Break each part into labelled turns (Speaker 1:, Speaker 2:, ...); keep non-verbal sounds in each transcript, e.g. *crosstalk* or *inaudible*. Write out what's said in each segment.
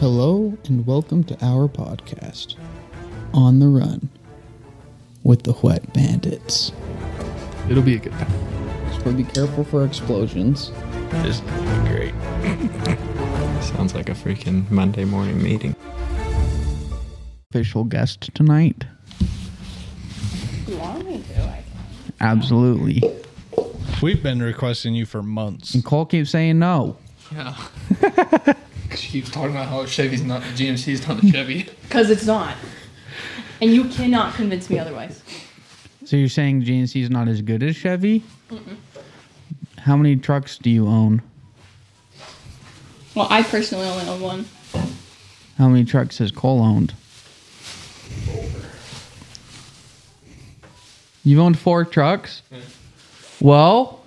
Speaker 1: Hello and welcome to our podcast, On the Run with the Wet Bandits.
Speaker 2: It'll be a good time.
Speaker 1: Just want to be careful for explosions.
Speaker 2: This is gonna be great.
Speaker 3: *laughs* Sounds like a freaking Monday morning meeting.
Speaker 1: Official guest tonight.
Speaker 4: You want me to? I
Speaker 1: Absolutely.
Speaker 5: We've been requesting you for months.
Speaker 1: And Cole keeps saying no.
Speaker 2: Yeah. *laughs* she keeps talking about how Chevy's not GMC's not a Chevy.
Speaker 4: Because it's not. And you cannot convince me otherwise.
Speaker 1: So you're saying GNC is not as good as Chevy? How many trucks do you own?
Speaker 4: Well, I personally only own one.
Speaker 1: How many trucks has Cole owned? You've owned four trucks? Well,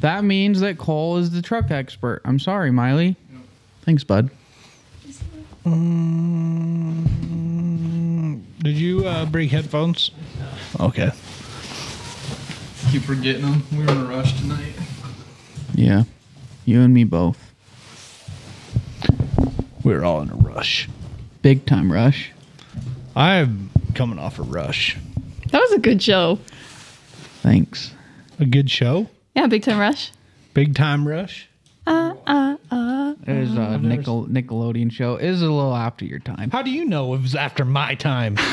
Speaker 1: that means that Cole is the truck expert. I'm sorry, Miley. Thanks, bud.
Speaker 5: Did you uh, bring headphones? Okay.
Speaker 2: Keep forgetting them. We were in a rush tonight.
Speaker 1: Yeah. You and me both.
Speaker 5: We were all in a rush.
Speaker 1: Big time rush.
Speaker 5: I'm coming off a rush.
Speaker 4: That was a good show.
Speaker 1: Thanks.
Speaker 5: A good show.
Speaker 4: Yeah, Big Time Rush.
Speaker 5: Big time rush.
Speaker 1: It
Speaker 5: Uh,
Speaker 1: was a Nickel- Nickelodeon show. It was a little after your time.
Speaker 5: How do you know it was after my time? *laughs*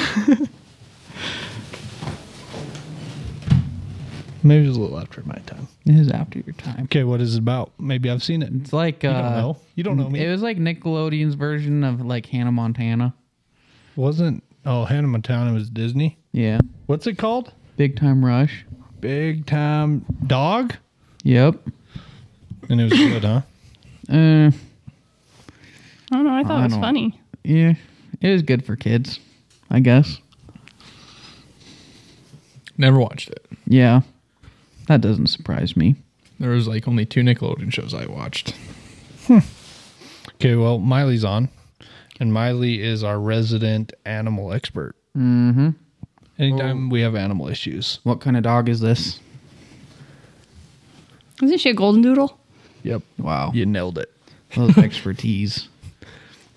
Speaker 5: Maybe it was a little after my time.
Speaker 1: It was after your time.
Speaker 5: Okay, what is it about? Maybe I've seen it.
Speaker 1: It's like uh,
Speaker 5: don't know. You don't know me.
Speaker 1: It was like Nickelodeon's version of like Hannah Montana.
Speaker 5: Wasn't oh Hannah Montana was Disney.
Speaker 1: Yeah.
Speaker 5: What's it called?
Speaker 1: Big Time Rush.
Speaker 5: Big time dog.
Speaker 1: Yep.
Speaker 5: And it was good, huh?
Speaker 1: Uh,
Speaker 4: I don't know. I thought
Speaker 1: I
Speaker 4: it was
Speaker 1: don't-
Speaker 4: funny.
Speaker 1: yeah. It is good for kids, I guess.
Speaker 2: Never watched it.
Speaker 1: Yeah. That doesn't surprise me.
Speaker 2: There was like only two Nickelodeon shows I watched.
Speaker 5: Okay, well, Miley's on, and Miley is our resident animal expert. Mm-hmm. Anytime we have animal issues.
Speaker 1: What kind of dog is this?
Speaker 4: Isn't she a golden doodle?
Speaker 5: Yep.
Speaker 1: Wow.
Speaker 5: You nailed it.
Speaker 1: *laughs* Those expertise.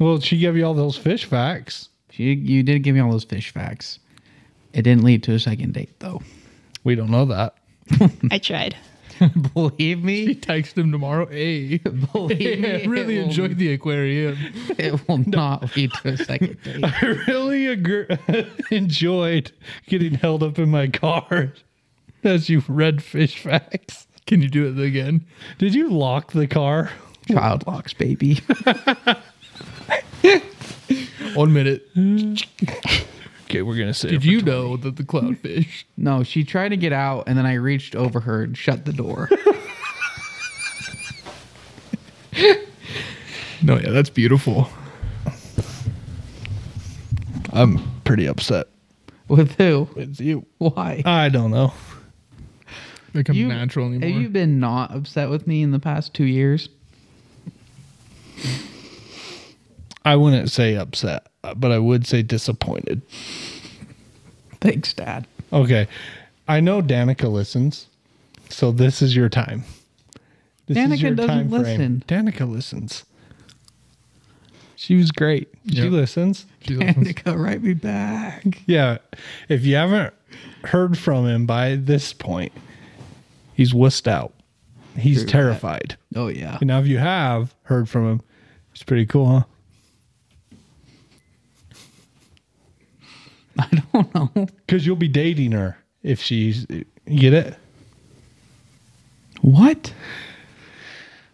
Speaker 5: Well, she gave you all those fish facts.
Speaker 1: You, you did give me all those fish facts. It didn't lead to a second date, though.
Speaker 5: We don't know that.
Speaker 4: I tried.
Speaker 1: Believe
Speaker 2: He
Speaker 1: me.
Speaker 2: texted him tomorrow. *laughs* Hey,
Speaker 1: *laughs* Believe me.
Speaker 2: I *laughs* really
Speaker 1: it will-
Speaker 2: enjoyed the aquarium.
Speaker 1: *laughs* It will not lead to a
Speaker 2: *laughs*
Speaker 1: second date.
Speaker 5: I *laughs* really agr *laughs* enjoyed getting held up in my car *laughs* as you read fish facts.
Speaker 2: Can you do it again?
Speaker 5: Did you lock the car?
Speaker 1: Child locks, baby. *laughs*
Speaker 2: One minute.
Speaker 5: Okay, we're gonna say.
Speaker 2: Did you know that the clownfish?
Speaker 1: No, she tried to get out, and then I reached over her and shut the door. *laughs*
Speaker 2: No, yeah, that's beautiful.
Speaker 5: I'm pretty upset
Speaker 1: With who?
Speaker 5: with you.
Speaker 1: Why?
Speaker 5: I don't know.
Speaker 2: Become
Speaker 1: You-
Speaker 2: natural anymore.
Speaker 1: Have you been not upset with me in the past two years?
Speaker 5: I wouldn't say upset, but I would say disappointed.
Speaker 1: Thanks, Dad.
Speaker 5: Okay. I know Danica listens, so this is your time. This
Speaker 1: Danica doesn't
Speaker 5: frame.
Speaker 1: listen.
Speaker 5: Danica listens. She was great. She
Speaker 2: Yep.
Speaker 5: listens.
Speaker 2: She's like,
Speaker 1: Danica, write me back.
Speaker 5: Yeah. If you haven't heard from him by this point, he's wussed out. He's
Speaker 1: True that.
Speaker 5: terrified.
Speaker 1: Oh yeah.
Speaker 5: And now if you have heard from him, it's pretty cool, huh?
Speaker 1: *laughs* I don't know.
Speaker 5: Because you'll be dating her if she's. You get it?
Speaker 1: What?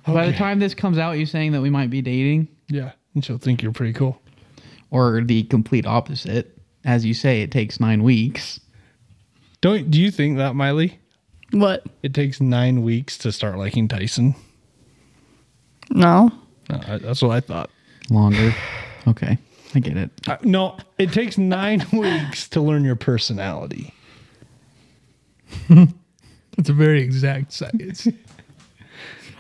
Speaker 1: By the
Speaker 5: Okay.
Speaker 1: time this comes out, you saying that we might be dating,
Speaker 5: Yeah. And she'll think you're pretty cool.
Speaker 1: or the complete opposite, as you say, it takes nine weeks.
Speaker 5: Don't do you think that, Miley?
Speaker 4: What?
Speaker 5: It takes nine weeks to start liking Tyson.
Speaker 4: No.
Speaker 5: No, I- that's what I thought.
Speaker 1: Longer. okay, I get it. *laughs*
Speaker 5: I- no, it takes nine weeks to learn your personality.
Speaker 2: That's a very exact *laughs* science.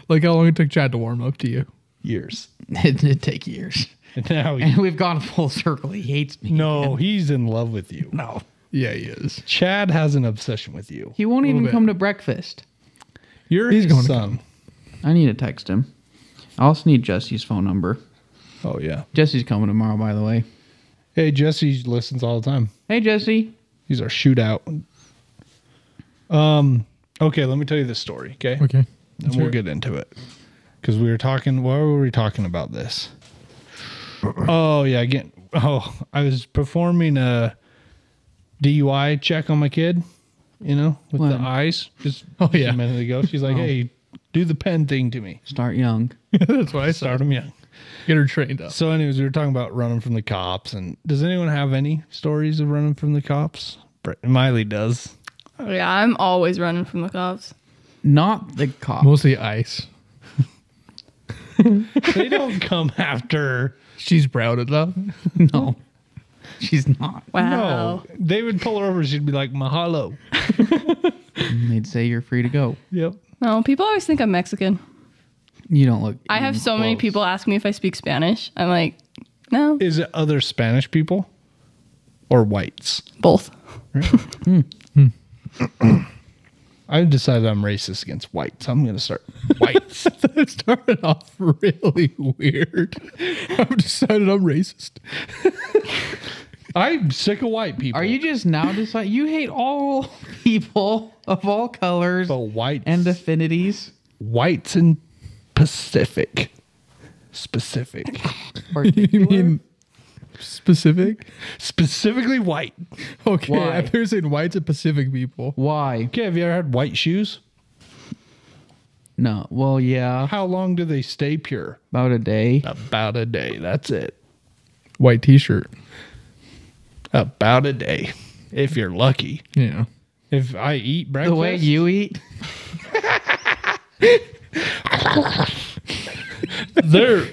Speaker 2: like how long it took Chad to warm up to you.
Speaker 5: Years.
Speaker 1: it did take years, *laughs*
Speaker 5: And now, he,
Speaker 1: and we've gone full circle. He hates me.
Speaker 5: no, he's in love with you.
Speaker 1: No.
Speaker 2: Yeah, he is. *laughs*
Speaker 5: Chad has an obsession with you.
Speaker 1: He won't even
Speaker 2: bit.
Speaker 1: come to breakfast.
Speaker 5: You're
Speaker 2: He's
Speaker 5: his
Speaker 2: going to
Speaker 5: son.
Speaker 1: I need to text him. I also need Jesse's phone number.
Speaker 5: Oh yeah.
Speaker 1: Jesse's coming tomorrow, by the way.
Speaker 5: Hey, Jesse listens all the time.
Speaker 1: Hey, Jesse.
Speaker 5: He's our shootout. Um. Okay, let me tell you this story. Okay.
Speaker 2: Okay.
Speaker 5: And we'll get into it because we were talking. Why were we talking about this? *clears throat* Oh yeah, again. Oh, I was performing a DUI check on my kid. You know, with the
Speaker 1: What?
Speaker 5: eyes. Just, oh
Speaker 2: yeah.
Speaker 5: a minute ago, she's like, "Hey, do the pen thing to me."
Speaker 1: Start young.
Speaker 2: *laughs*
Speaker 5: That's why I start him young.
Speaker 2: Get her trained up.
Speaker 5: So, anyways, we were talking about running from the cops, and does anyone have any stories of running from the cops? Br- Miley does.
Speaker 4: Yeah, I'm always running from the cops.
Speaker 1: Not the cop.
Speaker 2: Mostly ice.
Speaker 5: *laughs* They don't come after.
Speaker 2: She's proud of them.
Speaker 1: no, *laughs* she's not.
Speaker 4: Wow.
Speaker 5: No, they would pull her over. She'd be like, "Mahalo."
Speaker 1: And They'd say you're free to go.
Speaker 5: Yep.
Speaker 4: No. people always think I'm Mexican.
Speaker 1: You don't look.
Speaker 4: I have
Speaker 1: even
Speaker 4: so many
Speaker 1: close.
Speaker 4: people ask me if I speak Spanish. I'm like, no,
Speaker 5: Is it other Spanish people or whites?
Speaker 4: both.
Speaker 5: I decided I'm racist against whites. I'm going to
Speaker 2: *laughs*
Speaker 5: start whites.
Speaker 2: that started off really weird. *laughs* I've decided I'm racist. *laughs*
Speaker 5: I'm sick of white people.
Speaker 1: Are you just now deciding you hate all *laughs* people of all colors
Speaker 5: but whites
Speaker 1: and
Speaker 2: uh,
Speaker 1: affinities
Speaker 5: whites and Pacific? Specific.
Speaker 2: *laughs*
Speaker 1: *laughs*
Speaker 2: You mean specific?
Speaker 5: Specifically white.
Speaker 2: Okay.
Speaker 1: Why?
Speaker 2: I thought you were saying whites and Pacific people.
Speaker 1: Why?
Speaker 5: Okay, have you ever had white shoes?
Speaker 1: No. Well, yeah,
Speaker 5: How long do they stay pure?
Speaker 1: about a day.
Speaker 5: About a day. That's it.
Speaker 2: White t shirt.
Speaker 5: About a day. If you're lucky.
Speaker 2: Yeah.
Speaker 5: If I eat breakfast,
Speaker 1: The way you eat,
Speaker 5: there.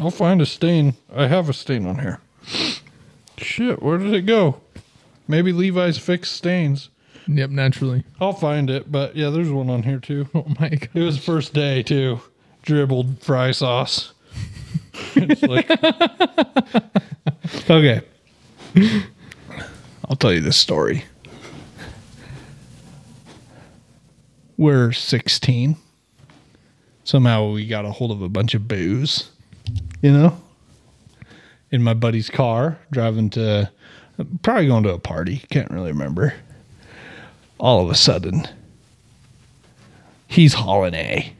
Speaker 5: I'll find a stain. I have a stain on here. Shit, where did it go? Maybe Levi's fixed stains.
Speaker 2: Yep, naturally. *laughs*
Speaker 5: I'll find it, but yeah, there's one on here too.
Speaker 2: Oh my god.
Speaker 5: It was first day too. Dribbled fry sauce. It's like- okay. *laughs* I'll tell you this story. We're 16. Somehow we got a hold of a bunch of booze, you know, in my buddy's car, driving to probably going to a party. Can't really remember. All of a sudden, he's hauling A.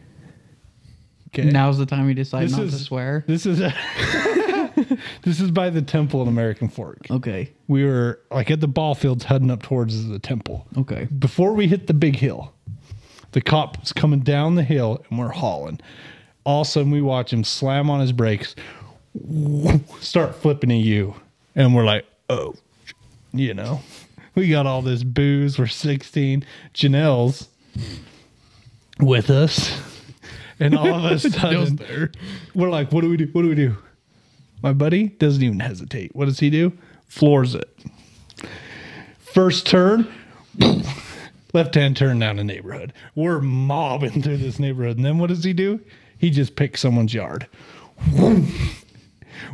Speaker 5: Okay.
Speaker 1: now's the time you decide
Speaker 5: This
Speaker 1: not to
Speaker 5: is-
Speaker 1: swear.
Speaker 5: This is *laughs* this is by the temple in American Fork.
Speaker 1: Okay.
Speaker 5: We were like at the ball fields heading up towards the temple.
Speaker 1: Okay.
Speaker 5: Before we hit the big hill, the cop was coming down the hill and we're hauling. All of a sudden we watch him slam on his brakes, *laughs* start flipping at you, and we're like, oh, you know, we got all this booze. We're 16. Janelle's with us. And all of a sudden, we're like, what do we do? What do we do? My buddy doesn't even hesitate. What does he do? Floors it. First turn, *clears throat* left hand turn down a neighborhood. We're mobbing through this neighborhood. And then what does he do? He just picks someone's yard.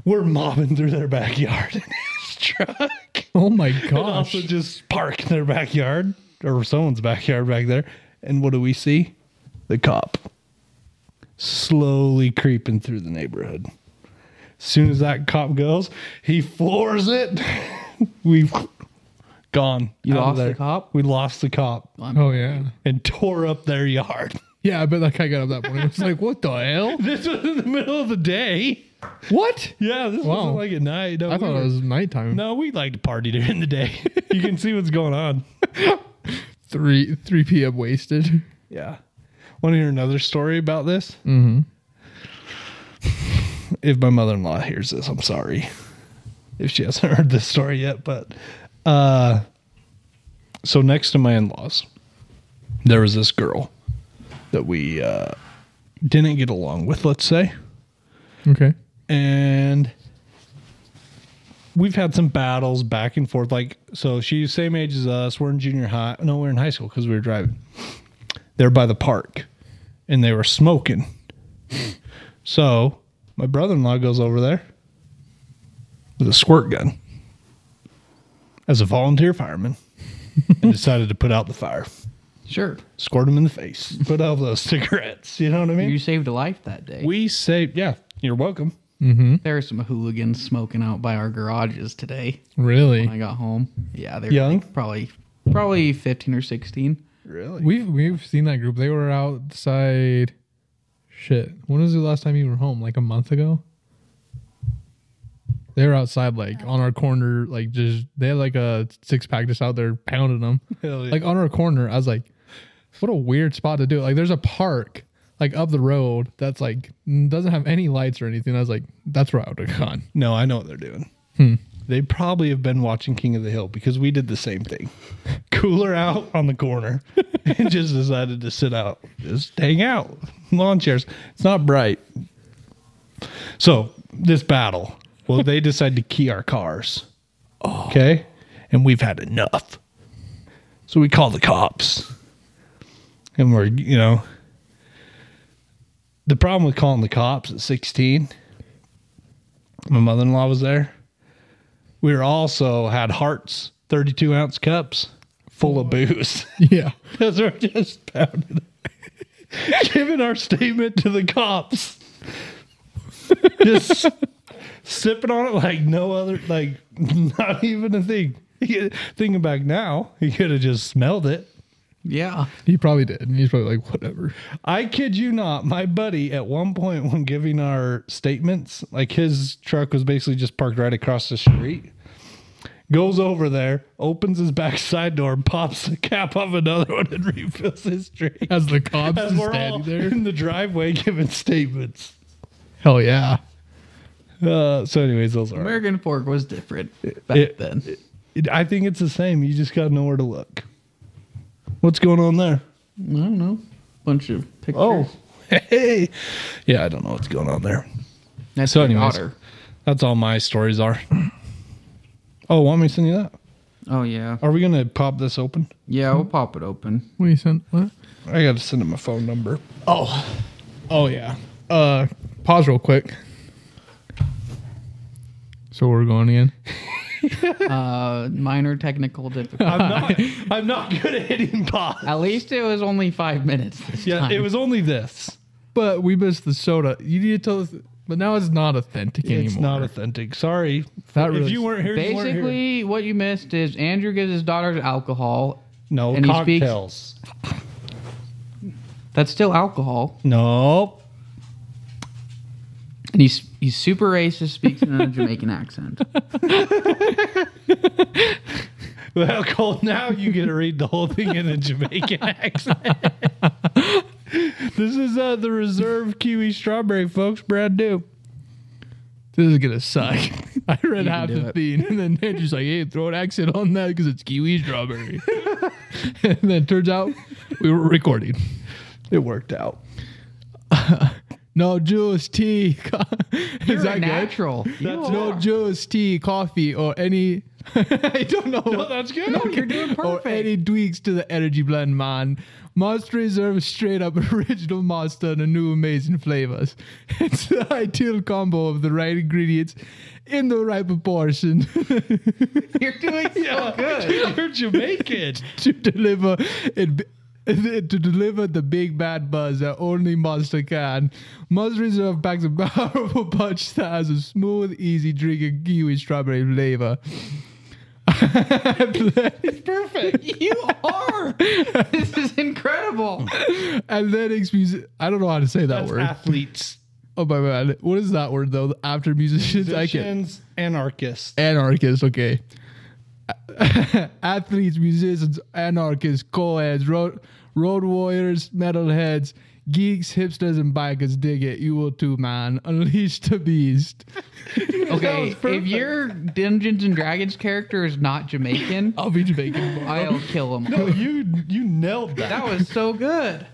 Speaker 5: We're mobbing through their backyard *laughs* in his truck.
Speaker 2: Oh my
Speaker 5: And also
Speaker 2: gosh.
Speaker 5: just park in their backyard or someone's backyard back there. And what do we see? The cop slowly creeping through the neighborhood. Soon as that cop goes, he floors it. *laughs* We've gone.
Speaker 1: You
Speaker 5: out of
Speaker 1: lost the
Speaker 5: there.
Speaker 1: cop?
Speaker 5: We lost the cop
Speaker 2: Oh yeah.
Speaker 5: and tore up their yard. *laughs*
Speaker 2: Yeah, I bet that guy got up that morning. It's like, what the hell?
Speaker 5: This was in the middle of the day.
Speaker 2: What?
Speaker 5: Yeah, this
Speaker 2: Wow.
Speaker 5: wasn't like at night. No,
Speaker 2: I
Speaker 5: we
Speaker 2: thought
Speaker 5: were-
Speaker 2: it was nighttime.
Speaker 5: No, we like to party during the day. you can see what's going on.
Speaker 2: Three three PM wasted. *laughs*
Speaker 5: Yeah. Want to hear another story about this? Mm-hmm. If my mother in law hears this, I'm sorry if she hasn't *laughs* heard this story yet. But uh, so next to my in laws, there was this girl that we uh, didn't get along with, let's say.
Speaker 2: Okay.
Speaker 5: And we've had some battles back and forth. Like, so she's same age as us. We're in junior high. No, we're in high school because we were driving. They're by the park and they were smoking. so my brother in law goes over there with a squirt gun as a volunteer fireman and decided to put out the fire.
Speaker 1: Sure.
Speaker 5: squirt them in the face, put out those *laughs* cigarettes. You know what I mean?
Speaker 1: You saved a life that day.
Speaker 5: we saved. Yeah, you're welcome.
Speaker 1: there are some hooligans smoking out by our garages today.
Speaker 2: Really?
Speaker 1: When I got home. Yeah, they're
Speaker 5: Young?
Speaker 1: probably probably 15 or 16.
Speaker 5: Really?
Speaker 2: We've we've seen that group. They were outside. Shit. When was the last time you were home? Like a month ago. They were outside, like on our corner, like just they had like a six pack just out there pounding them.
Speaker 5: Hell yeah.
Speaker 2: Like on our corner, I was like, "What a weird spot to do it." Like there's a park like up the road that's like n- doesn't have any lights or anything. I was like, "That's where I would have gone." *laughs*
Speaker 5: No, I know what they're doing. They probably have been watching King of the Hill because we did the same thing. Cooler out on the corner *laughs* and just decided to sit out, just hang out, lawn chairs. It's not bright. So, this battle, well, they decide to key our cars. Okay. And we've had enough. So, we call the cops and we're, you know, the problem with calling the cops at 16 my mother in law was there. We were also had hearts, 32 ounce cups full of booze. *laughs*
Speaker 2: Yeah.
Speaker 5: Because we're just pounding it. giving our statement to the cops. just sipping on it like no other, like *laughs* not even a thing. He- Thinking back now, he could have just smelled it.
Speaker 1: Yeah.
Speaker 2: He probably did. And he's probably like, whatever.
Speaker 5: I kid you not, my buddy at one point when giving our statements, like his truck was basically just parked right across the street. Goes over there, opens his back side door, pops the cap off another one, and refills his drink.
Speaker 2: As the
Speaker 5: *laughs*
Speaker 2: cops
Speaker 5: As
Speaker 2: is
Speaker 5: we're all
Speaker 2: standing there.
Speaker 5: in the driveway giving statements.
Speaker 2: *laughs* Hell yeah.
Speaker 5: Uh, so, anyways, those are.
Speaker 1: American pork was different back
Speaker 5: it-
Speaker 1: then.
Speaker 5: I think it's the same. You just got to know where to look. What's going on there?
Speaker 1: I don't know. Bunch of pictures.
Speaker 5: Oh, *laughs* hey, yeah, I don't know what's going on there.
Speaker 1: that's
Speaker 5: so
Speaker 1: the
Speaker 5: anyways.
Speaker 1: otter.
Speaker 5: That's all my stories are. Oh, want me to send you that?
Speaker 1: Oh yeah.
Speaker 5: Are we gonna pop this open?
Speaker 1: Yeah, we'll pop it open.
Speaker 2: What do you send? What?
Speaker 5: I gotta send him my phone number.
Speaker 2: Oh, oh yeah. Uh, pause real quick. So we're
Speaker 5: *laughs*
Speaker 2: going in.
Speaker 1: Uh, minor technical
Speaker 5: *laughs*
Speaker 1: difficulty.
Speaker 5: *laughs* I'm not. I'm not good at hitting pause.
Speaker 1: At least it was only five minutes this
Speaker 5: Yeah,
Speaker 1: time.
Speaker 5: it was only this.
Speaker 2: But we missed the soda. You need to tell us, but now it's not authentic anymore.
Speaker 5: It's not authentic. Sorry.
Speaker 2: That
Speaker 5: if
Speaker 2: really-
Speaker 5: you weren't here, you weren't here.
Speaker 1: Basically, what you missed is Andrew gives his daughter alcohol.
Speaker 5: no
Speaker 1: and he speaks-
Speaker 5: cocktails.
Speaker 1: That's still alcohol,
Speaker 5: No.
Speaker 1: and he's he's super racist, speaks in a Jamaican accent.
Speaker 5: *laughs* Well, Cole, now you get to read the whole thing in a *laughs* Jamaican accent. this is uh, the reserve kiwi strawberry, folks. Brad new.
Speaker 2: This is
Speaker 5: *laughs*
Speaker 2: gonna suck. I read half
Speaker 1: do
Speaker 2: the
Speaker 1: it.
Speaker 2: thing, and then Andrew's like, "Hey, throw an accent on that because it's kiwi strawberry." *laughs* and then it turns out we were recording.
Speaker 5: It worked out.
Speaker 2: *laughs* No juice, tea. *laughs* co-
Speaker 1: You're
Speaker 2: is that
Speaker 5: *laughs*
Speaker 2: good?
Speaker 1: natural.
Speaker 5: That's
Speaker 1: you
Speaker 2: No
Speaker 1: are.
Speaker 2: juice, tea, coffee, or any. *laughs* I don't know.
Speaker 5: Oh, that's good.
Speaker 1: No, you're doing perfect.
Speaker 2: or any tweaks to the energy blend, man. Monster Reserve straight up *laughs* original monster and a new amazing flavors. *laughs* It's the ideal combo of the right ingredients in the right proportion *laughs*
Speaker 1: You're doing so good.
Speaker 5: You're Jamaican.
Speaker 2: *laughs* to deliver it. b- To deliver the big bad buzz that only Monster can, Monster Reserve packs a *laughs* powerful punch that has a smooth, easy drinking kiwi strawberry flavor. *laughs*
Speaker 1: You
Speaker 5: *laughs*
Speaker 1: are. This is incredible.
Speaker 2: Athletics music. I don't know how to say that
Speaker 5: That's
Speaker 2: word.
Speaker 5: athletes.
Speaker 2: Oh my god, what is that word though? After musicians, I can
Speaker 5: Christians, anarchists.
Speaker 2: anarchists. Okay, athletes, musicians, anarchists, co-eds, road road warriors, metalheads, geeks, hipsters, and bikers. Dig it, you will too, man. Unleash the beast.
Speaker 1: Okay, if your Dungeons and Dragons character is not
Speaker 5: *laughs*
Speaker 1: Jamaican,
Speaker 2: I'll be Jamaican. *laughs* tomorrow.
Speaker 1: I'll kill him.
Speaker 5: Oh. No, you you nailed that.
Speaker 1: That was so good.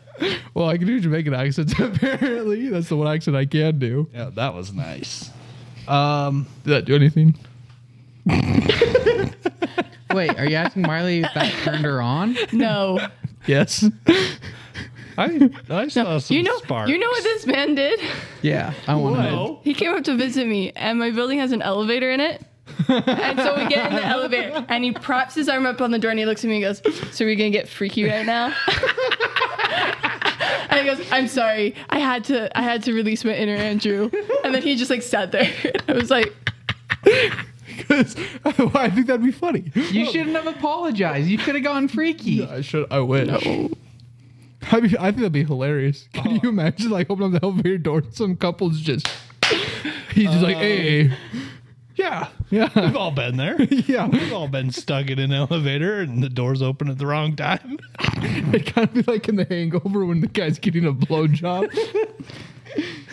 Speaker 2: well, I can do Jamaican accents. *laughs* Apparently, that's the one accent I can do.
Speaker 5: yeah, that was nice. Um,
Speaker 2: Did that do anything?
Speaker 1: Wait, are you asking Miley if that turned her on?
Speaker 4: No. *laughs*
Speaker 2: Yes.
Speaker 5: I
Speaker 2: *laughs*
Speaker 5: I saw some
Speaker 4: you know
Speaker 5: sparks.
Speaker 4: you know what this man did?
Speaker 1: Yeah, I want to know.
Speaker 5: No.
Speaker 4: He came up to visit me and my building has an elevator in it. And so we get in the elevator, and he props his arm up on the door, and he looks at me and goes, "So we are gonna get freaky right now?" *laughs* and he goes, "I'm sorry, I had to, I had to release my inner Andrew." And then he just like sat there. *laughs* I was like,
Speaker 2: Because *laughs* I think that'd be funny.
Speaker 1: You shouldn't have apologized. You could have gone freaky.
Speaker 2: *laughs* I should. I wish. *laughs* I, mean, I think that'd be hilarious. Can you imagine like opening up the elevator door and some couples just he's just like, hey,
Speaker 5: Yeah.
Speaker 2: Uh, yeah,
Speaker 5: We've all been there.
Speaker 2: *laughs* yeah. *laughs*
Speaker 5: We've all been stuck in an elevator and the doors open at the wrong time.
Speaker 2: It'd kind of be like in The Hangover when the guy's getting a blowjob.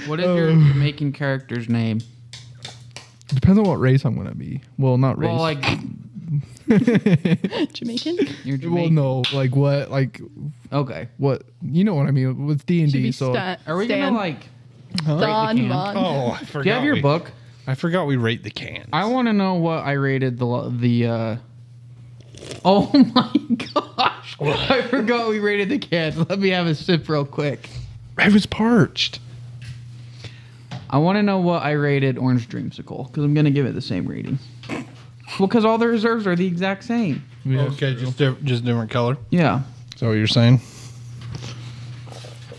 Speaker 1: What is your Jamaican character's name?
Speaker 2: *laughs* Depends on what race I'm gonna be. Well, not race.
Speaker 1: Well, like
Speaker 4: "Jamaican?
Speaker 1: your
Speaker 2: well,
Speaker 1: Jamaican.
Speaker 2: no, like what, like
Speaker 1: Okay.
Speaker 2: what? You know what I mean with D and
Speaker 4: Should
Speaker 2: D.
Speaker 4: be
Speaker 2: So
Speaker 4: Stan.
Speaker 1: Are we
Speaker 4: Stan.
Speaker 1: gonna like?
Speaker 4: Don
Speaker 1: can?
Speaker 5: *laughs*
Speaker 4: Juan.
Speaker 5: Oh, I forgot.
Speaker 1: Do you have your
Speaker 5: we-
Speaker 1: book?
Speaker 5: I forgot we rate the cans.
Speaker 1: I want to know what I rated the lo- the. uh Oh *laughs* my gosh! I forgot we rated the can. Let me have a sip real quick.
Speaker 5: I was parched.
Speaker 1: I want to know what I rated Orange Dreamsicle because I'm gonna give it the same rating. Well, because all the reserves are the exact same.
Speaker 2: Yeah.
Speaker 5: okay, just diff- just different color.
Speaker 1: Yeah.
Speaker 5: Is that what you're saying?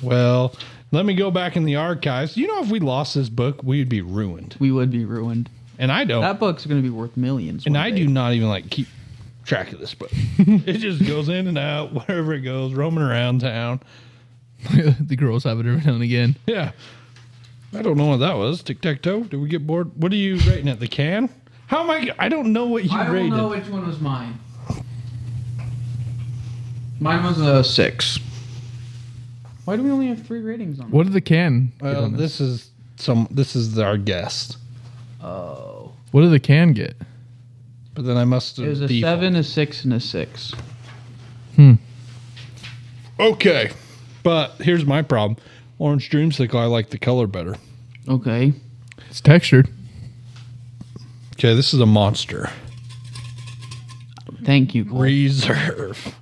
Speaker 5: Well, let me go back in the archives. You know, if we lost this book, we'd be ruined.
Speaker 1: We would be ruined.
Speaker 5: And I don't.
Speaker 1: That book's gonna be worth millions.
Speaker 5: and
Speaker 1: one
Speaker 5: I
Speaker 1: day.
Speaker 5: do not even like keep track of
Speaker 1: *laughs*
Speaker 5: this book. it just goes in and out wherever it goes, roaming around town.
Speaker 2: *laughs* the girls have it every now and again.
Speaker 5: Yeah. I don't know what that was. Tic tac toe. Did we get bored? What are you rating at the can? How am I? I don't know what you
Speaker 1: I don't
Speaker 5: rated.
Speaker 1: know which one was mine. Mine was a six. Why do we only have three ratings on?
Speaker 2: What did the can? get
Speaker 5: Well,
Speaker 2: on this?
Speaker 5: this is some. This is our guest.
Speaker 1: Oh,
Speaker 2: What did the can get?
Speaker 5: But then I must.
Speaker 1: it was a seven, a six, and a six.
Speaker 5: Okay. But here's my problem. Orange Dreamsicle, I like the color better.
Speaker 1: Okay.
Speaker 2: It's textured.
Speaker 5: Okay, this is a monster.
Speaker 1: Thank you. Cole.
Speaker 5: Reserve.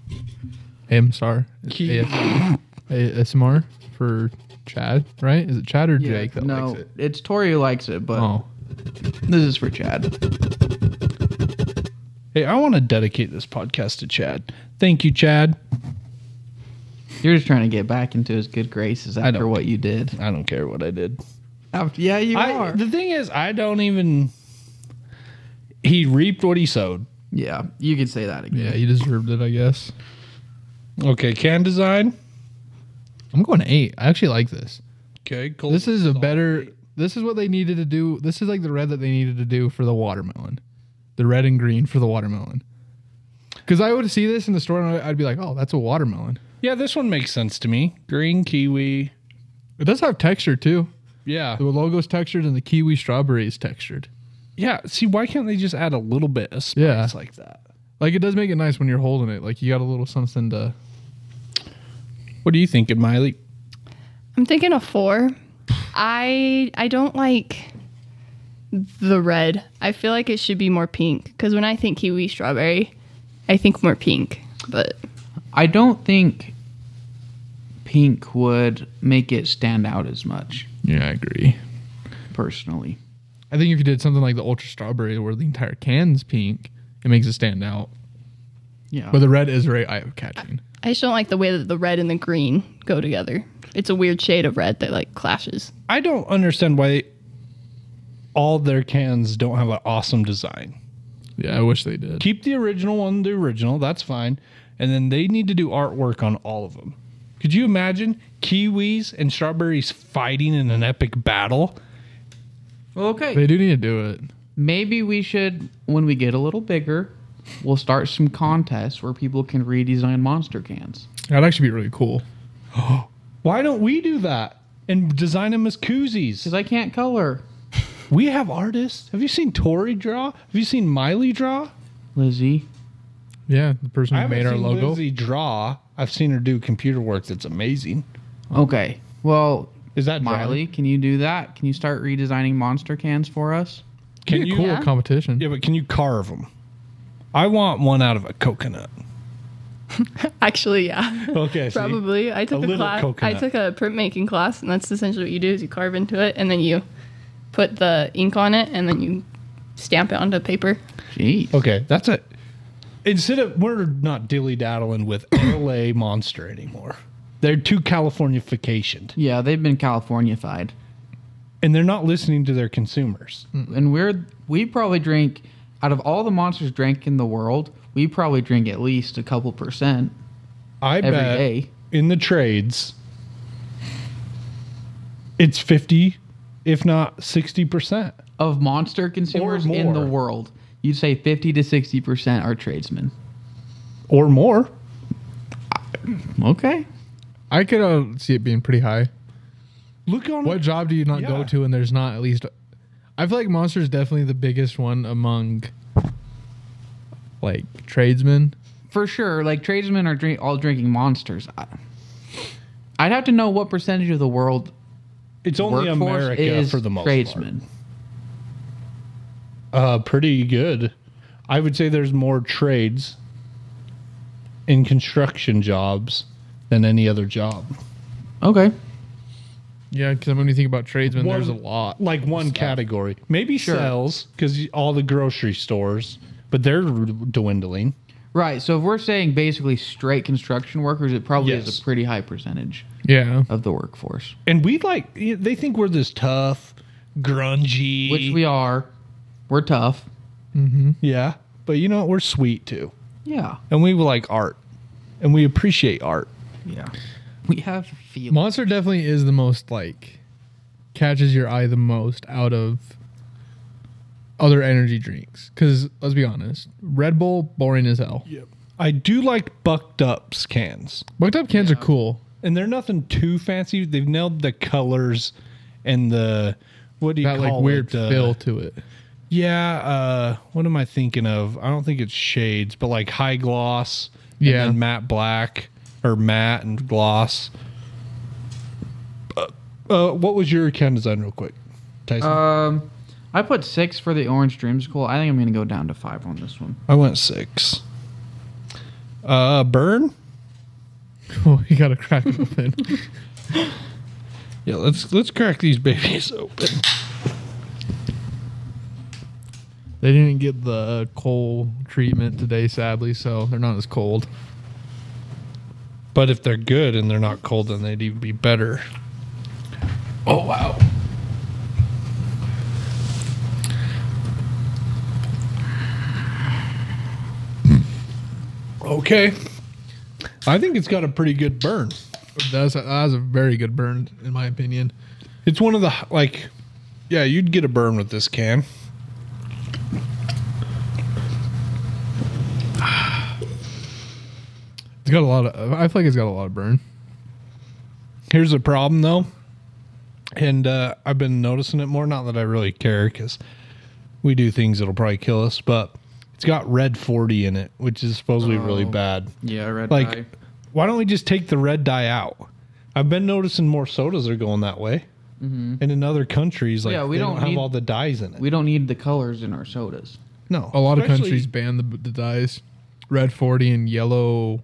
Speaker 2: MSR.
Speaker 5: Key.
Speaker 2: AF- ASMR for Chad, right? Is it Chad or
Speaker 1: Yeah,
Speaker 2: Jake that
Speaker 1: no,
Speaker 2: likes it?
Speaker 1: it's Tori who likes it, but
Speaker 2: Oh.
Speaker 1: this is for Chad.
Speaker 5: Hey, I want to dedicate this podcast to Chad. Thank you, Chad.
Speaker 1: You're just trying to get back into his good graces after
Speaker 5: don't-
Speaker 1: what you did.
Speaker 5: I don't care what I did.
Speaker 1: After, yeah, you
Speaker 5: I,
Speaker 1: are.
Speaker 5: the thing is, I don't even. He reaped what he sowed.
Speaker 1: yeah, you could say that again.
Speaker 2: Yeah, you deserved it, I guess.
Speaker 5: Okay, can design.
Speaker 2: I'm going eight. I actually like this.
Speaker 5: Okay, cool.
Speaker 2: This is a better. This is what they needed to do. This is like the red that they needed to do for the watermelon, the red and green for the watermelon. Because I would see this in the store and I'd be like, "Oh, that's a watermelon."
Speaker 5: yeah, this one makes sense to me. Green kiwi.
Speaker 2: It does have texture too.
Speaker 5: Yeah,
Speaker 2: The logo's textured and the kiwi strawberry is textured.
Speaker 5: yeah. See, why can't they just add a little bit of spice
Speaker 2: Yeah.
Speaker 5: like that?
Speaker 2: Like it does make it nice when you're holding it. Like you got a little something to.
Speaker 5: What are you thinking, Miley?
Speaker 4: I'm thinking a four. I I don't like the red. I feel like it should be more pink because when I think kiwi strawberry, I think more pink. But
Speaker 1: I don't think pink would make it stand out as much,
Speaker 2: Yeah, I agree.
Speaker 1: personally.
Speaker 2: I think if you did something like the ultra strawberry, where the entire can's pink, it makes it stand out.
Speaker 1: Yeah.
Speaker 2: But the red is very eye catching.
Speaker 4: I just don't like the way that the red and the green go together. It's a weird shade of red that like clashes.
Speaker 5: I don't understand why all their cans don't have an awesome design.
Speaker 2: Yeah, I wish they did.
Speaker 5: Keep the original one, the original, that's fine. And then they need to do artwork on all of them. Could you imagine kiwis and strawberries fighting in an epic battle?
Speaker 1: well, okay.
Speaker 2: They do need to do it.
Speaker 1: Maybe we should, when we get a little bigger, we'll start some contests where people can redesign monster cans.
Speaker 2: That'd actually be really cool.
Speaker 5: Why don't we do that and design them as koozies?
Speaker 1: Because I can't color.
Speaker 5: We have artists. Have you seen Tori draw? Have you seen Miley draw?
Speaker 1: Lizzie,
Speaker 2: Yeah, the person who
Speaker 5: haven't
Speaker 2: made our
Speaker 5: seen
Speaker 2: logo.
Speaker 5: Lizzie draw. I've seen her do computer work that's amazing.
Speaker 1: Okay. Well,
Speaker 5: Is that drawing?
Speaker 1: Miley, can you do that? Can you start redesigning monster cans for us?
Speaker 5: Can
Speaker 2: Be a
Speaker 5: you
Speaker 2: cool
Speaker 4: Yeah.
Speaker 2: competition?
Speaker 5: Yeah, but can you carve them? I want one out of a coconut.
Speaker 4: Actually, *laughs* yeah,
Speaker 5: *laughs* Okay,
Speaker 4: probably. I took
Speaker 5: a
Speaker 4: a,
Speaker 5: little
Speaker 4: class.
Speaker 5: coconut.
Speaker 4: I took a printmaking class, and that's essentially what you do: is you carve into it, and then you put the ink on it, and then you stamp it onto paper.
Speaker 1: Jeez.
Speaker 5: Okay, that's it. Instead of we're not dilly daddling with *laughs* LA Monster anymore. They're too Californificationed,
Speaker 1: Yeah, they've been Californified,
Speaker 5: and they're not listening to their consumers.
Speaker 1: and we're we probably drink out of all the monsters drank in the world, we probably drink at least a couple percent
Speaker 5: I
Speaker 1: every day.
Speaker 5: bet in the trades, it's fifty, if not sixty percent.
Speaker 1: of monster consumers in the
Speaker 5: more.
Speaker 1: world. You'd say fifty to sixty percent are tradesmen.
Speaker 5: or more.
Speaker 1: Okay.
Speaker 2: I could uh, see it being pretty high.
Speaker 5: Look on
Speaker 2: What job do you not go
Speaker 5: Mm. Yeah.
Speaker 2: to when there's not at least? I feel like Monster is definitely the biggest one among like tradesmen.
Speaker 1: For sure, like tradesmen are drink, all drinking monsters. I, I'd have to know what percentage of the world
Speaker 5: it's only
Speaker 1: workforce
Speaker 5: America
Speaker 1: is
Speaker 5: for the most
Speaker 1: tradesmen.
Speaker 5: part. Uh, pretty good. I would say there's more trades in construction jobs than any other job.
Speaker 1: Okay.
Speaker 2: Yeah, because when you think about tradesmen, there's a
Speaker 5: One-
Speaker 2: lot.
Speaker 5: Like one category, maybe
Speaker 1: Sure.
Speaker 5: sales because all the grocery stores, but they're r- dwindling.
Speaker 1: Right. So if we're saying basically straight construction workers, it probably is
Speaker 5: Yes.
Speaker 1: a pretty high percentage
Speaker 2: Yeah,
Speaker 1: of the workforce,
Speaker 5: And we like y- they think we're this tough, grungy.
Speaker 1: which we are. We're tough.
Speaker 5: yeah, but you know what? We're sweet too,
Speaker 1: Yeah.
Speaker 5: and we like art, and we appreciate art.
Speaker 1: Yeah. We have feelings.
Speaker 2: Monster definitely is the most like catches your eye the most out of other energy drinks. Because let's be honest, Red Bull boring as hell.
Speaker 5: I do like bucked up cans,
Speaker 2: Bucked up cans are cool.
Speaker 5: and they're nothing too fancy. They've nailed the colors and the what do you
Speaker 2: That
Speaker 5: call
Speaker 2: like weird
Speaker 5: it? Uh,
Speaker 2: fill to it. *laughs*
Speaker 5: Yeah. Uh, what am I thinking of? I don't think it's shades, but like high gloss. and
Speaker 2: Yeah.
Speaker 5: then matte black or matte and gloss. Uh, uh, what was your can design, real quick, Tyson?
Speaker 1: Um, I put six for the orange dreamsicle. I think I'm gonna go down to five on this one.
Speaker 5: I went six. Uh, burn.
Speaker 2: Oh, you gotta crack it open.
Speaker 5: Yeah, let's let's crack these babies open.
Speaker 2: They didn't get the uh, coal treatment today, sadly, so they're not as cold.
Speaker 5: But if they're good and they're not cold, then they'd even be better. Oh wow! Okay, I think it's got a pretty good burn.
Speaker 2: That's a, that was a very good burn, in my opinion.
Speaker 5: It's one of the h- like, yeah, you'd get a burn with this can.
Speaker 2: It's got a lot of. I feel like it's got a lot of burn.
Speaker 5: Here's the problem though, and uh, I've been noticing it more. Not that I really care, because we do things that'll probably kill us. But it's got red forty in it, which is supposedly really bad.
Speaker 1: Yeah, red
Speaker 5: Like, why don't we just take the red dye out? I've been noticing more sodas are going that way, and in other countries, like
Speaker 1: Mm-hmm. Yeah, we
Speaker 5: they don't,
Speaker 1: don't
Speaker 5: have
Speaker 1: need-
Speaker 5: all the dyes in it.
Speaker 1: We don't need the colors in our sodas.
Speaker 5: no,
Speaker 2: A lot of
Speaker 1: *laughs*
Speaker 5: Especially-
Speaker 2: countries ban the, the dyes. Red 40 and yellow.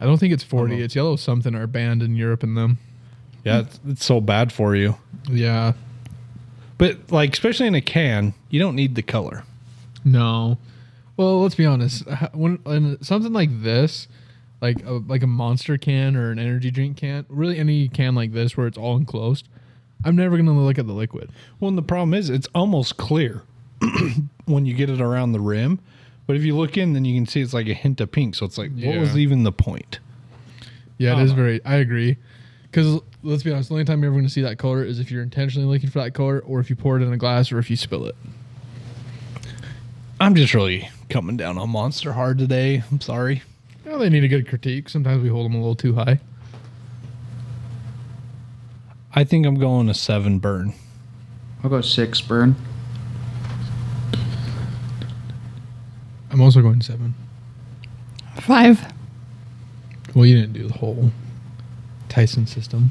Speaker 2: I don't think it's 40. It's yellow something are banned in Europe and them.
Speaker 5: Yeah, it's, it's so bad for you.
Speaker 2: Yeah.
Speaker 5: But like, especially in a can, you don't need the color.
Speaker 2: No. Well, let's be honest. Ha- When and something like this, like a, like a monster can or an energy drink can, really any can like this where it's all enclosed, I'm never gonna look at the liquid.
Speaker 5: Well, and the problem is it's almost clear *clears throat* when you get it around the rim, but if you look in, then you can see it's like a hint of pink. So it's like, what was
Speaker 2: Yeah.
Speaker 5: even the point?
Speaker 2: Yeah, it is very. I agree. Because let's be honest, the only time you're ever going to see that color is if you're intentionally looking for that color, or if you pour it in a glass, or if you spill it.
Speaker 5: I'm just really coming down on Monster hard today. I'm sorry.
Speaker 2: Well, they need a good critique. Sometimes we hold them a little too high.
Speaker 5: I think I'm going a seven burn.
Speaker 1: I'll go six, burn.
Speaker 2: I'm also going seven.
Speaker 4: Five.
Speaker 2: Well, you didn't do the whole Tyson system.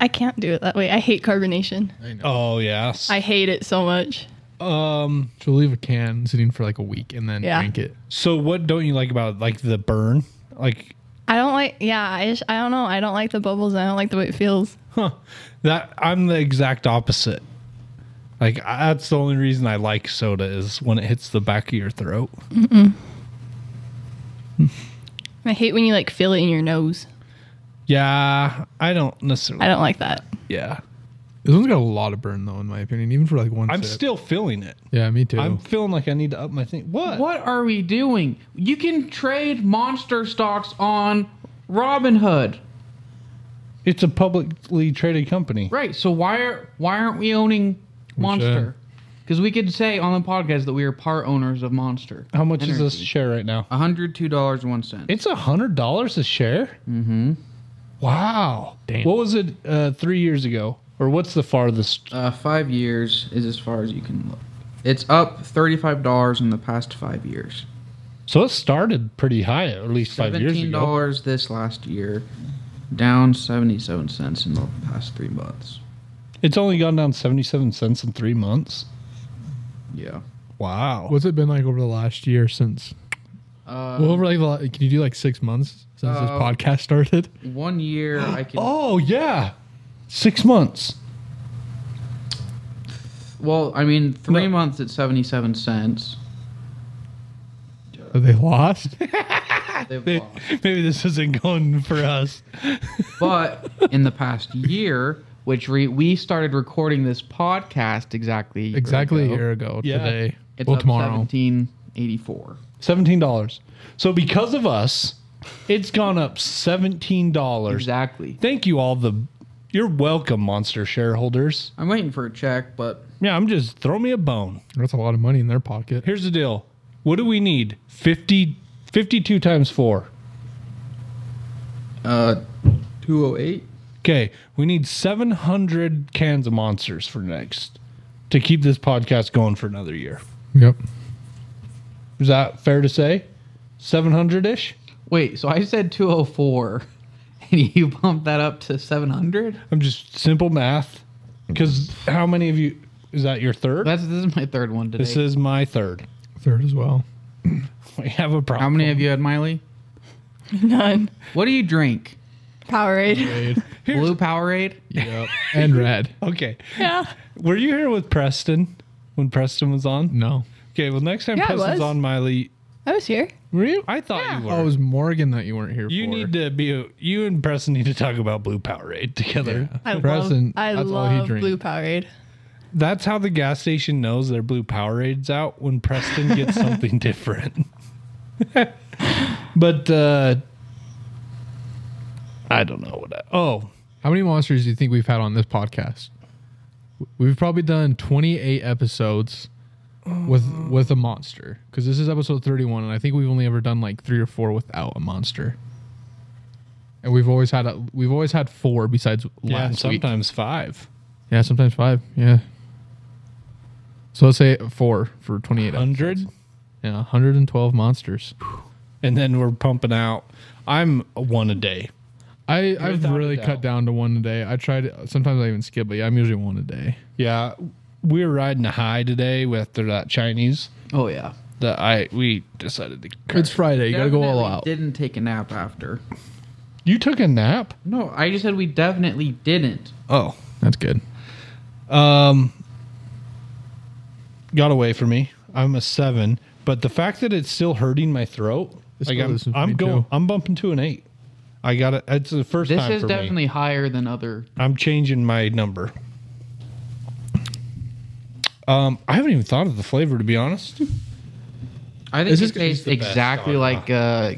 Speaker 4: I can't do it that way. I hate carbonation.
Speaker 5: Oh yes.
Speaker 4: I hate it so much.
Speaker 5: um.
Speaker 2: So leave a can sitting for like a week and then
Speaker 4: Yeah.
Speaker 2: drink it.
Speaker 5: So what don't you like about it? like the burn? Like
Speaker 4: I don't like. Yeah, I just. I don't know. I don't like the bubbles. I don't like the way it feels.
Speaker 5: that? I'm the exact opposite. Like I- that's the only reason I like soda is when it hits the back of your throat.
Speaker 4: I hate when you like feel it in your nose.
Speaker 5: Yeah, I don't necessarily.
Speaker 4: I don't like that.
Speaker 5: yeah,
Speaker 2: This one's got a lot of burn though, in my opinion, even for like one.
Speaker 5: I'm
Speaker 2: sip.
Speaker 5: still feeling it.
Speaker 2: Yeah, me too.
Speaker 5: I'm feeling like I need to up my thing. What?
Speaker 1: What are we doing? You can trade monster stocks on Robinhood.
Speaker 5: It's a publicly traded company.
Speaker 1: Right. So why are why aren't we owning Monster? Because we could say on the podcast that we are part owners of Monster.
Speaker 5: How much is this
Speaker 1: Energy.
Speaker 5: share right now?
Speaker 1: hundred two dollars one cent.
Speaker 5: It's a hundred dollars a share. Mm-hmm. Wow.
Speaker 2: Damn.
Speaker 5: What was it uh, three years ago? Or what's the farthest?
Speaker 1: Uh, five years is as far as you can look. It's up thirty five dollars in the past five years.
Speaker 5: So it started pretty high, at least five years
Speaker 1: Seventeen
Speaker 5: ago.
Speaker 1: dollars this last year, down seventy seven cents in the past three months.
Speaker 5: It's only gone down seventy-seven cents in three months.
Speaker 1: Yeah.
Speaker 5: Wow.
Speaker 2: What's it been like over the last year since?
Speaker 1: Uh,
Speaker 2: Well, over like the, la- can you do like six months since this
Speaker 1: Uh,
Speaker 2: podcast started?
Speaker 1: one year I *gasps* can.
Speaker 5: Oh yeah, six months.
Speaker 1: Well, I mean, three
Speaker 5: No.
Speaker 1: months at seventy seven cents.
Speaker 2: Have they lost?
Speaker 1: They've lost.
Speaker 5: Maybe this isn't going for us.
Speaker 1: but in the past year, which re- we started recording this podcast exactly a year
Speaker 2: exactly a
Speaker 1: ago,
Speaker 2: year ago
Speaker 5: Yeah.
Speaker 2: today.
Speaker 1: It's
Speaker 2: well,
Speaker 1: up
Speaker 2: tomorrow.
Speaker 1: seventeen eighty four.
Speaker 5: Seventeen dollars. So because of us, it's gone up seventeen dollars.
Speaker 1: Exactly.
Speaker 5: Thank you all the. You're welcome, monster shareholders.
Speaker 1: I'm waiting for a check, but
Speaker 5: Yeah, I'm just throw me a bone.
Speaker 2: That's a lot of money in their pocket.
Speaker 5: Here's the deal. What do we need? 50, 52 times four.
Speaker 1: uh, two oh eight.
Speaker 5: Okay, we need seven hundred cans of monsters for next to keep this podcast going for another year.
Speaker 2: Yep.
Speaker 5: Is that fair to say? Seven hundred ish.
Speaker 1: Wait, so I said two oh four, *laughs* and you bumped that up to seven hundred.
Speaker 5: I'm just simple math. Because how many of you is that your third?
Speaker 1: That's this is my third one today.
Speaker 5: this is my third. *laughs*
Speaker 2: Third as well.
Speaker 5: We have a problem.
Speaker 1: How many of you had Miley?
Speaker 4: *laughs* None.
Speaker 1: What do you drink?
Speaker 4: Powerade.
Speaker 1: Blue Powerade.
Speaker 2: Yep. *laughs* and red.
Speaker 5: Okay,
Speaker 4: *laughs* Yeah.
Speaker 5: were you here with Preston when Preston was on?
Speaker 2: No.
Speaker 5: Okay, well next time
Speaker 4: Yeah, I
Speaker 5: Preston's
Speaker 4: was.
Speaker 5: on, Miley,
Speaker 4: I was here.
Speaker 2: Were you?
Speaker 5: I thought
Speaker 4: Yeah.
Speaker 5: you were.
Speaker 2: Oh, it was Morgan that you weren't here
Speaker 5: you
Speaker 2: for.
Speaker 5: need to be. You and Preston need to talk about Blue Powerade together.
Speaker 4: I
Speaker 2: Preston,
Speaker 4: love, I
Speaker 2: that's all he
Speaker 4: love
Speaker 2: drank.
Speaker 4: blue Powerade.
Speaker 5: That's how the gas station knows their Blue Powerade's out when Preston
Speaker 2: *laughs*
Speaker 5: gets something different. *laughs* but uh I don't know what. I, oh,
Speaker 2: How many monsters do you think we've had on this podcast? We've probably done 28 episodes with with a monster because this is episode 31, and I think we've only ever done like three or four without a monster. And we've always had a, we've always had four besides
Speaker 5: yeah, and
Speaker 2: last week.
Speaker 5: sometimes five.
Speaker 2: Yeah, sometimes five. Yeah. So let's say four for 28.
Speaker 5: hundred,
Speaker 2: Yeah, 112 monsters.
Speaker 5: and then we're pumping out. I'm one a day.
Speaker 2: I I've
Speaker 5: without a
Speaker 2: really
Speaker 5: doubt.
Speaker 2: cut down to one a day. I tried sometimes I even skip, but yeah, I'm usually one a day.
Speaker 5: Yeah, we were riding a high today after that Chinese
Speaker 1: Oh yeah.
Speaker 5: that I we decided to.
Speaker 2: It's Friday. You got to go all
Speaker 1: Definitely
Speaker 2: out.
Speaker 1: Didn't take a nap after.
Speaker 5: you took a nap.
Speaker 1: No, I just said we definitely didn't.
Speaker 5: Oh,
Speaker 2: That's good.
Speaker 5: Um, got away from me. I'm a seven, but the fact that it's still hurting my throat,
Speaker 2: It's
Speaker 5: like I'm,
Speaker 2: bothering
Speaker 5: I'm
Speaker 2: me
Speaker 5: going,
Speaker 2: too.
Speaker 5: I'm bumping to an eight. I got it. It's the first
Speaker 1: This
Speaker 5: time
Speaker 1: is
Speaker 5: for me.
Speaker 1: definitely higher than other.
Speaker 5: I'm changing my number. Um, I haven't even thought of the flavor to be honest.
Speaker 1: I
Speaker 5: This
Speaker 1: think
Speaker 5: is
Speaker 1: it
Speaker 5: gonna
Speaker 1: tastes
Speaker 5: be the best
Speaker 1: exactly
Speaker 5: genre.
Speaker 1: like uh,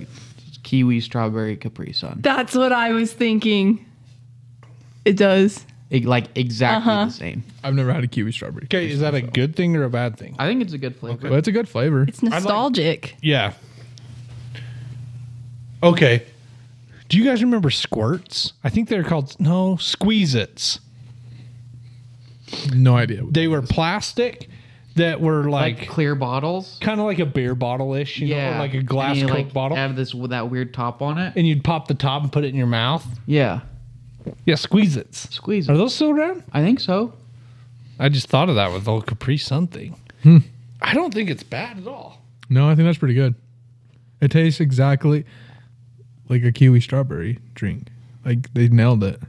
Speaker 1: kiwi strawberry Capri Sun.
Speaker 4: That's what I was thinking. It does.
Speaker 1: It- like exactly
Speaker 4: Uh-huh.
Speaker 1: the same.
Speaker 2: I've never had a kiwi strawberry.
Speaker 5: Okay, is that a good thing or a bad thing?
Speaker 1: I think it's a good flavor.
Speaker 2: But it's a good flavor.
Speaker 4: It's nostalgic.
Speaker 5: Yeah. Okay. Do you guys remember squirts? I think they're called no squeeze its.
Speaker 2: No idea.
Speaker 5: they were plastic that were
Speaker 1: Like,
Speaker 5: like,
Speaker 1: clear bottles.
Speaker 5: kind of like a beer bottle ish, you know,
Speaker 1: yeah,
Speaker 5: or like a
Speaker 1: And
Speaker 5: glass
Speaker 1: you,
Speaker 5: Coke
Speaker 1: like,
Speaker 5: bottle.
Speaker 1: Have this with that weird top on it.
Speaker 5: and you'd pop the top and put it in your mouth.
Speaker 1: Yeah,
Speaker 5: Yeah, squeeze its.
Speaker 1: squeeze.
Speaker 5: Are
Speaker 1: It.
Speaker 5: those still around?
Speaker 1: I think so.
Speaker 5: I just thought of that with the old Capri Sun thing. I don't think it's bad at all.
Speaker 2: No, I think that's pretty good. It tastes exactly like a kiwi strawberry drink. Like they nailed it.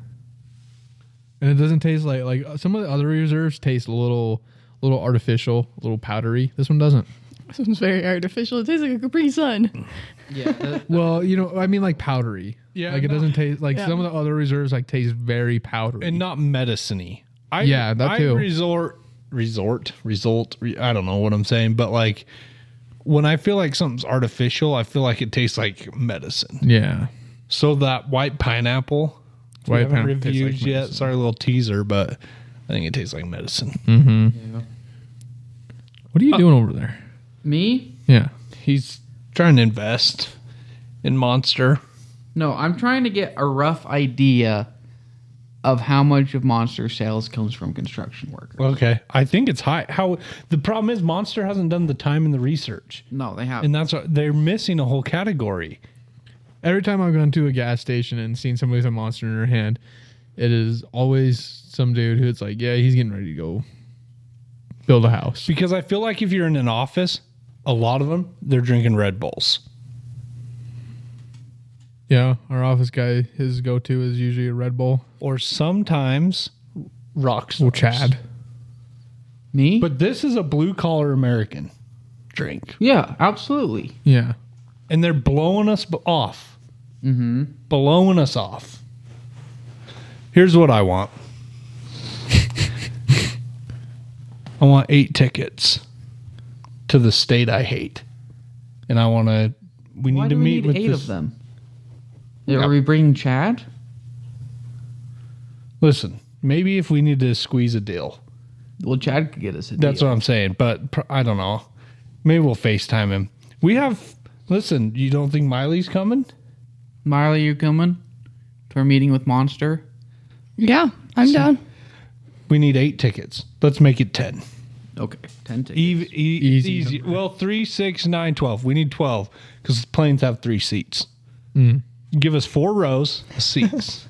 Speaker 2: And it doesn't taste like like some of the other reserves taste a little a little artificial, a little powdery. This one doesn't.
Speaker 4: This one's very artificial. It tastes like a Capri Sun.
Speaker 1: Yeah.
Speaker 2: Well, you know, I mean, like powdery.
Speaker 5: Yeah,
Speaker 2: like it
Speaker 5: no.
Speaker 2: doesn't taste like
Speaker 4: Yeah.
Speaker 2: some of the other reserves like taste very powdery.
Speaker 5: and not medicine-y. I,
Speaker 2: Yeah, that too.
Speaker 5: I resort, resort, result. Re, I don't know what I'm saying, but like when I feel like something's artificial, I feel like it tastes like medicine.
Speaker 2: yeah,
Speaker 5: So that white pineapple, which
Speaker 2: White
Speaker 5: we haven't
Speaker 2: pineapple tastes like
Speaker 5: reviewed yet.
Speaker 2: medicine.
Speaker 5: Sorry, little teaser, but I think it tastes like medicine.
Speaker 2: what
Speaker 5: Uh.
Speaker 2: are you doing over there?
Speaker 1: Me?
Speaker 2: Yeah,
Speaker 5: He's trying to invest in Monster.
Speaker 1: No, I'm trying to get a rough idea of how much of Monster sales comes from construction workers.
Speaker 5: Okay, I think it's high. How the problem is, Monster hasn't done the time and the research,
Speaker 1: No, they have.
Speaker 5: and that's what they're missing a whole category.
Speaker 2: Every time I've gone to a gas station and seen somebody with a monster in their hand, it is always some dude who's like, yeah, he's getting ready to go build a house.
Speaker 5: Because I feel like if you're in an office, a lot of them they're drinking Red Bulls.
Speaker 2: Yeah, our office guy, his go-to is usually a Red Bull.
Speaker 5: or sometimes rock
Speaker 2: Well,
Speaker 5: stars.
Speaker 2: Chad.
Speaker 1: Me?
Speaker 5: But this is a blue collar American drink,
Speaker 1: yeah, absolutely.
Speaker 2: Yeah,
Speaker 5: and they're blowing us b- off, mm-hmm. blowing us off. Here's what I want. *laughs* I want eight tickets to the state I hate, and I want to. We need
Speaker 1: Why
Speaker 5: to
Speaker 1: do we
Speaker 5: meet
Speaker 1: need
Speaker 5: with
Speaker 1: eight
Speaker 5: this.
Speaker 1: of them? Are we bringing Chad?
Speaker 5: Listen, maybe if we need to squeeze a deal.
Speaker 1: Well, Chad could get us a
Speaker 5: That's
Speaker 1: deal.
Speaker 5: what I'm saying, but pr- I don't know. Maybe we'll FaceTime him. We have. Listen, you don't think Miley's coming?
Speaker 1: Marley, you coming to our meeting with Monster?
Speaker 4: Yeah, I'm down.
Speaker 5: We need eight tickets. Let's make it ten.
Speaker 1: Okay, ten tickets.
Speaker 5: Eve, e-
Speaker 2: Easy
Speaker 5: easy. Well, three, six, nine, twelve. We need twelve because planes have three seats.
Speaker 2: Mm-hmm.
Speaker 5: Give us four rows of
Speaker 2: *laughs*
Speaker 5: seats,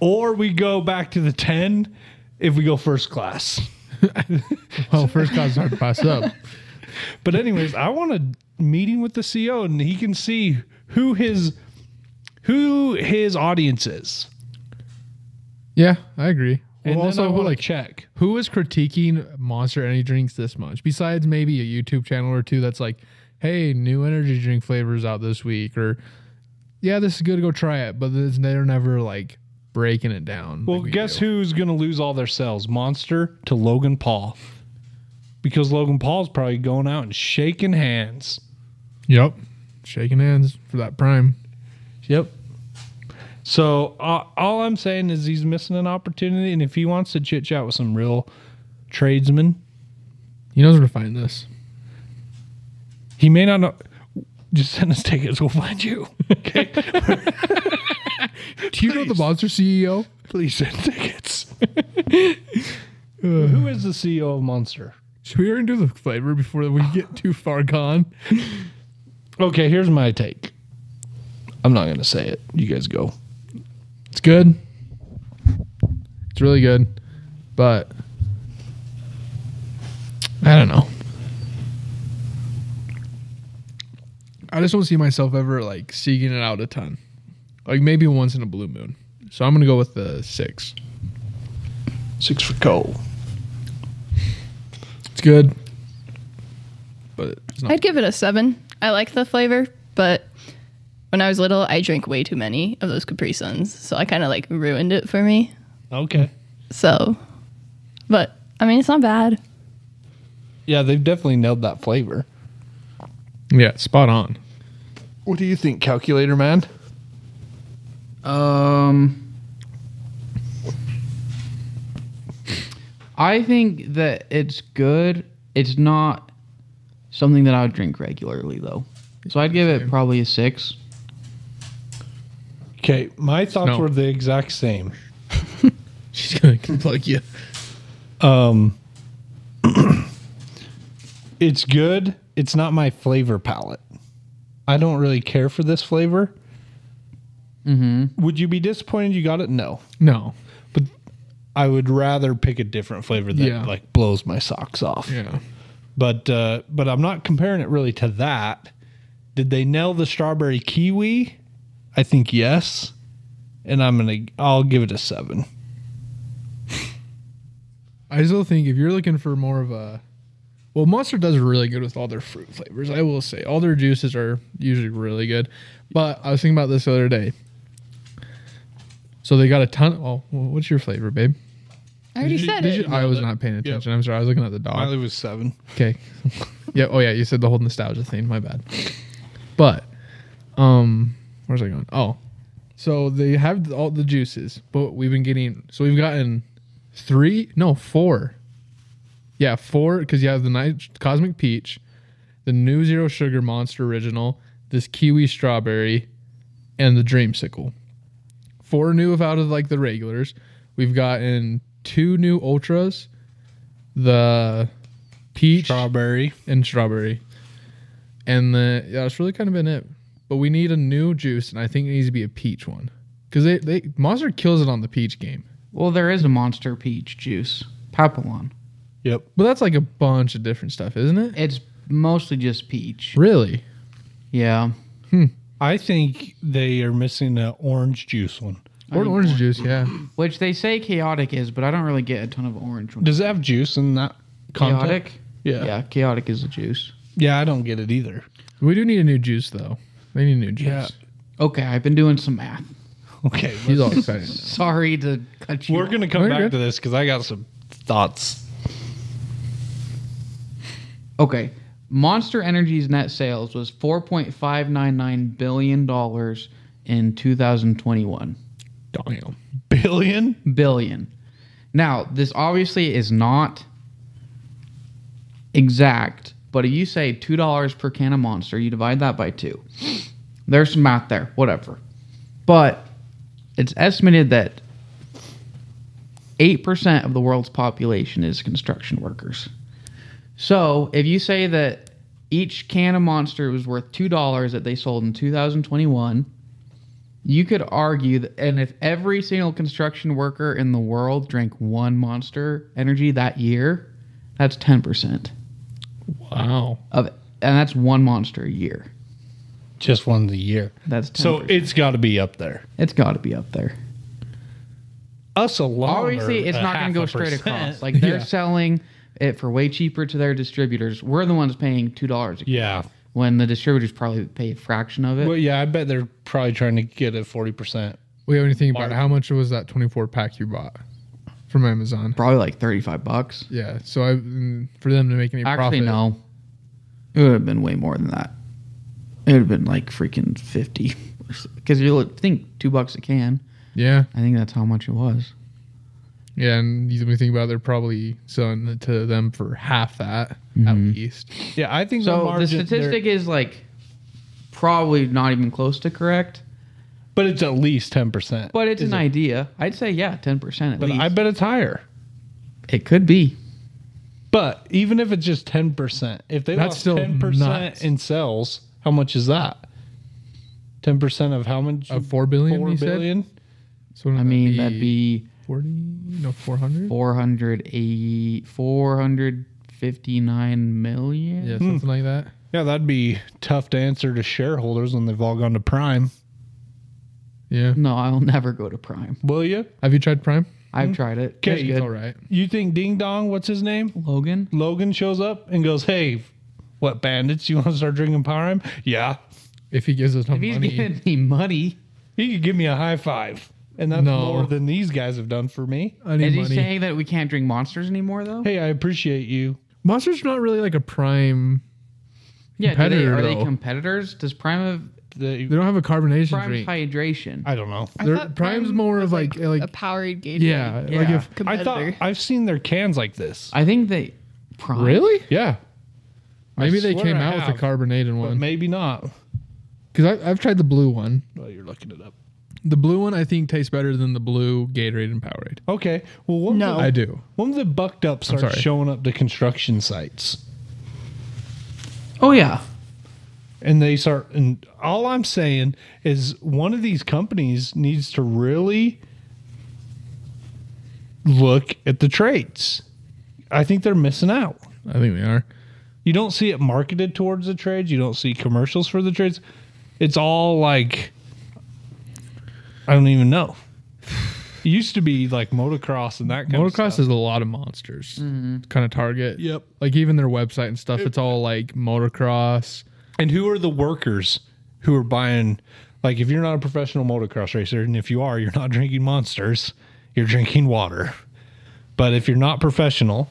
Speaker 5: or we go back to the ten if we go first class.
Speaker 2: Well, first class is hard to pass up. *laughs*
Speaker 5: But anyways, I want a meeting with the CEO and he can see who his who his audience is.
Speaker 2: Yeah, I agree.
Speaker 5: And
Speaker 2: Well, also,
Speaker 5: want
Speaker 2: like,
Speaker 5: check.
Speaker 2: who is critiquing Monster Energy drinks this much? Besides maybe a YouTube channel or two that's like, hey, new energy drink flavors out this week, or yeah, this is good, go try it. But it's- they're never like breaking it down.
Speaker 5: Well, guess who's going to lose all their sales? Monster to Logan Paul. Because Logan Paul's probably going out and shaking hands.
Speaker 2: who? Yep, shaking hands for that prime.
Speaker 5: Yep. So uh, all I'm saying is he's missing an opportunity, and if he wants to chit chat with some real tradesmen,
Speaker 2: He knows where to find this.
Speaker 5: he may not know. Just send us tickets. We'll find *laughs* you. Okay.
Speaker 2: Do you know the Monster E CEO?
Speaker 5: Please send *laughs* tickets. Uh, Who is the CEO of Monster?
Speaker 2: Should we already do the flavor before we get too far gone?
Speaker 5: Okay, here's my take. I'm not gonna say it. You guys go.
Speaker 2: It's good. It's really good, but I don't know. I just don't see myself ever like seeking it out a ton. Like maybe once in a blue moon. So I'm gonna go with the six.
Speaker 5: Six for Cole.
Speaker 2: It's good, but it's not.
Speaker 4: I'd give it a seven. I like the flavor, but when I was little, I drank way too many of those Capri Suns, so I kind of like ruined it for me.
Speaker 5: Okay.
Speaker 4: So, but I mean, it's not bad.
Speaker 5: Yeah, they've definitely nailed that flavor.
Speaker 2: yeah, spot on. *laughs*
Speaker 5: What do you think, calculator man?
Speaker 1: Um, I think that it's good. It's not something that I would drink regularly, though. So I'd give it probably a six.
Speaker 5: Okay, my thoughts
Speaker 2: No.
Speaker 5: were the exact same.
Speaker 2: She's gonna plug you.
Speaker 5: Um It's good. It's not my flavor palette. I don't really care for this flavor. Mm-hmm. Would you be disappointed you got it? No.
Speaker 2: No.
Speaker 5: But I would rather pick a different flavor that
Speaker 2: Yeah.
Speaker 5: like blows my socks off.
Speaker 2: Yeah.
Speaker 5: But uh, but I'm not comparing it really to that. Did they nail the strawberry kiwi? I think yes. And I'm gonna I'll give it a seven.
Speaker 2: I I still think if you're looking for more of a, well, Monster does really good with all their fruit flavors. I will say all their juices are usually really good. But I was thinking about this the other day. So they got a ton. Oh, well, what's your flavor, babe?
Speaker 4: I already
Speaker 5: Did you-
Speaker 4: said
Speaker 5: did
Speaker 4: it.
Speaker 5: you-
Speaker 2: I was
Speaker 5: it.
Speaker 2: not paying attention. I'm sorry. I was looking at the dog.
Speaker 5: Miley was seven.
Speaker 2: Okay. yeah. Oh yeah. You said the whole nostalgia thing. My bad. But, um, where's I going? Oh, so they have all the juices, but we've been getting. So we've gotten three, no four. Yeah, four because you have the night cosmic peach, the new zero sugar monster original, this kiwi strawberry, and the dreamsicle. Four new of out of like the regulars. We've gotten two new ultras, the peach
Speaker 5: Strawberry.
Speaker 2: and strawberry. And the yeah, that's really kind of been it. But we need a new juice, and I think it needs to be a peach one because they they Monster kills it on the peach game.
Speaker 1: Well, there is a monster peach juice, Papillon.
Speaker 5: Yep.
Speaker 2: But that's like a bunch of different stuff, isn't it?
Speaker 1: It's mostly just peach.
Speaker 2: Really?
Speaker 1: Yeah.
Speaker 5: I think they are missing an orange juice one.
Speaker 2: Or
Speaker 1: mean,
Speaker 2: orange juice? Yeah.
Speaker 1: Which they say chaotic is, but I don't really get a ton of orange ones.
Speaker 5: Does it have juice in that content?
Speaker 1: chaotic?
Speaker 5: Yeah. yeah.
Speaker 1: Yeah, chaotic is a juice.
Speaker 5: I don't get it either.
Speaker 2: We do need a new juice though. They need a new juice.
Speaker 5: Yeah.
Speaker 1: Okay, I've been doing some math.
Speaker 5: *laughs*
Speaker 1: *laughs*
Speaker 5: Okay.
Speaker 2: He's all excited.
Speaker 1: Sorry to cut you.
Speaker 5: We're
Speaker 1: off.
Speaker 5: going to come
Speaker 2: Very
Speaker 5: back
Speaker 2: good.
Speaker 5: to this because I got some thoughts.
Speaker 1: Okay. Monster Energy's net sales was $4.599 billion in 2021.
Speaker 5: Damn. Billion?
Speaker 1: Billion. Now, this obviously is not exact, but if you say $2 per can of Monster, you divide that by two. There's some math there, whatever. But it's estimated that 8% of the world's population is construction workers. So if you say that each can of Monster was worth $2 that they sold in 2021, you could argue that, and if every single construction worker in the world drank one Monster Energy that year, that's 10%
Speaker 2: Wow.
Speaker 1: of it. And that's one Monster a year.
Speaker 5: Just one of the year.
Speaker 1: That's 10%.
Speaker 5: So it's got to be up there.
Speaker 1: it's got to be up there.
Speaker 5: Us alone. are
Speaker 1: obviously it's
Speaker 5: a
Speaker 1: not going
Speaker 5: half
Speaker 1: to go
Speaker 5: a
Speaker 1: straight
Speaker 5: percent.
Speaker 1: across like they're
Speaker 2: Yeah.
Speaker 1: selling it for way cheaper to their distributors we're the ones paying two dollars
Speaker 5: Yeah.
Speaker 1: when the distributors probably pay a fraction of it
Speaker 5: Well, yeah, I bet they're probably trying to get it 40%.
Speaker 2: We have anything about how much was that 24 pack you bought from Amazon?
Speaker 1: probably like 35 bucks
Speaker 2: Yeah. So I mm, for them to make any
Speaker 1: actually
Speaker 2: profit.
Speaker 1: no it would have been way more than that it would have been like freaking *laughs* 50 because you look- think two bucks a can
Speaker 2: Yeah.
Speaker 1: i think that's how much it was
Speaker 2: Yeah. And you think about it, they're probably selling it to them for half that at
Speaker 1: Mm-hmm.
Speaker 2: least.
Speaker 5: Yeah, I think
Speaker 1: so
Speaker 5: the,
Speaker 1: the
Speaker 5: margin, they're-
Speaker 1: statistic is like probably not even close to correct
Speaker 5: but it's at least 10%.
Speaker 1: but it's
Speaker 5: Is
Speaker 1: an
Speaker 5: it?
Speaker 1: idea i'd say yeah 10% at
Speaker 5: But
Speaker 1: least
Speaker 5: I bet it's higher.
Speaker 1: it could be
Speaker 5: But even if it's just ten percent, if they
Speaker 2: That's
Speaker 5: lost
Speaker 2: still
Speaker 5: ten percent
Speaker 2: nuts.
Speaker 5: in sales, how much is that? Ten percent of how much?
Speaker 2: Of four billion,
Speaker 5: Four
Speaker 2: you said?
Speaker 5: billion?
Speaker 2: So
Speaker 1: I mean, that'd be
Speaker 2: 40, no, 400?
Speaker 1: 480, 459 million.
Speaker 2: Yeah, something like that.
Speaker 5: Yeah, that'd be tough to answer to shareholders when they've all gone to Prime.
Speaker 2: Yeah.
Speaker 1: No, I'll never go to Prime.
Speaker 5: Will you?
Speaker 2: Have you tried Prime?
Speaker 1: I've tried it.
Speaker 5: Okay,
Speaker 1: It's
Speaker 5: you
Speaker 1: good.
Speaker 2: It's all right.
Speaker 5: You think Ding Dong, what's his name?
Speaker 1: Logan,
Speaker 5: Logan shows up and goes, "Hey, what bandits? You want to start drinking Prime? Yeah,
Speaker 2: If he gives us
Speaker 1: if he's
Speaker 2: money.
Speaker 1: giving me money,
Speaker 5: he could give me a high five, and that's
Speaker 2: No.
Speaker 5: more than these guys have done for me.
Speaker 2: *laughs* I
Speaker 1: is
Speaker 2: need
Speaker 1: he
Speaker 2: money.
Speaker 1: saying that we can't drink monsters anymore, though?
Speaker 5: Hey, I appreciate you.
Speaker 2: Monster's not really like a Prime.
Speaker 1: yeah, do they,
Speaker 2: competitor,
Speaker 1: are they
Speaker 2: though.
Speaker 1: competitors? Does Prime have
Speaker 5: They-
Speaker 2: They don't have a carbonation
Speaker 1: Prime
Speaker 2: drink.
Speaker 1: hydration?
Speaker 5: I don't know.
Speaker 2: They're-
Speaker 4: thought
Speaker 2: Prime's
Speaker 4: Prime
Speaker 2: more of
Speaker 4: was,
Speaker 2: like, like,
Speaker 4: a Powerade Gatorade.
Speaker 2: yeah, like
Speaker 1: Yeah.
Speaker 2: if
Speaker 5: I
Speaker 4: competitor.
Speaker 5: thought I've seen their cans like this.
Speaker 1: I think they Prime.
Speaker 2: really, yeah. Maybe they
Speaker 5: swear
Speaker 2: came
Speaker 5: I
Speaker 2: out
Speaker 5: have.
Speaker 2: with a carbonated
Speaker 5: But
Speaker 2: one
Speaker 5: maybe not.
Speaker 2: because I've tried the blue one.
Speaker 5: Well, you're looking it up.
Speaker 2: The blue one I think tastes better than the blue Gatorade and Powerade.
Speaker 5: Okay. Well, when
Speaker 4: No.
Speaker 5: the,
Speaker 2: I do.
Speaker 5: when the bucked up start
Speaker 2: sorry.
Speaker 5: showing up to construction sites,
Speaker 1: Oh, yeah.
Speaker 5: and they start, and all I'm saying is one of these companies needs to really look at the traits. I think they're missing out.
Speaker 2: I think they are.
Speaker 5: You don't see it marketed towards the trades. You don't see commercials for the trades. It's all like I don't even know. It used to be like motocross and that kind of
Speaker 2: Motocross
Speaker 5: stuff. Mm-hmm.
Speaker 2: is a lot of monsters kind of target.
Speaker 5: Yep.
Speaker 2: Like even their website and stuff, it's all like motocross.
Speaker 5: and who are the workers who are buying? Like, if you're not a professional motocross racer, and if you are, you're not *laughs* drinking monsters, you're drinking water. But if you're not professional,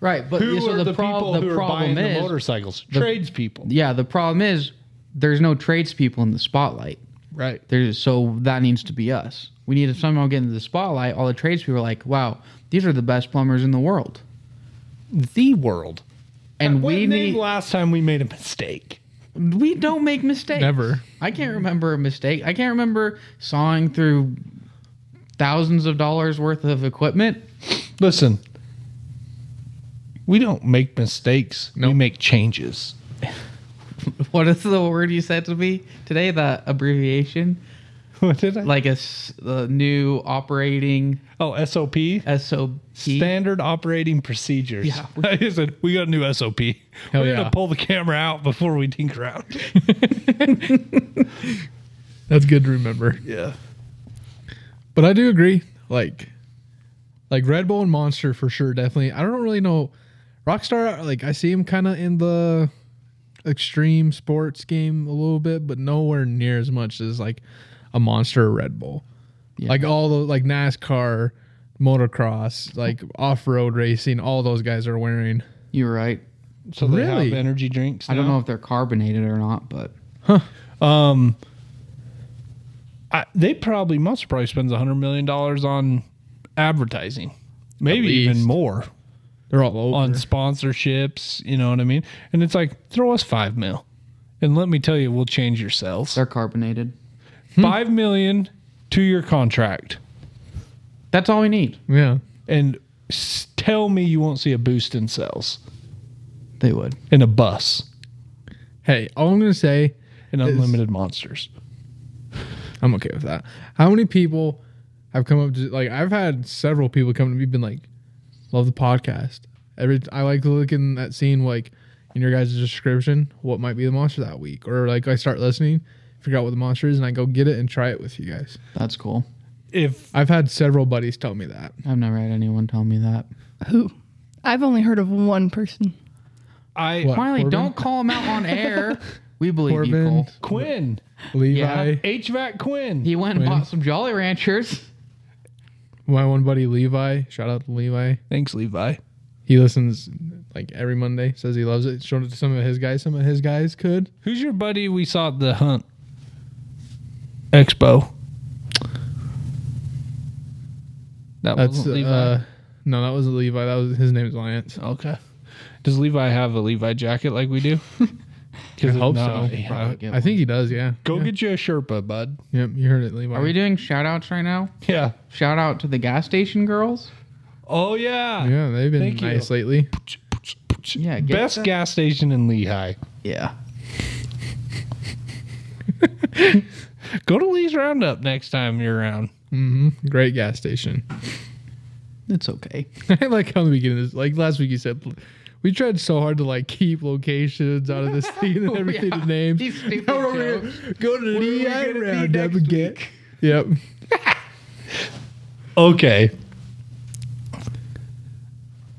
Speaker 1: Right, but
Speaker 5: who
Speaker 1: yeah, so
Speaker 5: are
Speaker 1: the,
Speaker 5: the,
Speaker 1: prob-
Speaker 5: people
Speaker 1: the
Speaker 5: who are
Speaker 1: problem
Speaker 5: buying
Speaker 1: is,
Speaker 5: the motorcycles? Tradespeople.
Speaker 1: yeah, the problem is there's no tradespeople in the spotlight.
Speaker 2: Right.
Speaker 1: There's so that needs to be us. We need to somehow get into the spotlight. All the tradespeople are like, "Wow, these are the best plumbers in the world,"
Speaker 5: The world.
Speaker 1: and
Speaker 5: When
Speaker 1: we
Speaker 5: name
Speaker 1: need
Speaker 5: last time we made a mistake?
Speaker 1: we don't make mistakes.
Speaker 2: Never.
Speaker 1: I can't remember a mistake. I can't remember sawing through thousands of dollars worth of equipment. *laughs*
Speaker 5: Listen, we don't make mistakes. We
Speaker 2: Nope.
Speaker 5: make changes. *laughs*
Speaker 1: What is the word you said to me today? The abbreviation,
Speaker 5: What did I?
Speaker 1: like a s- the new operating
Speaker 5: oh, SOP.
Speaker 1: SOP.
Speaker 5: Standard operating procedures.
Speaker 1: Yeah.
Speaker 5: *laughs* I said we got a new SOP. We're
Speaker 2: yeah.
Speaker 5: gonna pull the camera out before we tinker out.
Speaker 2: That's good to remember.
Speaker 5: Yeah.
Speaker 2: But I do agree. Like, like Red Bull and Monster for sure, definitely. I don't really know. Rockstar, like I see him kind of in the extreme sports game a little bit, but nowhere near as much as like a Monster or Red Bull. Like all the like NASCAR, motocross, like off road racing, all those guys are wearing.
Speaker 1: You're right.
Speaker 5: So they
Speaker 2: Really?
Speaker 5: have energy drinks.
Speaker 1: I don't
Speaker 5: now?
Speaker 1: know if they're carbonated or not, but
Speaker 5: Um, I, they probably Monster probably spends a hundred million dollars on advertising, maybe even
Speaker 2: least.
Speaker 5: more
Speaker 2: They're all over.
Speaker 5: on sponsorships. You know what I mean? And it's like throw us five mil, and let me tell you, we'll change your sales.
Speaker 1: they're carbonated.
Speaker 5: Five million to your contract,
Speaker 1: That's all we need.
Speaker 2: yeah.
Speaker 5: and s- tell me you won't see a boost in sales
Speaker 1: They would.
Speaker 5: in a bus
Speaker 2: Hey, all I'm gonna say,
Speaker 5: and unlimited monsters.
Speaker 2: I'm okay with that. How many people have come up to like I've had several people come to me been like, love the podcast. Every I like looking at seeing like in your guys' description what might be the monster that week. Or like I start listening, figure out what the monster is, and I go get it and try it with you guys.
Speaker 1: That's cool.
Speaker 5: If
Speaker 2: I've had several buddies tell me that.
Speaker 1: I've never had anyone tell me that.
Speaker 4: Who? I've only heard of one person.
Speaker 5: I
Speaker 2: What?
Speaker 1: Miley,
Speaker 2: Corbin?
Speaker 1: don't call him out on air. We believe you,
Speaker 2: Corbin,
Speaker 1: Cole.
Speaker 5: Quinn
Speaker 2: Levi,
Speaker 5: HVAC Quinn,
Speaker 1: He went and bought some Jolly Ranchers.
Speaker 2: my one buddy Levi, shout out to Levi.
Speaker 5: thanks Levi.
Speaker 2: He listens like every Monday, says he loves it. Showed it to some of his guys. Some of his guys could.
Speaker 5: Who's your buddy we saw at the hunt expo? That
Speaker 2: That's
Speaker 5: wasn't Levi. Oh,
Speaker 2: uh no, that wasn't Levi. That was his name is Lance.
Speaker 5: okay. Does Levi have a Levi jacket like we *laughs* do? Because
Speaker 2: I hope so. I think he does, yeah.
Speaker 5: Go get you a Sherpa, bud.
Speaker 2: Yep, you heard it, Levi.
Speaker 1: Are we doing shout outs right now?
Speaker 5: Yeah.
Speaker 1: Shout out to the gas station girls.
Speaker 5: Oh yeah.
Speaker 2: yeah, they've been
Speaker 5: Thank you.
Speaker 2: nice lately.
Speaker 1: Yeah, get
Speaker 5: Best
Speaker 1: the-
Speaker 5: gas station in Lehigh.
Speaker 1: Yeah.
Speaker 5: Go to Lee's Roundup next time you're around.
Speaker 2: hmm Great gas station. *laughs*
Speaker 1: It's *laughs* okay.
Speaker 2: I like how the beginning of this like last week you said we tried so hard to like keep locations out of this thing and everything
Speaker 1: Oh, yeah.
Speaker 2: to names.
Speaker 1: These stupid
Speaker 2: Now we're
Speaker 1: jokes.
Speaker 2: gonna go to
Speaker 1: we
Speaker 2: Lehigh
Speaker 1: gonna be
Speaker 2: Roundup
Speaker 1: next
Speaker 2: again. Yep.
Speaker 5: Okay.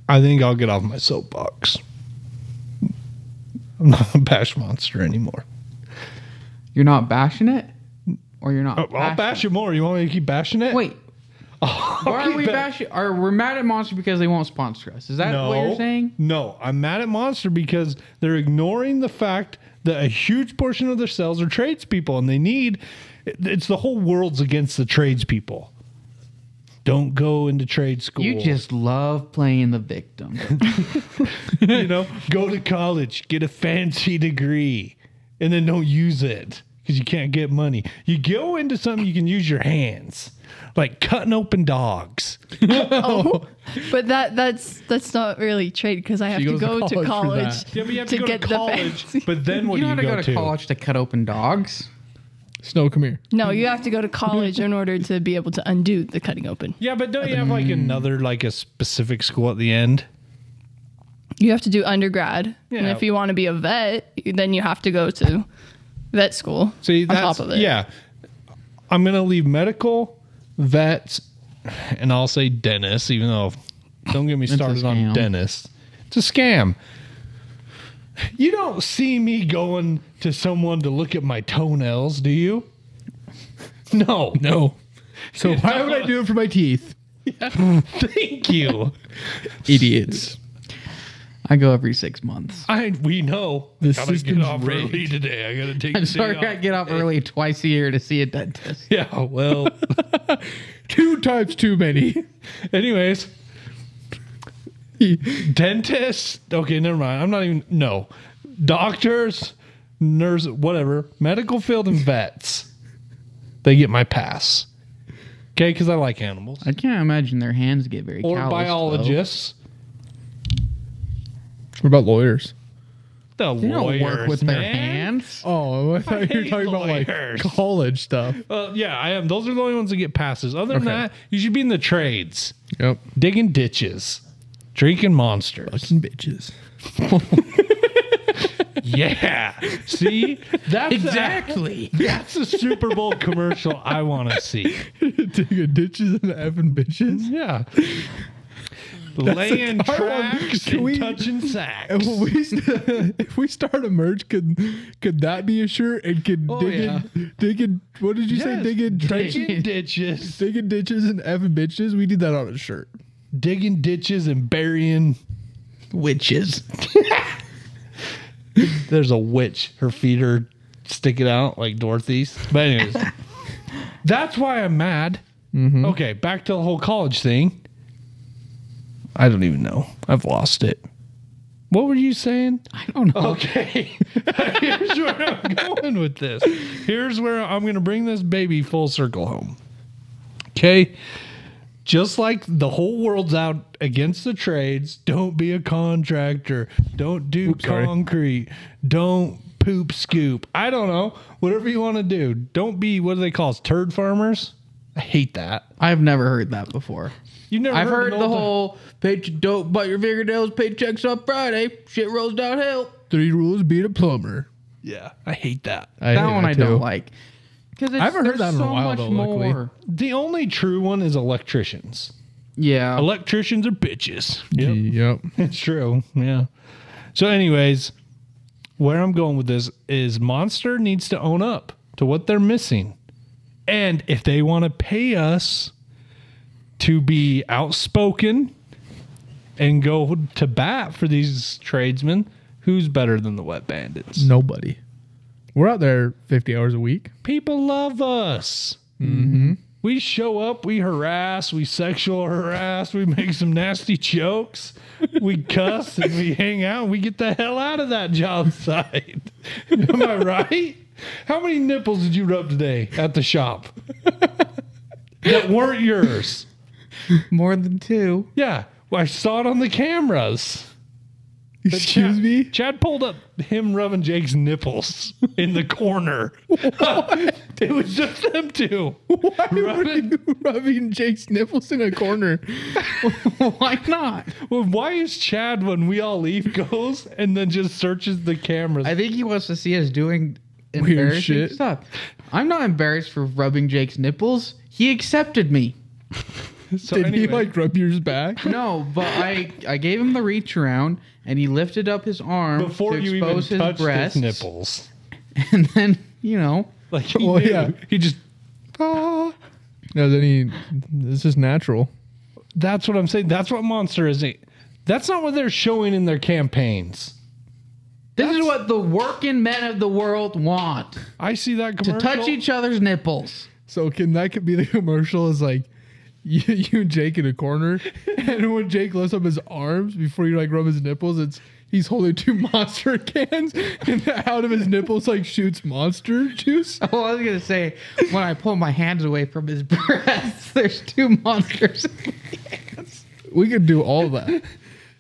Speaker 5: I think I'll get off my soapbox. I'm not a bash monster anymore.
Speaker 1: You're not bashing it? Or you're not.
Speaker 5: Oh, I'll
Speaker 1: bashing-
Speaker 5: bash Oh, it more. You want me to keep bashing it?
Speaker 1: Wait.
Speaker 5: *laughs*
Speaker 1: Why are we bashing? Are we mad at Monster because they won't sponsor us? Is that
Speaker 5: No,
Speaker 1: what you're saying?
Speaker 5: no, I'm mad at Monster because they're ignoring the fact that a huge portion of their sales are tradespeople, and they need. it- It's the whole world's against the tradespeople. Don't go into trade school.
Speaker 1: You just love playing the
Speaker 5: *laughs*
Speaker 1: victim.
Speaker 5: you know, go to college, get a fancy degree, and then don't use it because you can't get money. You go into something you can use your hands, like cutting open dogs.
Speaker 4: But that that's that's not really trade because I have
Speaker 2: She
Speaker 4: to
Speaker 2: goes to
Speaker 4: go
Speaker 2: college for
Speaker 4: to college
Speaker 2: that.
Speaker 5: Yeah, but you have to, go to college.
Speaker 4: fancy-
Speaker 5: But then what
Speaker 1: you know
Speaker 5: do
Speaker 1: how to go
Speaker 5: you go,
Speaker 1: to, college to cut open dogs?
Speaker 2: Snow, come here.
Speaker 4: *laughs* No, you have to go to college in order to be able to undo the cutting open.
Speaker 5: Yeah, but don't you have like another like a specific school at the end?
Speaker 4: You have to do undergrad, and
Speaker 5: Yeah.
Speaker 4: if you want to be a vet, then you have to go to vet school.
Speaker 5: See,
Speaker 4: on
Speaker 5: that's
Speaker 4: top of it,
Speaker 5: yeah. I'm gonna leave medical vets, and I'll say dentists, even though don't get me
Speaker 1: a
Speaker 5: started on
Speaker 1: scam.
Speaker 5: dentists. It's a scam. You don't see me going to someone to look at my toenails, do you? No.
Speaker 2: No. So why would *laughs* I do it for my teeth?
Speaker 5: Thank you.
Speaker 2: Idiots.
Speaker 1: I go every six
Speaker 5: *laughs*
Speaker 1: months.
Speaker 5: I we know.
Speaker 2: The
Speaker 5: I gotta get
Speaker 2: system's
Speaker 5: off early
Speaker 2: rigged.
Speaker 5: today. I gotta take.
Speaker 1: I'm
Speaker 5: the day
Speaker 1: sorry
Speaker 5: off.
Speaker 1: I get off early twice a year to see a dentist.
Speaker 5: *laughs* Yeah, well,
Speaker 2: Two times too many.
Speaker 5: *laughs* anyways, dentists. Okay, never mind. I'm not even. No, doctors, nurse, whatever, medical field, and vets. They get my pass. Okay, because I like animals
Speaker 1: I can't imagine their hands get very
Speaker 5: or
Speaker 1: calloused, though.
Speaker 5: biologists.
Speaker 2: What about lawyers?
Speaker 5: The
Speaker 1: They don't
Speaker 5: lawyers,
Speaker 1: work with their
Speaker 5: man.
Speaker 1: hands.
Speaker 2: Oh, I thought you were
Speaker 5: hate
Speaker 2: talking about
Speaker 5: lawyers.
Speaker 2: like *laughs* college stuff.
Speaker 5: Uh, yeah, I am. Those are the only ones that get passes. Other than
Speaker 2: Okay.
Speaker 5: that, you should be in the trades,
Speaker 2: Yep.
Speaker 5: digging ditches, drinking monsters.
Speaker 2: Bitches.
Speaker 5: Yeah. See? That's that's a Super Bowl commercial I want to see.
Speaker 2: Digging ditches and effing bitches.
Speaker 5: Yeah. Laying
Speaker 2: hard one.
Speaker 5: tracks
Speaker 2: Can
Speaker 5: and
Speaker 2: we-
Speaker 5: touching sacks.
Speaker 2: And when we st- if we start a merge, could could that be a shirt? And could
Speaker 5: Oh,
Speaker 2: digging digging what did you say?
Speaker 5: Yes,
Speaker 2: Digging trenches,
Speaker 5: digging ditches,
Speaker 2: digging ditches and effing bitches. We need that on a shirt.
Speaker 5: digging ditches and burying.
Speaker 1: Witches.
Speaker 5: There's a witch. Her feet are sticking out like Dorothy's. But anyways, that's why I'm mad. Okay, back to the whole college thing. I don't even know. I've lost it. What were you saying?
Speaker 1: I don't know. *laughs*
Speaker 5: Okay. Here's where I'm going with this. Here's where I'm going to bring this baby full circle home. Okay. Just like the whole world's out against the trades, don't be a contractor. Don't do
Speaker 2: sorry.
Speaker 5: concrete. Don't poop scoop. I don't know. Whatever you want to do. Don't be, what do they call us? Turd farmers? I hate that.
Speaker 1: I've never heard that before.
Speaker 5: You never
Speaker 1: I've heard
Speaker 5: an
Speaker 1: the
Speaker 5: old-
Speaker 1: whole paycheck don't bite your fingernails, paychecks on Friday, shit rolls downhill.
Speaker 2: Three rules beat a plumber.
Speaker 5: Yeah, I hate that.
Speaker 2: I
Speaker 1: that
Speaker 2: hate
Speaker 1: one I
Speaker 2: too.
Speaker 1: don't like. Because I
Speaker 2: haven't heard that in a while, though, luckily.
Speaker 5: The only true one is electricians.
Speaker 1: Yeah,
Speaker 5: Electricians are bitches. Yep.
Speaker 2: Yep.
Speaker 5: It's true. Yeah. So, anyways, where I'm going with this is Monster needs to own up to what they're missing. And if they want to pay us to be outspoken and go to bat for these tradesmen, who's better than the wet bandits?
Speaker 2: Nobody. We're out there 50 hours a week.
Speaker 5: People love us.
Speaker 2: Mm-hmm.
Speaker 5: We show up, we harass, we sexual harass, we make some nasty jokes,
Speaker 2: *laughs*
Speaker 5: we cuss, and we hang out. We get the hell out of that job site. *laughs* Am I right? How many nipples did you rub today at the
Speaker 2: *laughs*
Speaker 5: shop that weren't yours?
Speaker 1: more than two.
Speaker 5: Yeah, well, I saw it on the cameras.
Speaker 2: Excuse
Speaker 5: Chad- *laughs*
Speaker 2: me?
Speaker 5: Chad pulled up him rubbing Jake's nipples in the
Speaker 2: *laughs*
Speaker 5: corner. *laughs* it was just them two.
Speaker 2: Why were you rubbing Jake's nipples in a corner?
Speaker 1: Why not?
Speaker 5: Well, why is Chad when we all leave *laughs* goes and then just searches the cameras?
Speaker 1: I think he wants to see us doing embarrassing
Speaker 2: shit.
Speaker 1: stuff. I'm not embarrassed for rubbing Jake's nipples. He accepted me.
Speaker 5: so
Speaker 2: Did he
Speaker 5: anyway,
Speaker 2: like rub yours back?
Speaker 1: No, but I I gave him the reach around, and he lifted up his arm
Speaker 5: before
Speaker 1: to
Speaker 5: you even
Speaker 1: expose his
Speaker 5: touched
Speaker 1: breasts,
Speaker 5: his nipples,
Speaker 1: *laughs* and then you know *laughs*
Speaker 5: like he
Speaker 1: Oh,
Speaker 2: Well,
Speaker 5: knew.
Speaker 2: yeah.
Speaker 5: he just.
Speaker 2: *laughs*
Speaker 5: "Ah."
Speaker 2: No, then he. This is natural.
Speaker 5: That's what I'm saying. That's what Monster is. That's not what they're showing in their campaigns.
Speaker 1: this is what the working men of the world want:
Speaker 5: I see that
Speaker 1: to
Speaker 5: commercial.
Speaker 1: touch each other's nipples.
Speaker 2: So can that could be the commercial? Is like you, you and Jake in a *laughs* corner, and when Jake lifts up his arms before you like rub his nipples, it's he's holding two *laughs* monster cans, and out of his nipples like shoots monster juice.
Speaker 1: *laughs* Well, I was gonna say when I pull my hands away from his *laughs* breasts, there's two monsters.
Speaker 2: We could do all that.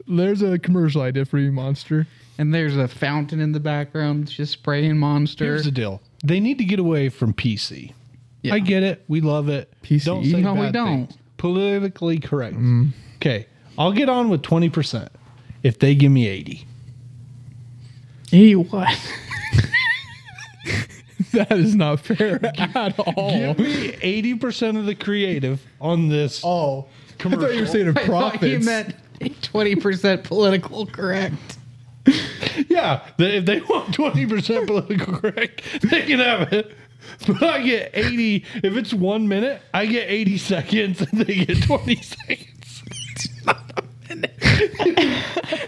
Speaker 2: There's a commercial idea for you, monster.
Speaker 1: And there's a fountain in the background that's just spraying monster.
Speaker 5: Here's the deal. They need to get away from PC.
Speaker 1: Yeah.
Speaker 5: I get it. We love it.
Speaker 2: PC?
Speaker 5: Don't say
Speaker 1: No,
Speaker 5: bad
Speaker 1: we don't. Mm.
Speaker 5: things. Politically correct. Okay. I'll get on with 20% if they give me 80.
Speaker 1: Hey, what?
Speaker 2: that is not *laughs* fair at all.
Speaker 5: *laughs* Give me 80% of the creative on this.
Speaker 2: Oh, I thought you were
Speaker 5: Commercial.
Speaker 2: saying a
Speaker 1: I thought you
Speaker 2: profits.
Speaker 1: meant 20% political *laughs* correct.
Speaker 5: Yeah, they, if they want
Speaker 2: *laughs*
Speaker 5: 20% political correct, they can have it. But I get 80. If it's one minute, I get 80 seconds and they get 20 *laughs* seconds.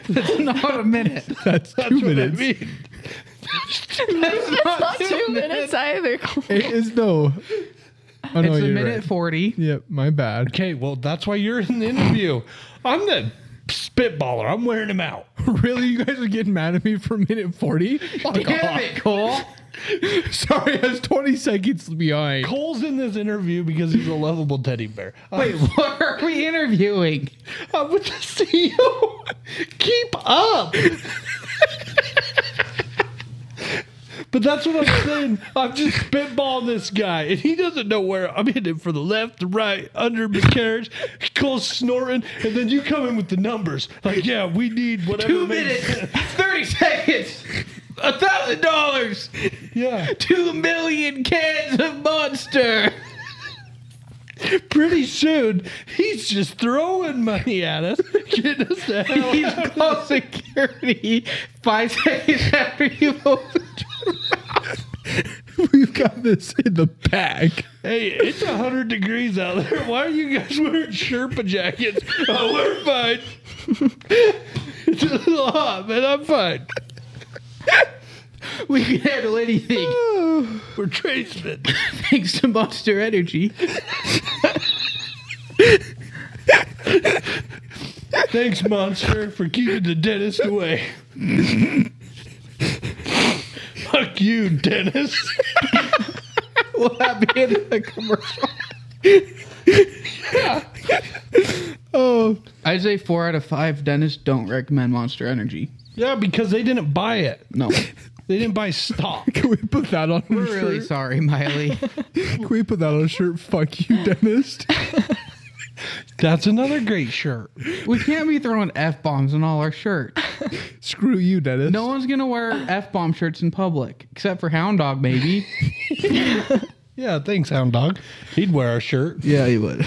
Speaker 1: That's not a minute.
Speaker 2: That's
Speaker 5: That's
Speaker 2: two
Speaker 5: what
Speaker 2: minutes.
Speaker 5: I mean.
Speaker 1: That's
Speaker 4: Not
Speaker 5: *laughs*
Speaker 4: two minutes either.
Speaker 2: It is no. Oh, no,
Speaker 1: It's a
Speaker 2: you're
Speaker 1: minute
Speaker 2: right. *laughs*
Speaker 1: 40.
Speaker 2: Yep, my bad.
Speaker 5: Okay, well, that's why you're in the interview. I'm the spitballer, I'm wearing him out.
Speaker 2: *laughs* really, you guys are getting mad at me for minute forty?
Speaker 1: Damn it, Cole.
Speaker 2: *laughs* Sorry, I was twenty seconds behind.
Speaker 5: Cole's in this interview because he's a lovable teddy bear.
Speaker 1: Wait, what are we interviewing?
Speaker 5: I'm with the CEO. Keep up. but that's what I'm saying. I'm just spitballing this guy, and he doesn't know where I'm hitting him for the left, the right, under the carriage. Cole's snorting, and then you come in with the numbers. Like, yeah, we need whatever.
Speaker 1: Two
Speaker 5: makes
Speaker 1: minutes,
Speaker 5: sense.
Speaker 1: 30 seconds, a thousand dollars,
Speaker 5: Yeah.
Speaker 1: two million cans of *laughs* Monster.
Speaker 5: Pretty soon, he's just throwing money at us, getting us the hell
Speaker 1: He's called security five seconds after you open.
Speaker 2: We've got this in the bag.
Speaker 5: Hey, it's 100 degrees out there. Why are you guys wearing Sherpa jackets? Oh, we're fine. It's a little hot, man. I'm fine.
Speaker 1: We can handle *laughs* anything
Speaker 5: We're tradesmen.
Speaker 1: thanks to Monster Energy.
Speaker 5: Thanks, Monster, for keeping the dentist away. Fuck you, dentist.
Speaker 1: Will that be in the commercial?
Speaker 2: Oh,
Speaker 1: I'd say four out of five dentists don't recommend Monster Energy.
Speaker 5: Yeah, because they didn't buy it.
Speaker 1: *laughs* No.
Speaker 5: They didn't buy
Speaker 2: *laughs*
Speaker 5: stock.
Speaker 2: can we put that on a
Speaker 1: We're really
Speaker 2: shirt?
Speaker 1: sorry, *laughs* Miley.
Speaker 2: Can we put that on a shirt? Fuck you, dentist.
Speaker 5: That's another great shirt.
Speaker 1: We can't be throwing F bombs on all our shirts.
Speaker 2: Screw you, dentist.
Speaker 1: No one's gonna wear F bomb shirts in public, except for Hound Dog, maybe.
Speaker 5: Yeah, thanks, Hound Dog. He'd wear our
Speaker 1: *laughs*
Speaker 5: shirt.
Speaker 1: yeah, he would.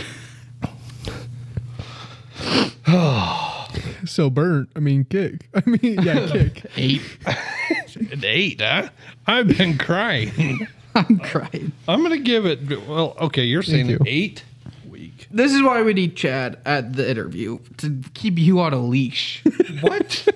Speaker 2: So burnt. I mean, kick. I mean, yeah,
Speaker 1: *laughs*
Speaker 2: kick.
Speaker 1: Eight.
Speaker 5: An eight, huh? I've been crying. *laughs*
Speaker 1: I'm crying.
Speaker 5: I'm gonna give it. Well, okay, you're saying
Speaker 2: you.
Speaker 5: an eight. Week.
Speaker 1: This is why we need Chad at the interview to keep you on a leash.
Speaker 5: What?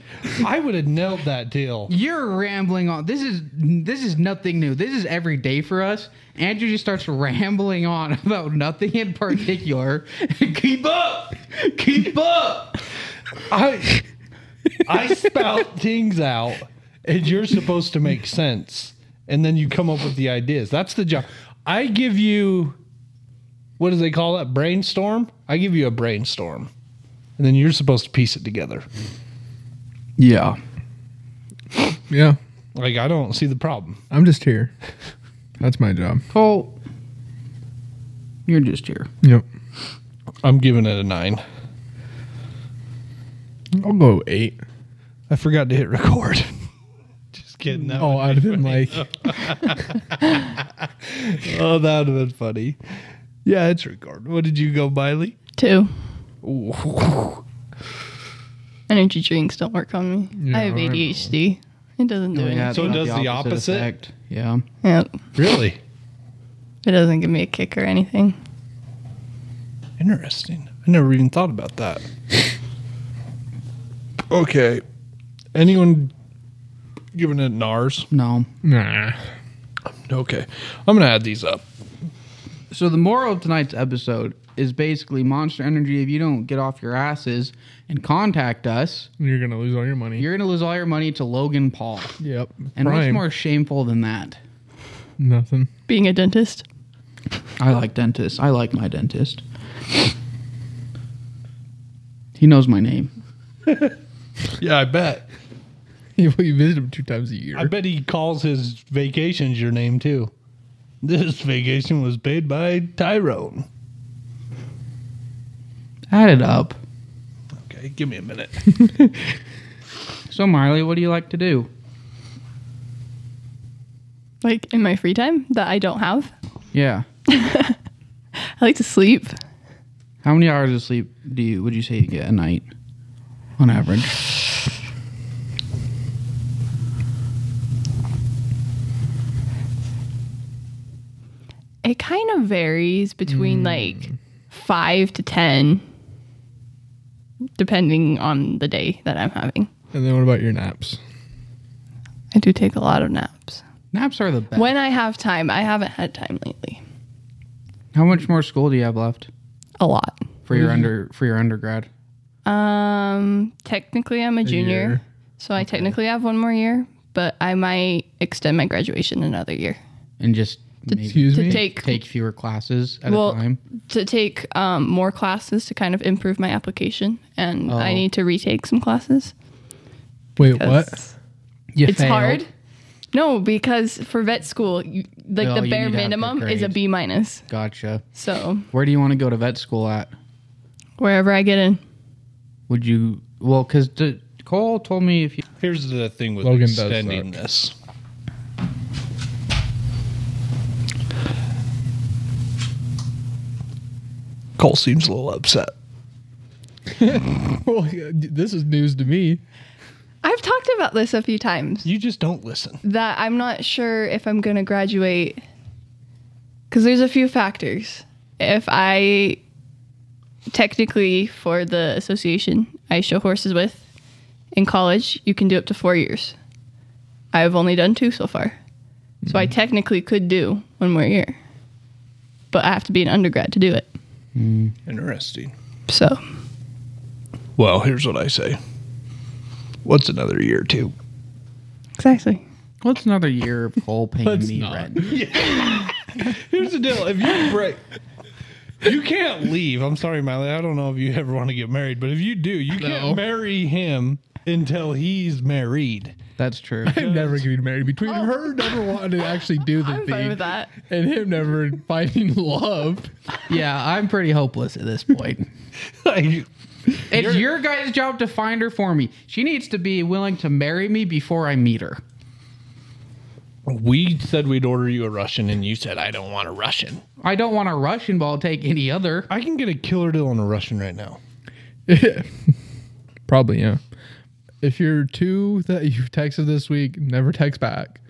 Speaker 5: *laughs* I would have nailed that *laughs* deal.
Speaker 1: You're rambling on. This is this is nothing new. This is every day for us. Andrew just starts rambling on *laughs* about nothing in particular. *laughs* keep up, keep up.
Speaker 5: I I spout things out, and you're supposed to make sense, and then you come up with the ideas. That's the job. I give you what do they call that? Brainstorm. I give you a brainstorm, and then you're supposed to piece it together.
Speaker 1: Yeah.
Speaker 2: Yeah,
Speaker 5: Like I don't see the problem.
Speaker 2: I'm just here. That's my job.
Speaker 1: Cole, you're just here.
Speaker 2: Yep.
Speaker 5: I'm giving it a nine.
Speaker 2: I'll go eight.
Speaker 5: I forgot to hit record. Just kidding. that
Speaker 2: *laughs* Oh,
Speaker 5: would
Speaker 2: I'd have been like,
Speaker 5: Oh, that would have been funny. Yeah, it's recorded. What did you go, Miley?
Speaker 4: Two.
Speaker 5: Ooh.
Speaker 4: Energy drinks don't work on me.
Speaker 2: Yeah,
Speaker 4: I have
Speaker 2: I know.
Speaker 4: ADHD. It doesn't do anything.
Speaker 1: it's
Speaker 5: So it
Speaker 1: got
Speaker 5: does the opposite?
Speaker 1: effect. Yeah.
Speaker 4: Yep.
Speaker 5: Really?
Speaker 4: It doesn't give me a kick or anything.
Speaker 5: Interesting. I never even thought about that. okay. Anyone giving it NARS?
Speaker 1: No.
Speaker 2: nah.
Speaker 5: Okay. I'm going to add these up.
Speaker 1: So the moral of tonight's episode is basically Monster Energy. If you don't get off your asses and contact us,
Speaker 2: You're gonna lose all your money.
Speaker 1: you're gonna lose all your money to Logan Paul.
Speaker 2: yep.
Speaker 1: And what's
Speaker 2: Prime.
Speaker 1: more shameful than that?
Speaker 2: Nothing.
Speaker 4: Being a dentist.
Speaker 1: I like dentists. I like my dentist. He knows my name.
Speaker 5: Yeah, I bet.
Speaker 2: *laughs* You, you visit him two times a year.
Speaker 5: I bet he calls his vacations your name too. This vacation was paid by Tyrone.
Speaker 1: Add it up.
Speaker 5: Okay, give me a minute.
Speaker 1: So Marley, what do you like to do?
Speaker 4: like in my free time that I don't have.
Speaker 1: Yeah.
Speaker 4: I like to sleep.
Speaker 1: How many hours of sleep do you would you say you get a night on average?
Speaker 4: It kind of varies between like five to 10, depending on the day that I'm having.
Speaker 2: And then what about your naps?
Speaker 4: I do take a lot of naps.
Speaker 1: Naps are the best.
Speaker 4: When I have time, I haven't had time lately.
Speaker 1: How much more school do you have left
Speaker 4: A lot.
Speaker 1: for your under for your undergrad?
Speaker 4: Um, technically, I'm a junior,
Speaker 2: year.
Speaker 4: so I technically have one more year, but I might extend my graduation another year
Speaker 1: And just maybe
Speaker 2: Excuse
Speaker 4: to *laughs*
Speaker 2: me.
Speaker 4: take
Speaker 1: take fewer classes at
Speaker 4: Well,
Speaker 1: a time.
Speaker 4: to take um, more classes to kind of improve my application, and I
Speaker 1: Oh.
Speaker 4: need to retake some classes.
Speaker 2: Wait,
Speaker 4: 'cause
Speaker 2: what?
Speaker 1: You
Speaker 4: It's
Speaker 1: failed.
Speaker 4: hard. No, because for vet school, you, like
Speaker 1: Oh, you
Speaker 4: the bare
Speaker 1: need to have good
Speaker 4: minimum is a
Speaker 1: grades.
Speaker 4: B minus.
Speaker 1: Gotcha.
Speaker 4: So
Speaker 1: Where do you want to go to vet school at?
Speaker 4: wherever I get in,
Speaker 1: Would you well cuz Cole told me if you
Speaker 5: Here's the thing with
Speaker 2: Logan does
Speaker 5: extending this. Cole seems a little upset.
Speaker 2: *laughs* Well, this is news to me.
Speaker 4: I've talked about this a few times.
Speaker 5: You just don't listen.
Speaker 4: that I'm not sure if I'm going to graduate because there's a few factors. If I technically for the association I show horses with in college, you can do up to four years. I've only done two so far, so I technically could do one more year, but I have to be an undergrad to do it.
Speaker 5: Interesting.
Speaker 4: So
Speaker 5: Well, here's what I say. What's another year or two?
Speaker 4: exactly.
Speaker 1: What's another year of Cole paying
Speaker 2: Let's
Speaker 1: me
Speaker 2: not.
Speaker 1: rent?
Speaker 5: Here's the deal. If you break, you can't leave. I'm sorry, Miley. I don't know if you ever want to get married, but if you do, you
Speaker 2: No.
Speaker 5: can't marry him until he's married.
Speaker 1: That's true.
Speaker 2: I'm never getting married. Between her never wanting to actually do the
Speaker 4: *laughs* I'm
Speaker 2: thing
Speaker 4: fine with that.
Speaker 2: and him never finding *laughs* love.
Speaker 1: yeah, I'm pretty hopeless at this point.
Speaker 5: Like,
Speaker 1: It's your guys' job to find her for me. She needs to be willing to marry me before I meet her.
Speaker 5: we said we'd order you a Russian, and you said I don't want a Russian.
Speaker 1: I don't want a Russian, but I'll take any other.
Speaker 5: I can get a killer deal on a Russian right now.
Speaker 2: Probably, yeah. If you're two that *laughs* you texted this week, never text back.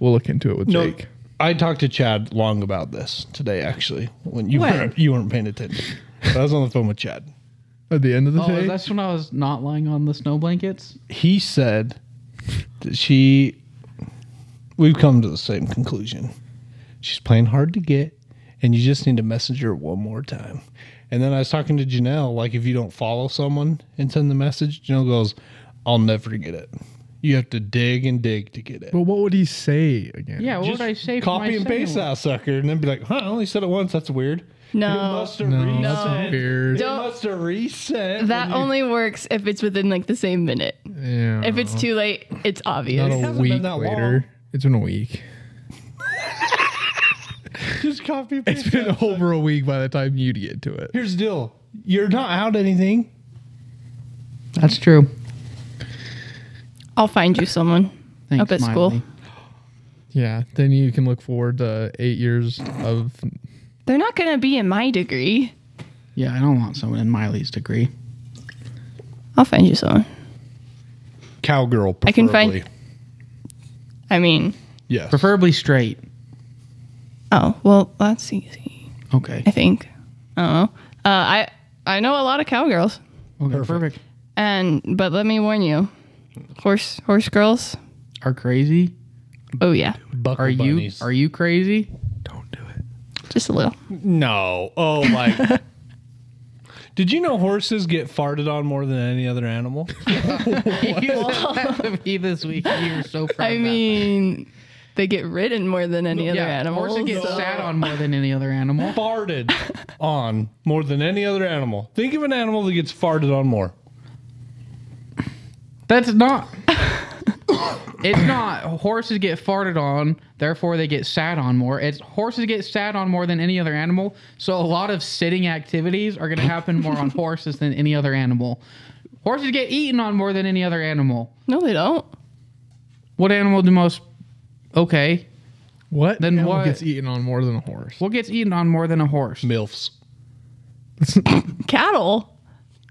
Speaker 2: We'll look into it with
Speaker 5: No,
Speaker 2: Jake.
Speaker 5: I talked to Chad long about this today. Actually, when you
Speaker 1: When?
Speaker 5: weren't you weren't paying attention, But I was on the phone with Chad.
Speaker 2: At the end of the
Speaker 1: Oh,
Speaker 2: day,
Speaker 1: that's when I was not lying on the snow blankets.
Speaker 5: He said that she. We've come to the same conclusion. She's playing hard to get, and you just need to message her one more time. And then I was talking to Janelle. Like, if you don't follow someone and send the message, Janelle goes, "I'll never get it. You have to dig and dig to get it."
Speaker 2: but what would he say again?
Speaker 1: Yeah, what would I say? for my
Speaker 5: Copy and
Speaker 1: second
Speaker 5: paste
Speaker 1: one?
Speaker 5: that sucker, and then be like, "Huh? I only said it once. That's weird." It
Speaker 4: No,
Speaker 5: must have
Speaker 2: No,
Speaker 5: reset.
Speaker 2: that's weird.
Speaker 5: It
Speaker 4: Don't-
Speaker 5: must have reset.
Speaker 4: that
Speaker 5: when you-
Speaker 4: only works if it's within like the same minute.
Speaker 2: Yeah.
Speaker 4: If it's too late, it's obvious.
Speaker 5: It
Speaker 2: not a
Speaker 5: hasn't been
Speaker 2: week
Speaker 5: that
Speaker 2: later,
Speaker 5: long.
Speaker 2: it's been a week.
Speaker 5: *laughs*
Speaker 2: *laughs*
Speaker 5: just copy and paste.
Speaker 2: It's
Speaker 5: *laughs*
Speaker 2: been
Speaker 5: that.
Speaker 2: over a week by the time you'd get to it.
Speaker 5: Here's the deal: you're not out anything.
Speaker 1: That's true.
Speaker 4: I'll find you someone
Speaker 1: Thanks,
Speaker 4: up at
Speaker 1: Miley.
Speaker 4: school.
Speaker 2: Yeah, then you can look forward to eight years of.
Speaker 4: They're not going to be in my degree.
Speaker 1: Yeah, I don't want someone in Miley's degree.
Speaker 4: I'll find you someone.
Speaker 5: Cowgirl,
Speaker 4: I
Speaker 5: preferably.
Speaker 4: can find- I mean,
Speaker 5: Yes.
Speaker 1: Preferably straight.
Speaker 4: oh, well, that's easy,
Speaker 1: Okay.
Speaker 4: I think. I don't know. Uh, I, I know a lot of cowgirls.
Speaker 1: Okay, perfect.
Speaker 4: And but let me warn you, horse horse girls.
Speaker 1: Are crazy?
Speaker 4: Oh yeah,
Speaker 5: Buckle
Speaker 1: Are you
Speaker 5: bunnies.
Speaker 1: are you crazy? *laughs*
Speaker 4: just a little.
Speaker 5: No. Oh, like. *laughs* Did you know horses get farted on more than any other animal?
Speaker 1: *laughs* you said that to me this week. You were so proud.
Speaker 4: I
Speaker 1: of that.
Speaker 4: mean, they get ridden more than any other
Speaker 1: yeah,
Speaker 4: animal.
Speaker 1: horses get sat on more than any other animal.
Speaker 5: farted on more than any other animal. Think of an animal that gets farted on more.
Speaker 1: That's not. it's not. Horses get farted on, therefore they get sat on more. It's horses get sat on more than any other animal. So a lot of sitting activities are going to happen more on horses than any other animal. Horses get eaten on more than any other animal.
Speaker 4: No, they don't.
Speaker 1: What animal do most? Okay,
Speaker 2: What?
Speaker 1: Then
Speaker 2: animal
Speaker 1: what-
Speaker 2: gets eaten on more than a horse?
Speaker 1: What gets eaten on more than a horse?
Speaker 5: MILFs.
Speaker 4: Cattle.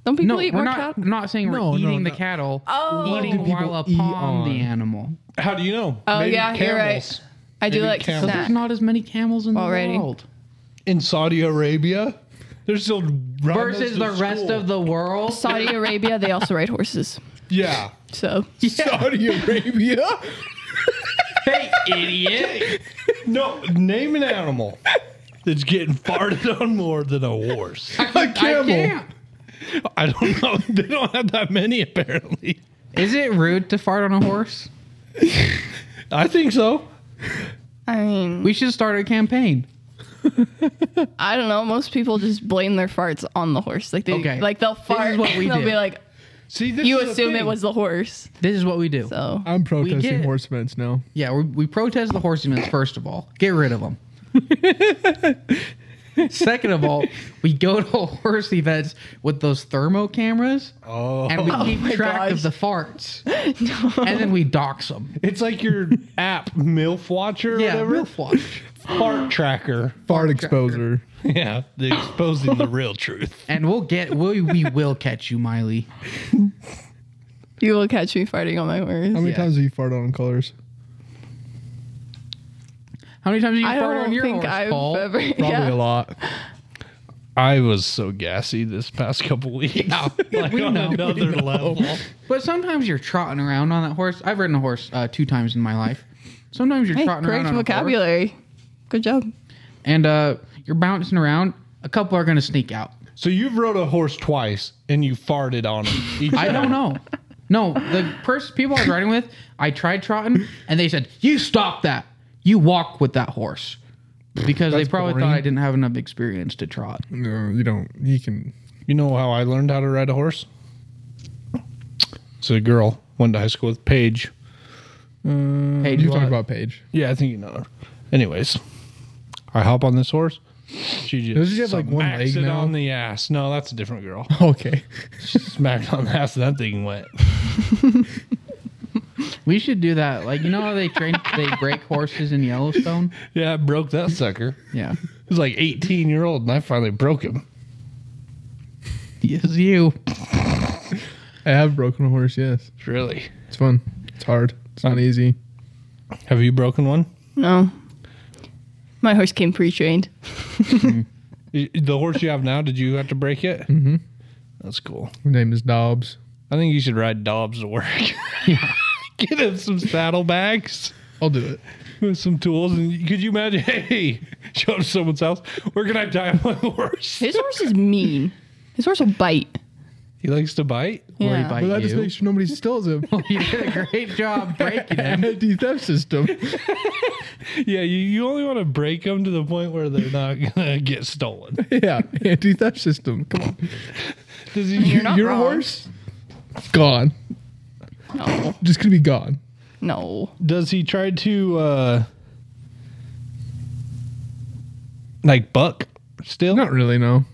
Speaker 4: Don't people
Speaker 1: No,
Speaker 4: eat
Speaker 1: we're
Speaker 4: more
Speaker 1: not.
Speaker 4: cattle?
Speaker 1: I'm not saying we're
Speaker 2: No, no,
Speaker 1: eating
Speaker 2: no.
Speaker 1: the cattle.
Speaker 4: Oh.
Speaker 1: eating
Speaker 2: What do people
Speaker 1: while
Speaker 2: eat
Speaker 1: upon
Speaker 2: on?
Speaker 1: the animal.
Speaker 5: How do you know?
Speaker 4: Oh, yeah, you're right. I do
Speaker 5: Maybe
Speaker 4: like to
Speaker 5: camel.
Speaker 1: There's
Speaker 4: snack.
Speaker 1: not as many camels in
Speaker 4: Alrighty.
Speaker 1: the world
Speaker 5: In Saudi Arabia, they're still riding
Speaker 1: versus
Speaker 5: those to
Speaker 1: the rest
Speaker 5: school.
Speaker 1: of the world.
Speaker 4: Saudi Arabia, they also ride horses.
Speaker 5: yeah.
Speaker 4: So
Speaker 5: Saudi Arabia.
Speaker 1: *laughs* Hey, idiot!
Speaker 5: No, name an animal that's getting farted on more than a horse.
Speaker 1: I can't.
Speaker 5: I don't know. *laughs* They don't have that many apparently.
Speaker 1: Is it rude to fart on a horse?
Speaker 5: I think so.
Speaker 4: I mean,
Speaker 1: We should start a campaign.
Speaker 4: I don't know. Most people just blame their farts on the horse. Like they,
Speaker 1: Okay.
Speaker 4: like they'll
Speaker 1: is
Speaker 4: fart.
Speaker 1: what
Speaker 4: *laughs*
Speaker 1: we
Speaker 4: they'll
Speaker 1: do.
Speaker 4: be like,
Speaker 5: See, this
Speaker 4: you
Speaker 5: is the
Speaker 4: assume it
Speaker 5: thing.
Speaker 4: was the horse.
Speaker 1: This is what we do.
Speaker 4: So
Speaker 2: I'm
Speaker 1: get
Speaker 2: protesting
Speaker 1: it.
Speaker 2: horse fence now.
Speaker 1: Yeah, we, we protest the horsemen first of all. Get rid of *laughs* them. Second of all, we go to horse events with those thermo cameras
Speaker 5: Oh.
Speaker 1: and we
Speaker 4: my
Speaker 1: keep track
Speaker 4: gosh.
Speaker 1: of the
Speaker 4: *laughs*
Speaker 1: farts. And then we dox them.
Speaker 5: It's like your app, MILF Watcher or
Speaker 1: Yeah,
Speaker 5: whatever.
Speaker 1: real flush.
Speaker 5: Fart Tracker.
Speaker 2: Fart exposer.
Speaker 5: Yeah, the exposing the real truth.
Speaker 1: And we'll get we we will catch you, Miley.
Speaker 4: you will catch me farting on my horse.
Speaker 2: How many
Speaker 1: Yeah.
Speaker 2: times have you farted on colors?
Speaker 1: How many times have you
Speaker 4: I
Speaker 1: farted
Speaker 4: don't
Speaker 1: on your
Speaker 4: think
Speaker 1: horse,
Speaker 4: I've
Speaker 1: Paul?
Speaker 4: ever.
Speaker 2: Probably
Speaker 4: Yeah.
Speaker 2: a lot.
Speaker 5: I was so gassy this past couple weeks. *laughs* like
Speaker 1: we
Speaker 5: on
Speaker 1: know, we
Speaker 5: another level.
Speaker 1: But sometimes you're trotting around on that horse. I've ridden a horse uh, two times in my life. Sometimes you're
Speaker 4: Hey,
Speaker 1: trotting
Speaker 4: great
Speaker 1: around on a horse,
Speaker 4: vocabulary. Good job.
Speaker 1: and uh, you're bouncing around. A couple are going to sneak out.
Speaker 5: So you've rode a horse twice and you farted on him. each
Speaker 1: I don't
Speaker 5: time.
Speaker 1: know. No, the person people I was riding with, I tried trotting, and they said, "You stop that. You walk with that horse," because they probably
Speaker 2: boring. Mm.
Speaker 1: thought I didn't have enough experience to trot.
Speaker 2: No, you don't. You can.
Speaker 5: You know how I learned how to ride a horse? It's a girl. Went to high school with Paige.
Speaker 1: Hey,
Speaker 2: You
Speaker 1: what?
Speaker 2: talked about Paige.
Speaker 5: Yeah, I think you know her. Anyways, I hop on this horse. She just
Speaker 2: Doesn't she have, like, one
Speaker 5: smacks
Speaker 2: leg
Speaker 5: it
Speaker 2: now?
Speaker 5: on the ass. No, that's a different girl.
Speaker 2: *laughs*
Speaker 5: *laughs*
Speaker 2: Okay.
Speaker 5: Smacked on the ass. and That thing went.
Speaker 1: we should do that. Like you know how they train, they break horses in Yellowstone.
Speaker 5: Yeah, I broke that sucker.
Speaker 2: *laughs*
Speaker 1: Yeah,
Speaker 5: It was like 18 year old, and I finally broke him.
Speaker 1: yes, you.
Speaker 2: I have broken a horse. Yes,
Speaker 5: Really?
Speaker 2: it's fun. It's hard. It's not easy.
Speaker 5: Have you broken one?
Speaker 4: No, my horse came pre-trained.
Speaker 5: Y- The horse you have now, did you have to break it? Mm-hmm. That's cool.
Speaker 2: My name is Dobbs.
Speaker 5: I think you should ride Dobbs to work. *laughs* Get him some saddlebags.
Speaker 2: I'll do it.
Speaker 5: with some tools. And could you imagine? *laughs* Hey, show up to someone's house. Where can I tie my horse?
Speaker 4: His horse is mean. His horse will bite.
Speaker 5: He likes to bite.
Speaker 1: Will he
Speaker 4: Yeah.
Speaker 1: bite
Speaker 2: But that
Speaker 1: you?
Speaker 2: just makes sure nobody steals *laughs* him.
Speaker 1: *laughs* you did a great job breaking him.
Speaker 2: Anti-theft system. *laughs*
Speaker 5: Yeah, you, you only want to break them to the point where they're not *laughs* gonna get
Speaker 4: *laughs*
Speaker 5: stolen.
Speaker 2: Yeah, anti-theft system. Come on.
Speaker 5: Does he?
Speaker 4: not
Speaker 2: Your
Speaker 4: wrong.
Speaker 2: horse? It's gone.
Speaker 4: No,
Speaker 2: Just gonna be gone.
Speaker 4: no.
Speaker 5: Does he try to uh like buck still?
Speaker 2: Not really. No.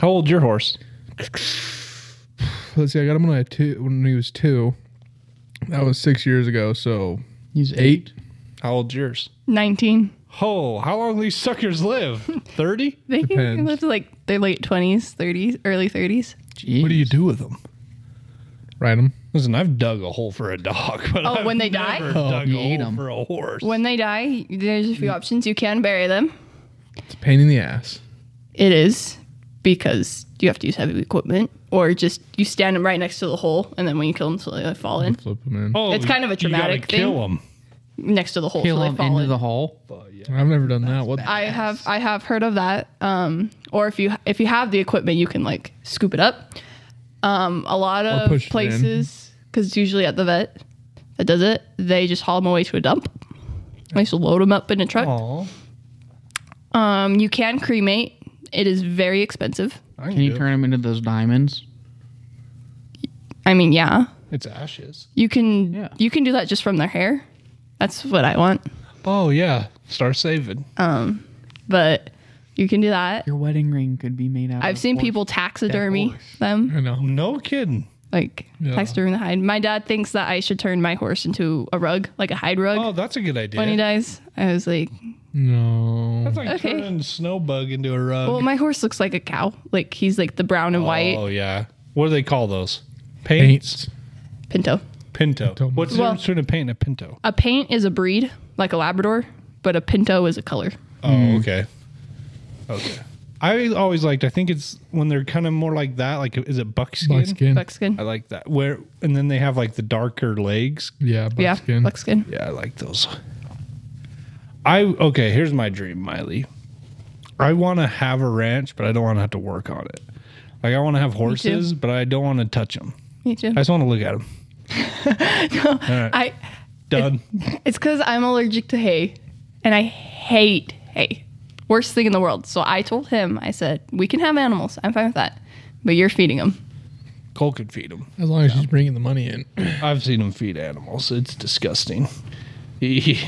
Speaker 5: How old your horse?
Speaker 2: Let's see. I got him when I two when he was two. That was six years ago. So
Speaker 1: He's eight.
Speaker 5: How old yours?
Speaker 4: Nineteen.
Speaker 5: Oh, how long do these suckers
Speaker 4: *laughs*
Speaker 5: live? Thirty?
Speaker 4: They can
Speaker 2: Depends.
Speaker 4: live to like their late twenties, thirties, early thirties.
Speaker 1: Jeez.
Speaker 5: do with them?
Speaker 2: ride him.
Speaker 5: Listen, I've dug a hole for a dog, *laughs* but
Speaker 4: Oh,
Speaker 5: I've
Speaker 4: when they die?
Speaker 5: never
Speaker 2: Oh,
Speaker 5: dug
Speaker 1: you
Speaker 5: a
Speaker 1: eat
Speaker 5: hole
Speaker 1: 'em.
Speaker 5: for a horse.
Speaker 4: When they die, there's a few options. You can bury them.
Speaker 2: It's a pain in the ass.
Speaker 4: It is because you have to use heavy equipment, or just you stand them right next to the hole, and then when you kill them, slowly they fall in
Speaker 2: Flip him in.
Speaker 5: Oh,
Speaker 4: It's kind of a traumatic
Speaker 5: you gotta Kill
Speaker 4: thing.
Speaker 5: them.
Speaker 4: next to the hole.
Speaker 1: Kill
Speaker 4: so they
Speaker 1: him
Speaker 4: fall
Speaker 1: into
Speaker 4: in.
Speaker 1: the hole.
Speaker 2: I've never done that. What?
Speaker 4: I have I have heard of that. Um, or if you if you have the equipment, you can like scoop it up. Um, a lot of
Speaker 2: push it in.
Speaker 4: places, because it's usually at the vet that does it, they just haul them away to a dump. They just load them up in a truck.
Speaker 5: Oh,
Speaker 4: Um, you can cremate. It is very expensive.
Speaker 1: Can you turn him into those diamonds?
Speaker 4: I mean, yeah,
Speaker 5: It's ashes.
Speaker 4: you can
Speaker 1: Yeah.
Speaker 4: you can do that just from their hair. That's what I want.
Speaker 5: Oh yeah, start saving.
Speaker 4: But you can do that.
Speaker 1: Your wedding ring could be made out.
Speaker 4: I've
Speaker 1: of
Speaker 4: seen
Speaker 1: horse-
Speaker 4: people taxidermy them.
Speaker 5: no kidding.
Speaker 4: like
Speaker 5: Yeah.
Speaker 4: Paxter in the hide. My dad thinks that I should turn my horse into a rug, like a hide rug.
Speaker 5: Oh, that's a good idea.
Speaker 4: when he dies, I was like,
Speaker 2: No.
Speaker 5: That's like
Speaker 4: Okay.
Speaker 5: turning snow bug into a rug.
Speaker 4: well, my horse looks like a cow. Like he's like the brown and white
Speaker 5: Oh yeah. What do they call those? Paints.
Speaker 2: Paints.
Speaker 4: pinto.
Speaker 5: Pinto.
Speaker 2: Pinto.
Speaker 5: What's the
Speaker 4: Well-
Speaker 5: difference between a paint and a pinto?
Speaker 4: A paint is a breed, like a Labrador, but a pinto is a color.
Speaker 5: Oh,
Speaker 2: Hmm.
Speaker 5: okay. Okay. I always liked. I think it's when they're kind of more like that. Like, is it buckskin?
Speaker 2: Buckskin.
Speaker 4: Buckskin.
Speaker 5: I like that. Where and then they have like the darker legs.
Speaker 2: yeah,
Speaker 4: yeah,
Speaker 2: buckskin.
Speaker 4: buckskin.
Speaker 5: Yeah, I like those. I okay. Here's my dream, Miley. I want to have a ranch, but I don't want to have to work on it. Like, I want to have horses, but I don't want to touch them.
Speaker 4: Me too.
Speaker 5: I just want to look at them. right.
Speaker 4: I
Speaker 5: Done.
Speaker 4: It's because I'm allergic to hay, and I hate hay. Worst thing in the world. So I told him, I said, we can have animals. I'm fine with that, but you're feeding them.
Speaker 5: Cole could feed them.
Speaker 2: As long as she's bringing the money in. *clears throat*
Speaker 5: I've seen him feed animals. It's disgusting. *laughs* He's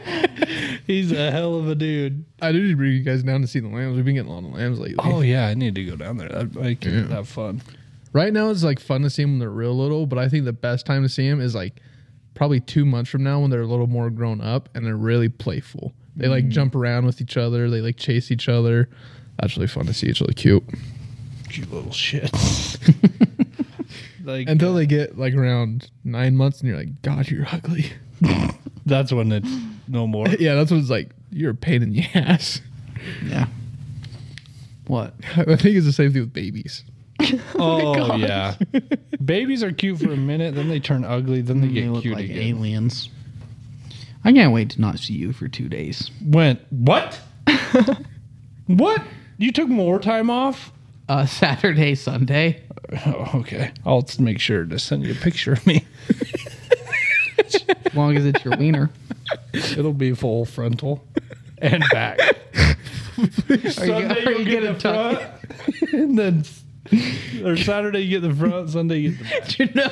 Speaker 5: a hell of a dude.
Speaker 2: I do need to bring you guys down to see the lambs. We've been getting a lot of lambs lately.
Speaker 5: Oh yeah, I need to go down there. That'd make
Speaker 2: Yeah.
Speaker 5: it that fun.
Speaker 2: Right now, it's like fun to see them when they're real little, but I think the best time to see them is like probably two months from now when they're a little more grown up and they're really playful. They like jump around with each other. They like chase each other. That's really fun to see. It's really cute.
Speaker 5: You little shit. *laughs* like
Speaker 2: Until they get like around nine months and you're like, God, you're ugly. *laughs*
Speaker 5: that's when it's no more.
Speaker 2: yeah, that's what it's like. You're a pain in the ass. *laughs*
Speaker 1: Yeah. What?
Speaker 2: I think it's the same thing with babies.
Speaker 5: *laughs*
Speaker 2: *laughs*
Speaker 5: Oh, yeah. Babies are cute for a minute, then they turn ugly, then they
Speaker 1: They
Speaker 5: get
Speaker 1: look
Speaker 5: cute
Speaker 1: like
Speaker 5: again.
Speaker 1: aliens. I can't wait to not see you for two days.
Speaker 5: Went *laughs* what? what? You took more time off?
Speaker 1: Uh, *laughs* Saturday, Sunday.
Speaker 5: Oh, okay. I'll s- make sure to send you a picture of me.
Speaker 1: As long as it's your wiener.
Speaker 5: It'll be full frontal and back. Sunday
Speaker 1: *laughs* are
Speaker 5: *laughs* you,
Speaker 1: you
Speaker 5: get
Speaker 1: gonna
Speaker 5: the front, and then s- or Saturday you get the front, Sunday you get
Speaker 1: *laughs*
Speaker 5: the back.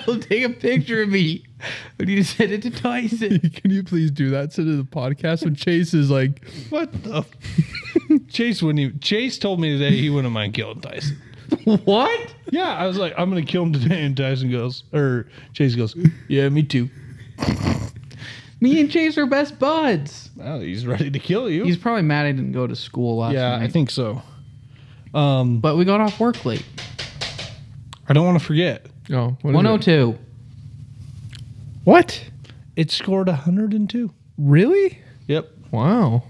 Speaker 1: Janelle, take a picture of *laughs* me. I need to send it to Tyson.
Speaker 2: Can you please do that to the podcast when Chase is like,
Speaker 5: What the? f- *laughs* Chase wouldn't. Even, Chase told me today he wouldn't mind killing Tyson.
Speaker 1: *laughs* What?
Speaker 5: Yeah, I was like, I'm gonna kill him today, and Tyson goes, or Chase goes, Yeah, me too.
Speaker 1: Me and Chase are best buds.
Speaker 5: Well, he's ready to kill you.
Speaker 1: He's probably mad I didn't go to school last
Speaker 5: yeah,
Speaker 1: night.
Speaker 5: I think so. Um,
Speaker 1: But we got off work late.
Speaker 5: I don't want to forget.
Speaker 2: oh, what is it?
Speaker 1: 102.
Speaker 2: What?
Speaker 5: It scored 102.
Speaker 2: Really?
Speaker 5: Yep.
Speaker 2: Wow.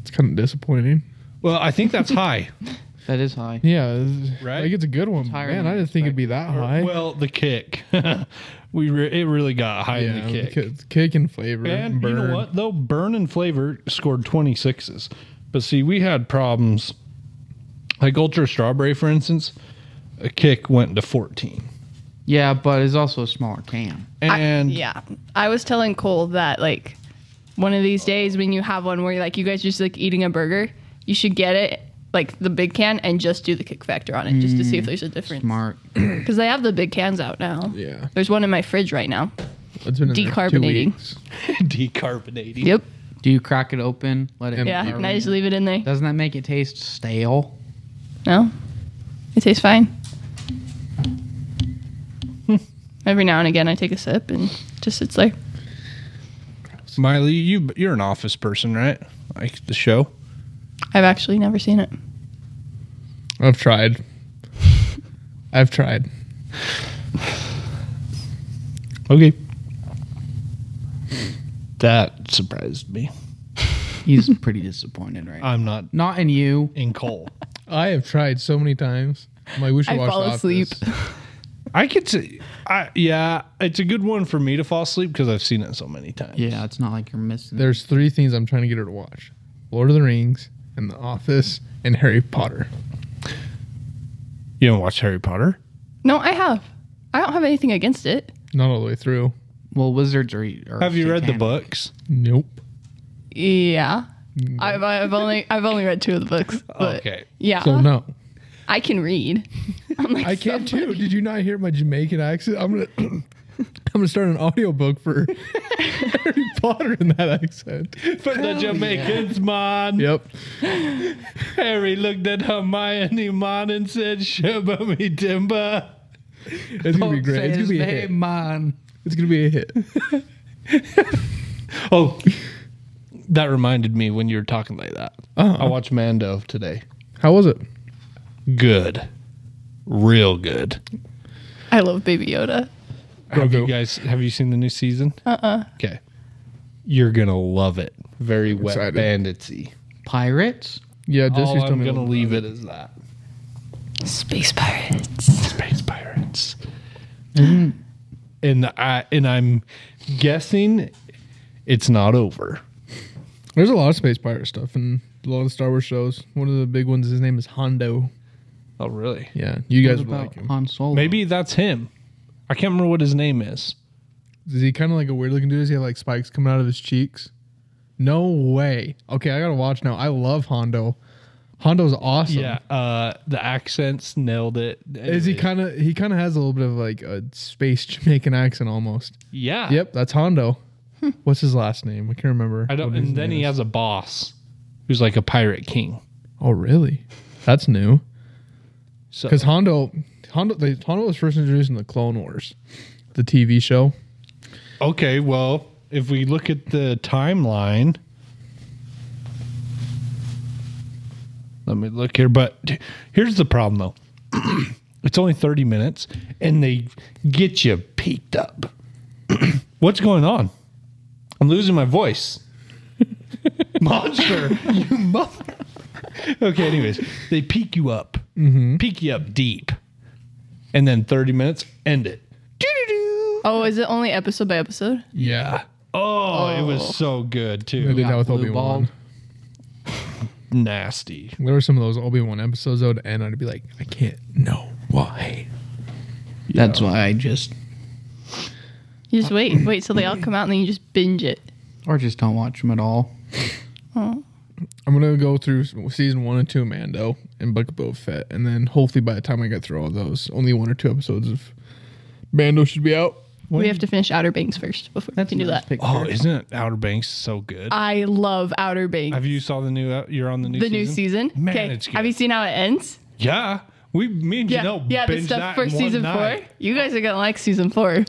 Speaker 2: It's kind of disappointing.
Speaker 5: Well, I think that's *laughs* high.
Speaker 1: That is high.
Speaker 2: Yeah, it's-
Speaker 5: Right?
Speaker 2: Like it's a good one.
Speaker 1: higher
Speaker 2: Man,
Speaker 1: than
Speaker 2: I didn't think it'd be that high.
Speaker 5: well, the kick. *laughs* we re- it really got high
Speaker 2: yeah,
Speaker 5: in the kick.
Speaker 2: ki- kick and flavor.
Speaker 5: And
Speaker 2: burn.
Speaker 5: you know what? Though burn and flavor scored 26s. But see, we had problems. Like ultra strawberry, for instance, a kick went to 14.
Speaker 1: Yeah, but it's also a smaller can.
Speaker 5: And
Speaker 4: I, yeah, I was telling Cole that like one of these days when you have one where you're like you guys just like eating a burger, you should get it like the big can and just do the kick factor on it just to see if there's a difference.
Speaker 1: Smart.
Speaker 4: Because they have the big cans out now.
Speaker 2: Yeah.
Speaker 4: There's one in my fridge right now.
Speaker 2: It's been in there two
Speaker 4: Decarbonating.
Speaker 2: weeks.
Speaker 5: *laughs* decarbonating.
Speaker 4: Yep.
Speaker 1: Do you crack it open? Let it.
Speaker 2: And-
Speaker 4: Yeah.
Speaker 2: Decarbonating.
Speaker 4: And I just leave it in there.
Speaker 1: Doesn't that make it taste stale?
Speaker 4: No, it tastes *laughs* fine. Every now and again, I take a sip and just sits there.
Speaker 5: Miley, you you're an office person, right? Like the show.
Speaker 4: I've actually never seen it.
Speaker 2: I've tried. I've tried.
Speaker 5: Okay. That surprised me.
Speaker 1: He's *laughs* pretty disappointed
Speaker 2: Uh,
Speaker 1: right now.
Speaker 5: I'm not
Speaker 1: Not in you.
Speaker 5: in Cole.
Speaker 2: I have tried so many times. I'm like, we should
Speaker 4: I
Speaker 2: watch
Speaker 4: fall
Speaker 2: The Office.
Speaker 4: asleep.
Speaker 5: I could say, I, yeah, it's a good one for me to fall asleep because I've seen it so many times.
Speaker 1: Yeah, it's not like you're missing.
Speaker 2: There's three things I'm trying to get her to watch: Lord of the Rings, and The Office, and Harry Potter.
Speaker 5: You haven't watched Harry Potter?
Speaker 4: No, I have. I don't have anything against it.
Speaker 2: Not all the way through.
Speaker 1: Well, wizards are. are
Speaker 5: Have you read the
Speaker 1: satanic.
Speaker 5: books?
Speaker 2: Nope.
Speaker 4: Yeah. I've, I've only I've only read two of the *laughs* books. But
Speaker 5: Okay.
Speaker 4: Yeah.
Speaker 2: So no,
Speaker 4: I can *laughs* read. I'm like,
Speaker 2: I can *clears throat* too. Did you not hear my Jamaican accent? I'm gonna. I'm gonna start an audiobook for *laughs* Harry Potter in that accent. *laughs*
Speaker 5: But the Jamaicans, man.
Speaker 2: Yep.
Speaker 5: Harry looked at Hermione, man, and said, Shabba me timber.
Speaker 2: It's gonna be great. It's gonna be a hit.
Speaker 1: man.
Speaker 2: It's gonna be a hit.
Speaker 5: Oh, that reminded me when you were talking like that. I watched Mando today.
Speaker 2: How was it?
Speaker 5: Good. Real good.
Speaker 4: I love Baby Yoda.
Speaker 5: Have you guys have you seen the new season? Uh uh Okay. You're gonna love it. Very wet
Speaker 2: excited.
Speaker 5: banditsy.
Speaker 1: Pirates.
Speaker 2: Yeah, Jesse's
Speaker 5: All
Speaker 2: told
Speaker 5: I'm
Speaker 2: me.
Speaker 5: gonna leave it as that.
Speaker 4: Space pirates.
Speaker 5: Space pirates. And I and I'm guessing it's not over.
Speaker 2: There's a lot of space pirate stuff and a lot of Star Wars shows. One of the big ones, his name is Hondo.
Speaker 5: Oh really?
Speaker 2: Yeah, you guys
Speaker 1: What
Speaker 2: would
Speaker 1: about
Speaker 2: like him.
Speaker 1: Han Solo.
Speaker 5: Maybe that's him. I can't remember what his name is.
Speaker 2: Is he kind of like a weird looking dude? Does he have like spikes coming out of his cheeks? No way. Okay, I gotta watch now. I love Hondo. Hondo's awesome.
Speaker 5: Yeah, uh, the accents nailed it.
Speaker 2: Is he
Speaker 5: Anyway,
Speaker 2: kind of? He kind of has a little bit of like a space Jamaican accent almost.
Speaker 5: Yeah.
Speaker 2: Yep, that's Hondo. What's his last name? I can't remember.
Speaker 5: Hmm. I don't.
Speaker 2: what his
Speaker 5: And then
Speaker 2: name
Speaker 5: he
Speaker 2: is.
Speaker 5: has a boss who's like a pirate king.
Speaker 2: Oh, really? That's new.
Speaker 5: So
Speaker 2: Because Hondo, Hondo, they, Hondo was first introduced in the Clone Wars, the TV show.
Speaker 5: okay, well, if we look at the timeline, let me look here. But here's the problem, though. *clears throat* it's only thirty minutes, and they get you peaked up. *clears throat* What's going on? I'm losing my voice. *laughs* Monster, you mother. *laughs* Okay, anyways, they peak you up, peak you up deep, and then 30 minutes, end it. Doo-doo-doo.
Speaker 4: Oh, is it only episode by episode?
Speaker 5: Yeah. Oh, it was so good
Speaker 2: They
Speaker 5: too.
Speaker 2: did that with
Speaker 1: Blue
Speaker 2: Obi Wan.
Speaker 1: Ball.
Speaker 5: Nasty.
Speaker 2: There were some of those Obi Wan episodes that would end, I'd be like, I can't know why.
Speaker 1: That's why I just
Speaker 4: You just wait, wait till they all come out, and then you just binge it.
Speaker 1: or just don't watch them at all.
Speaker 2: I'm gonna go through s- season one and two of Mando and Book of Boba Fett, and then hopefully by the time I get through all those, only one or two episodes of Mando should be out.
Speaker 4: we have to finish Outer Banks first before
Speaker 1: That's
Speaker 4: we can do
Speaker 1: nice
Speaker 4: that.
Speaker 1: picture.
Speaker 5: Oh, isn't it Outer Banks so good?
Speaker 4: I love Outer Banks.
Speaker 5: Have you saw the new? out- You're on the new
Speaker 4: Uh, the
Speaker 5: season?
Speaker 4: new season.
Speaker 5: Man,
Speaker 4: Okay.
Speaker 5: it's good.
Speaker 4: Have you seen how it ends?
Speaker 5: yeah, we me and
Speaker 4: Yeah.
Speaker 5: Janelle
Speaker 4: yeah, the
Speaker 5: binged
Speaker 4: stuff
Speaker 5: that
Speaker 4: for
Speaker 5: in one
Speaker 4: season
Speaker 5: night.
Speaker 4: four. You guys are gonna like season four.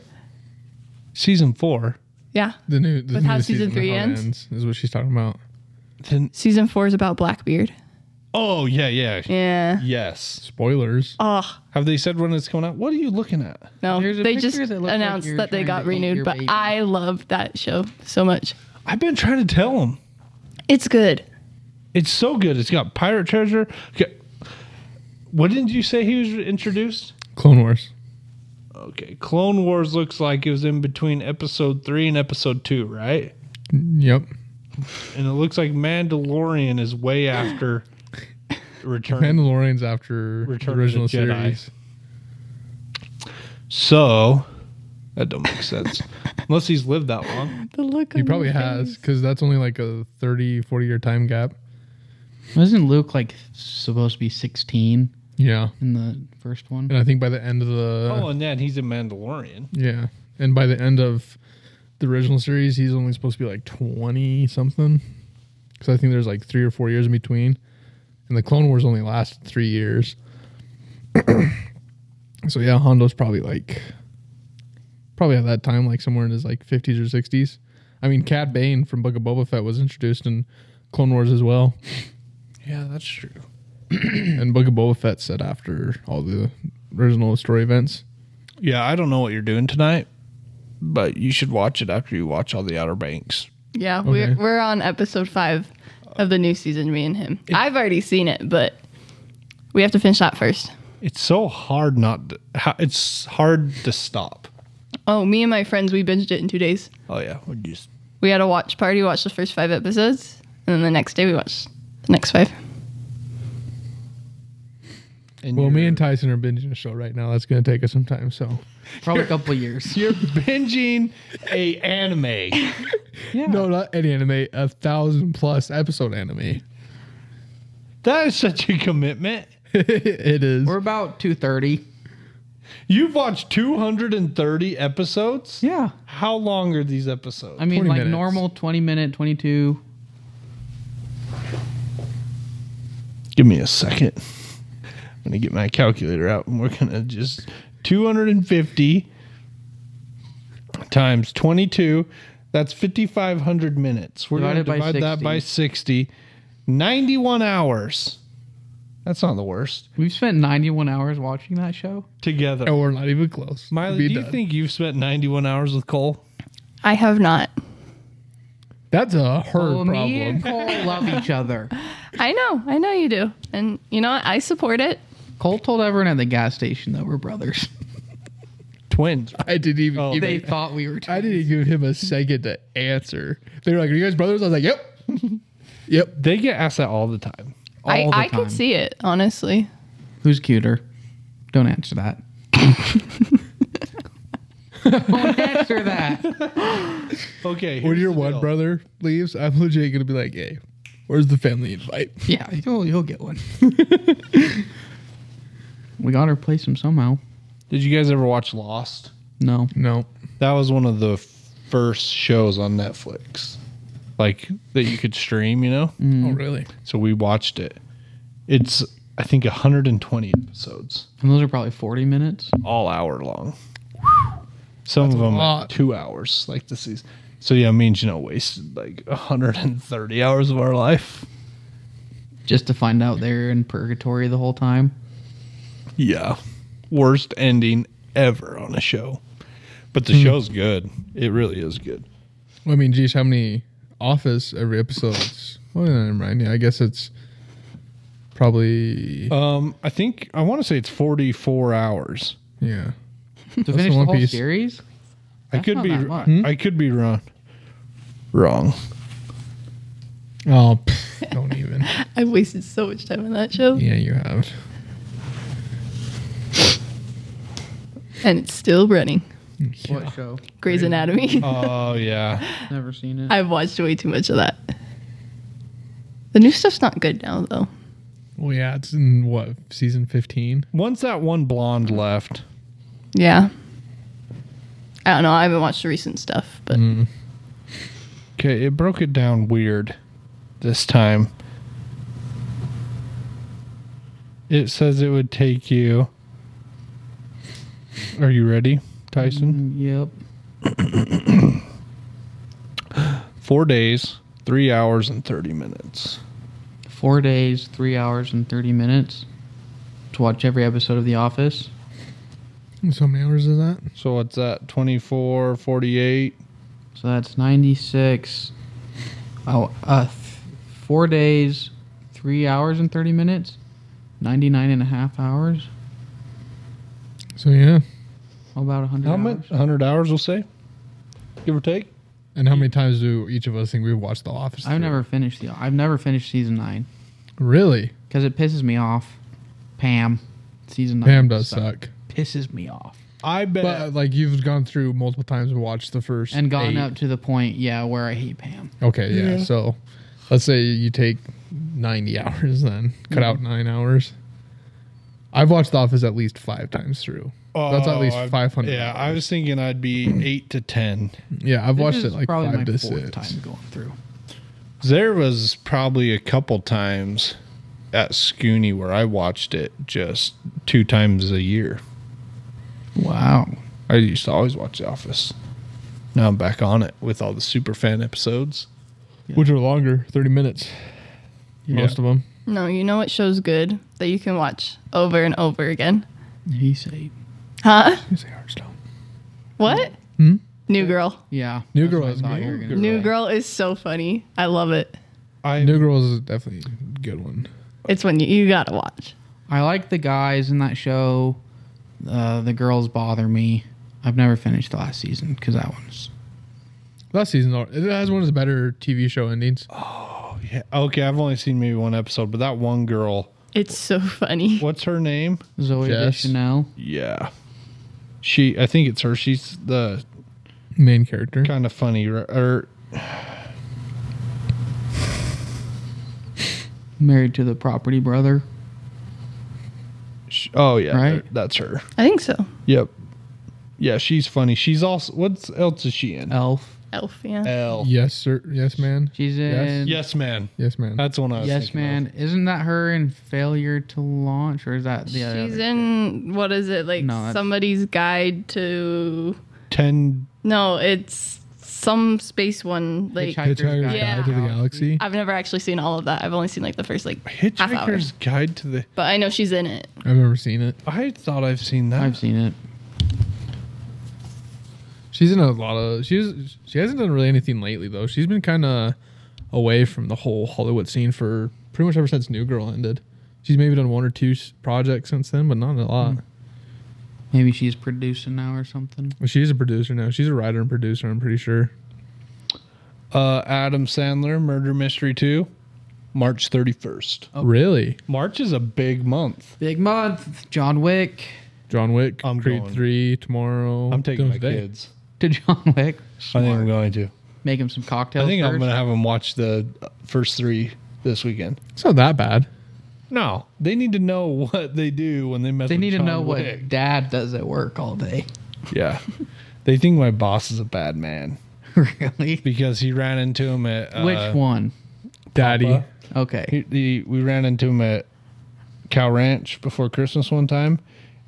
Speaker 5: Season four.
Speaker 4: Yeah.
Speaker 2: The new, the
Speaker 4: With
Speaker 2: new
Speaker 4: how season three
Speaker 2: how it
Speaker 4: ends?
Speaker 2: is what she's talking about.
Speaker 5: Then
Speaker 4: Season four is about Blackbeard.
Speaker 5: oh yeah yeah
Speaker 4: Yeah.
Speaker 5: yes.
Speaker 2: Spoilers.
Speaker 4: Oh
Speaker 5: Have they said when it's coming out? What are you looking at?
Speaker 4: no.
Speaker 1: There's a
Speaker 4: They
Speaker 1: picture
Speaker 4: just
Speaker 1: that looks like
Speaker 4: announced
Speaker 1: you're
Speaker 4: that they
Speaker 1: trying
Speaker 4: got
Speaker 1: to eat
Speaker 4: renewed,
Speaker 1: your
Speaker 4: but
Speaker 1: baby.
Speaker 4: I love that show so much.
Speaker 5: I've been trying to tell them.
Speaker 4: It's good.
Speaker 5: It's so good. It's got pirate treasure. Okay. What did you say he was introduced?
Speaker 2: Clone Wars.
Speaker 5: Okay, Clone Wars looks like it was in between episode three and episode two, right?
Speaker 2: Yep.
Speaker 5: and it looks like Mandalorian is way after Return.
Speaker 2: Mandalorian's after
Speaker 5: Return of
Speaker 2: the
Speaker 5: the
Speaker 2: original
Speaker 5: Jedi.
Speaker 2: series.
Speaker 5: so that don't make sense unless he's lived that long.
Speaker 4: The look
Speaker 2: He probably has because that's only like a 30, 40 year time gap.
Speaker 1: Wasn't Luke like supposed to be 16
Speaker 2: Yeah.
Speaker 1: in the first one?
Speaker 2: And I think by the end of the
Speaker 5: Oh, and then he's a Mandalorian.
Speaker 2: yeah, and by the end of the original series, he's only supposed to be like twenty something. Because I think there's like three or four years in between, and the Clone Wars only lasts three years. *clears throat* so yeah, Hondo's probably like probably at that time like somewhere in his like fifties or sixties. I mean, Cad Bane from Book of Boba Fett was introduced in Clone Wars as well, *clears throat*
Speaker 5: Yeah, that's true.
Speaker 2: and Book of Boba Fett said after all the original story events.
Speaker 5: Yeah, I don't know what you're doing tonight, but you should watch it after you watch all the Outer Banks.
Speaker 4: Yeah,
Speaker 2: Okay.
Speaker 4: we're we're on episode five of the new season, me and him. I've already seen it, but we have to finish that first.
Speaker 5: It's so hard not. To, ha- it's hard to stop.
Speaker 4: Oh, me and my friends, we binged it in two days.
Speaker 5: Oh yeah, we just
Speaker 4: We had a watch party, watched the first five episodes, and then the next day we watched the next five.
Speaker 2: Well, me and Tyson are binging a show right now. That's going to take us some time. So
Speaker 1: *laughs* Probably a couple years.
Speaker 5: you're binging a anime.
Speaker 2: *laughs* no, not any anime. A thousand plus episode anime. *laughs*
Speaker 5: That is such a commitment.
Speaker 2: it is.
Speaker 1: We're about 230.
Speaker 5: You've watched 230 episodes?
Speaker 1: Yeah.
Speaker 5: How long are these episodes?
Speaker 1: I mean,
Speaker 2: 20
Speaker 1: like
Speaker 2: minutes.
Speaker 1: normal 20 minute, 22.
Speaker 5: Give me a second. I'm going to get my calculator out and we're going to just 250 times 22. That's 5,500 minutes. We're going to
Speaker 1: Divided by
Speaker 5: divide that by 60. 91 hours. That's not the worst. Oh,
Speaker 1: We've spent 91 hours watching that show.
Speaker 5: Together.
Speaker 2: And we're not even close.
Speaker 5: Miley,
Speaker 2: Be
Speaker 5: do you
Speaker 2: done.
Speaker 5: think you've spent 91 hours with Cole?
Speaker 4: I have not.
Speaker 2: that's a her
Speaker 5: Oh,
Speaker 1: Well, me
Speaker 2: problem?
Speaker 1: and Cole love each *laughs* other.
Speaker 4: I know. I know you do. And you know what? I support it.
Speaker 1: Cole told everyone at the gas station that we're brothers.
Speaker 5: Twins.
Speaker 2: I didn't even.
Speaker 5: Oh.
Speaker 2: give
Speaker 1: They
Speaker 2: it-
Speaker 1: thought we were.
Speaker 2: I didn't give him a second to answer. They were like, "Are you guys brothers?" I was like, "Yep, *laughs* yep."
Speaker 5: They get asked that all the time.
Speaker 1: all
Speaker 4: I,
Speaker 1: the
Speaker 4: I
Speaker 1: time.
Speaker 4: could see it, honestly.
Speaker 1: Who's cuter? Don't answer *laughs* that. Don't answer that.
Speaker 5: Okay.
Speaker 2: When
Speaker 5: here's
Speaker 2: your
Speaker 5: the
Speaker 2: one
Speaker 5: deal.
Speaker 2: brother leaves, I'm legit gonna be like, "Hey, where's the family invite?"
Speaker 1: Yeah, you'll, you'll get one. *laughs* we gotta replace him somehow.
Speaker 5: Did you guys ever watch Lost?
Speaker 1: No.
Speaker 2: No,
Speaker 5: That was one of the first shows on Netflix, like that you could stream, you know?
Speaker 2: oh really?
Speaker 5: So we watched it. It's, I think, 120 episodes,
Speaker 1: And those are probably 40 minutes.
Speaker 5: all hour long. Some of them
Speaker 2: lot.
Speaker 5: like two hours, like this is. So yeah, me and Janelle wasted like 130 hours of our life.
Speaker 1: Just to find out they're in purgatory the whole *laughs* time.
Speaker 5: Yeah. Worst ending ever on a show. But the show's good. It really is good.
Speaker 2: Well, I mean, geez, how many Office every episode's? Well, never mind. Yeah, I guess it's probably
Speaker 5: Um, I think I want to say it's 44 hours.
Speaker 2: yeah.
Speaker 1: To finish the
Speaker 2: One
Speaker 1: whole
Speaker 2: Piece.
Speaker 1: series?
Speaker 5: I
Speaker 1: That's
Speaker 5: could
Speaker 1: not
Speaker 5: be Hmm?
Speaker 1: that much.
Speaker 5: I could be wrong. Wrong.
Speaker 2: Oh, pff, don't even.
Speaker 4: I wasted so much time on that show.
Speaker 2: Yeah, you have.
Speaker 4: And it's still running.
Speaker 1: What show?
Speaker 4: Grey's Anatomy.
Speaker 5: Oh yeah.
Speaker 1: Never seen it.
Speaker 4: *laughs* I've watched way too much of that. The new stuff's not good now, though.
Speaker 2: Well, yeah, it's in what season fifteen?
Speaker 5: Once that one blonde left,
Speaker 4: Yeah. I don't know. I haven't watched the recent stuff, but
Speaker 1: Mm.
Speaker 5: okay, it broke it down weird this time. It says it would take you Are you ready, Tyson?
Speaker 1: yep.
Speaker 5: 4 days, 3 hours and 30 minutes.
Speaker 1: Four days, three hours, and 30 minutes to watch every episode of The Office.
Speaker 2: So many hours is that?
Speaker 5: So what's that? 24, 48.
Speaker 1: So that's 96. Oh, uh, th- four days, three hours, and 30 minutes. 99 and a half hours.
Speaker 2: So yeah.
Speaker 1: About 100
Speaker 5: How
Speaker 1: hours.
Speaker 5: much? 100 hours, we'll say. Give or take.
Speaker 2: And how many times do each of us think we've watched The Office?
Speaker 1: I've
Speaker 2: through?
Speaker 1: never finished the. I've never finished season nine
Speaker 2: Really?
Speaker 1: because it pisses me off. Pam, season nine.
Speaker 2: Pam does
Speaker 1: suck-
Speaker 2: suck.
Speaker 1: Pisses me off.
Speaker 5: I bet.
Speaker 2: But uh, like you've gone through multiple times and watched the first
Speaker 1: And gotten
Speaker 2: eight.
Speaker 1: up to the point, yeah, where I hate Pam.
Speaker 2: Okay, yeah. So let's say you take 90 *laughs* hours then, cut out nine hours. I've watched The Office at least five times through. That's at
Speaker 5: Oh,
Speaker 2: least
Speaker 5: I've-
Speaker 2: 500.
Speaker 5: Yeah, I
Speaker 2: hours.
Speaker 5: was thinking I'd be eight to ten.
Speaker 2: yeah, I've
Speaker 1: This
Speaker 2: watched
Speaker 1: is
Speaker 2: it like
Speaker 1: probably
Speaker 2: five
Speaker 1: my
Speaker 2: to
Speaker 1: fourth
Speaker 2: six.
Speaker 1: time going through.
Speaker 5: There was probably a couple times at Scooney where I watched it just two times a year.
Speaker 1: Wow.
Speaker 5: I used to always watch The Office. Now I'm back on it with all the super fan episodes.
Speaker 2: Which are longer, 30 minutes. Most of them.
Speaker 4: no, you know what show's good that you can watch over and over again?
Speaker 1: He say,
Speaker 4: Huh?
Speaker 2: You say Hearthstone.
Speaker 4: What?
Speaker 1: Hmm?
Speaker 4: New Girl.
Speaker 1: yeah.
Speaker 2: New
Speaker 1: that's
Speaker 2: Girl
Speaker 1: what I
Speaker 2: is
Speaker 1: thought
Speaker 2: good.
Speaker 1: you were gonna
Speaker 5: New
Speaker 1: say.
Speaker 4: New Girl is so funny. I love it.
Speaker 5: I
Speaker 2: New Girl is definitely a good one.
Speaker 4: It's when you, you gotta watch.
Speaker 1: I like the guys in that show. Uh, the girls bother me. I've never finished the last season because that one's.
Speaker 2: Last season, it has one of the better TV show endings.
Speaker 5: yeah, okay. I've only seen maybe one episode, but that one girl,
Speaker 4: It's so *laughs* funny.
Speaker 5: what's her name?
Speaker 1: Zoe
Speaker 2: Jess?
Speaker 1: Deschanel.
Speaker 5: Yeah, she. I think it's her. She's the
Speaker 2: Main character.
Speaker 5: kind of funny r- er, or
Speaker 1: Married to the property brother.
Speaker 5: Sh oh yeah,
Speaker 1: Right?
Speaker 5: that's her.
Speaker 4: I think so.
Speaker 5: Yep. Yeah, she's funny. She's also what else is she in?
Speaker 1: Elf.
Speaker 4: Elf, yeah.
Speaker 5: L.
Speaker 2: Yes, sir. Yes, man.
Speaker 1: She's in.
Speaker 5: Yes, man.
Speaker 2: Yes, man.
Speaker 5: That's one I was
Speaker 1: Yes,
Speaker 5: thinking of.
Speaker 1: man. Isn't that her in Failure to Launch, or is that the other?
Speaker 4: She's in what is it like
Speaker 1: No, that's-
Speaker 4: somebody's guide to
Speaker 5: Ten.
Speaker 4: No, it's some space one like
Speaker 1: Hitchhiker's
Speaker 2: Hitchhiker's
Speaker 1: Guide.
Speaker 4: Yeah.
Speaker 2: Guide to the Galaxy.
Speaker 4: I've never actually seen all of that. I've only seen like the first like half hour.
Speaker 5: Hitchhiker's Guide to the.
Speaker 4: But I know she's in it.
Speaker 2: I've never seen it.
Speaker 5: I thought I've seen that.
Speaker 1: I've seen it.
Speaker 2: She's in a lot of. She's she hasn't done really anything lately though. She's been kind of away from the whole Hollywood scene for pretty much ever since New Girl ended. She's maybe done one or two s- projects since then, but not a lot.
Speaker 1: Maybe she's producing now or something.
Speaker 2: Well, She's a producer now. She's a writer and producer. I'm pretty sure.
Speaker 5: Uh, Adam Sandler, Murder Mystery Two, March thirty first.
Speaker 2: Really,
Speaker 5: March is a big month.
Speaker 1: Big month. John Wick *laughs*
Speaker 2: John Wick,
Speaker 5: I'm
Speaker 2: Creed
Speaker 5: going.
Speaker 2: three tomorrow.
Speaker 5: I'm taking my
Speaker 2: Doomsday.
Speaker 5: kids.
Speaker 1: to John Wick.
Speaker 5: I think I'm going to.
Speaker 1: Make him some cocktails.
Speaker 5: I think i I'm
Speaker 1: first.
Speaker 5: going to have them watch the uh, first three this weekend.
Speaker 2: It's not that bad.
Speaker 5: No, they need to know *laughs* what they do when they mess.
Speaker 1: They
Speaker 5: with
Speaker 1: need to
Speaker 5: John
Speaker 1: know
Speaker 5: Wick.
Speaker 1: what Dad does at work all day. *laughs*
Speaker 5: Yeah, they think my boss is a bad man
Speaker 1: really?
Speaker 5: because he ran into him at uh,
Speaker 1: Which one?
Speaker 2: *laughs* Daddy,
Speaker 5: Papa.
Speaker 1: Okay.
Speaker 5: He, he, we ran into him at Cow Ranch before Christmas one time,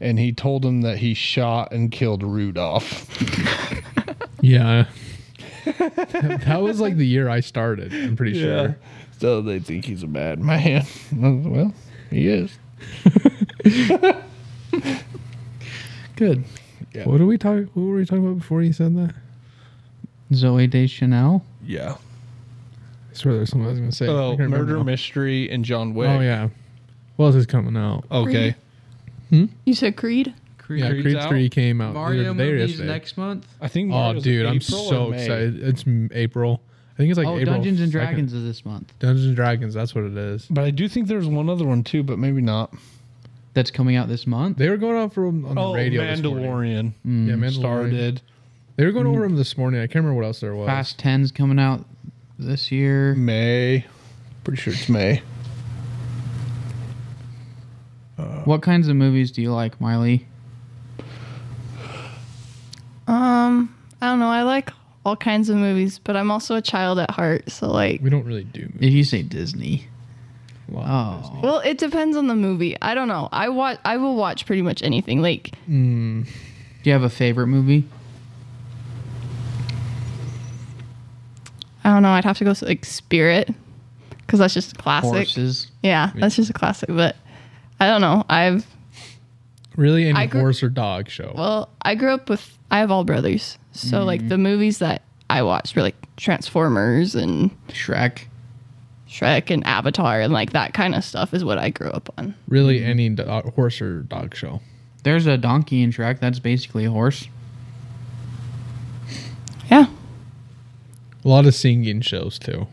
Speaker 5: and he told him that he shot and killed Rudolph. *laughs*
Speaker 2: yeah. that was like the year I started. I'm pretty sure.
Speaker 5: So they think he's a bad man. *laughs* well, he is.
Speaker 1: Good.
Speaker 2: What are we talking? What were we talking about before you said that?
Speaker 1: Zoe Deschanel.
Speaker 5: Yeah.
Speaker 2: I swear there's something I was gonna say. I
Speaker 5: Oh,
Speaker 2: can't remember
Speaker 5: murder
Speaker 2: now.
Speaker 5: mystery and John Wick.
Speaker 2: Oh yeah. What else is coming out?
Speaker 5: Okay.
Speaker 4: You said Creed?
Speaker 1: Creed.
Speaker 2: Yeah,
Speaker 5: Creed's
Speaker 2: Creed
Speaker 5: out.
Speaker 2: Three came out
Speaker 1: Mario
Speaker 2: either today or
Speaker 1: movies
Speaker 2: yesterday.
Speaker 1: next month.
Speaker 5: I think.
Speaker 2: Oh,
Speaker 5: Mario's
Speaker 2: dude, I'm
Speaker 5: April or
Speaker 2: so
Speaker 5: May.
Speaker 2: excited. It's m- April. I think it's like
Speaker 1: oh,
Speaker 2: April.
Speaker 1: Dungeons and
Speaker 2: 2nd.
Speaker 1: Dragons is this month.
Speaker 2: Dungeons and Dragons. That's what it is.
Speaker 5: But I do think there's one other one too, but maybe not.
Speaker 1: That's coming out this month.
Speaker 2: They were going over them on the radio. this morning.
Speaker 5: Oh, Mandalorian
Speaker 2: Yeah, Mandalorian.
Speaker 5: Mm, started.
Speaker 2: They were going over them this morning. I can't remember what else there was.
Speaker 1: Mm. Fast Ten's coming out this year.
Speaker 5: May. Pretty sure it's May.
Speaker 1: What kinds of movies do you like, Miley?
Speaker 4: Um, I don't know. I like all kinds of movies, but I'm also a child at heart, so like
Speaker 2: We don't really do movies.
Speaker 1: If you say Disney,
Speaker 2: a lot.
Speaker 1: oh,
Speaker 4: well, it depends on the movie. I don't know. I watch I will watch pretty much anything. Like
Speaker 1: do you have a favorite movie?
Speaker 4: I don't know, I'd have to go s- like Spirit cuz that's just a classic.
Speaker 1: Horses.
Speaker 4: Yeah, that's just a classic, but I don't know. I've
Speaker 2: Really, any
Speaker 4: I grew-
Speaker 2: horse or dog show?
Speaker 4: Well, I grew up with I have all brothers.
Speaker 1: Mm-hmm.
Speaker 4: So like the movies that I watched were like Transformers and
Speaker 1: Shrek.
Speaker 4: Shrek and Avatar and like that kind of stuff is what I grew up on.
Speaker 2: really,
Speaker 5: Mm-hmm.
Speaker 2: any
Speaker 5: uh,
Speaker 2: do- horse or dog show?
Speaker 1: There's a donkey in Shrek. That's basically a horse.
Speaker 4: Yeah.
Speaker 2: A lot of singing shows too.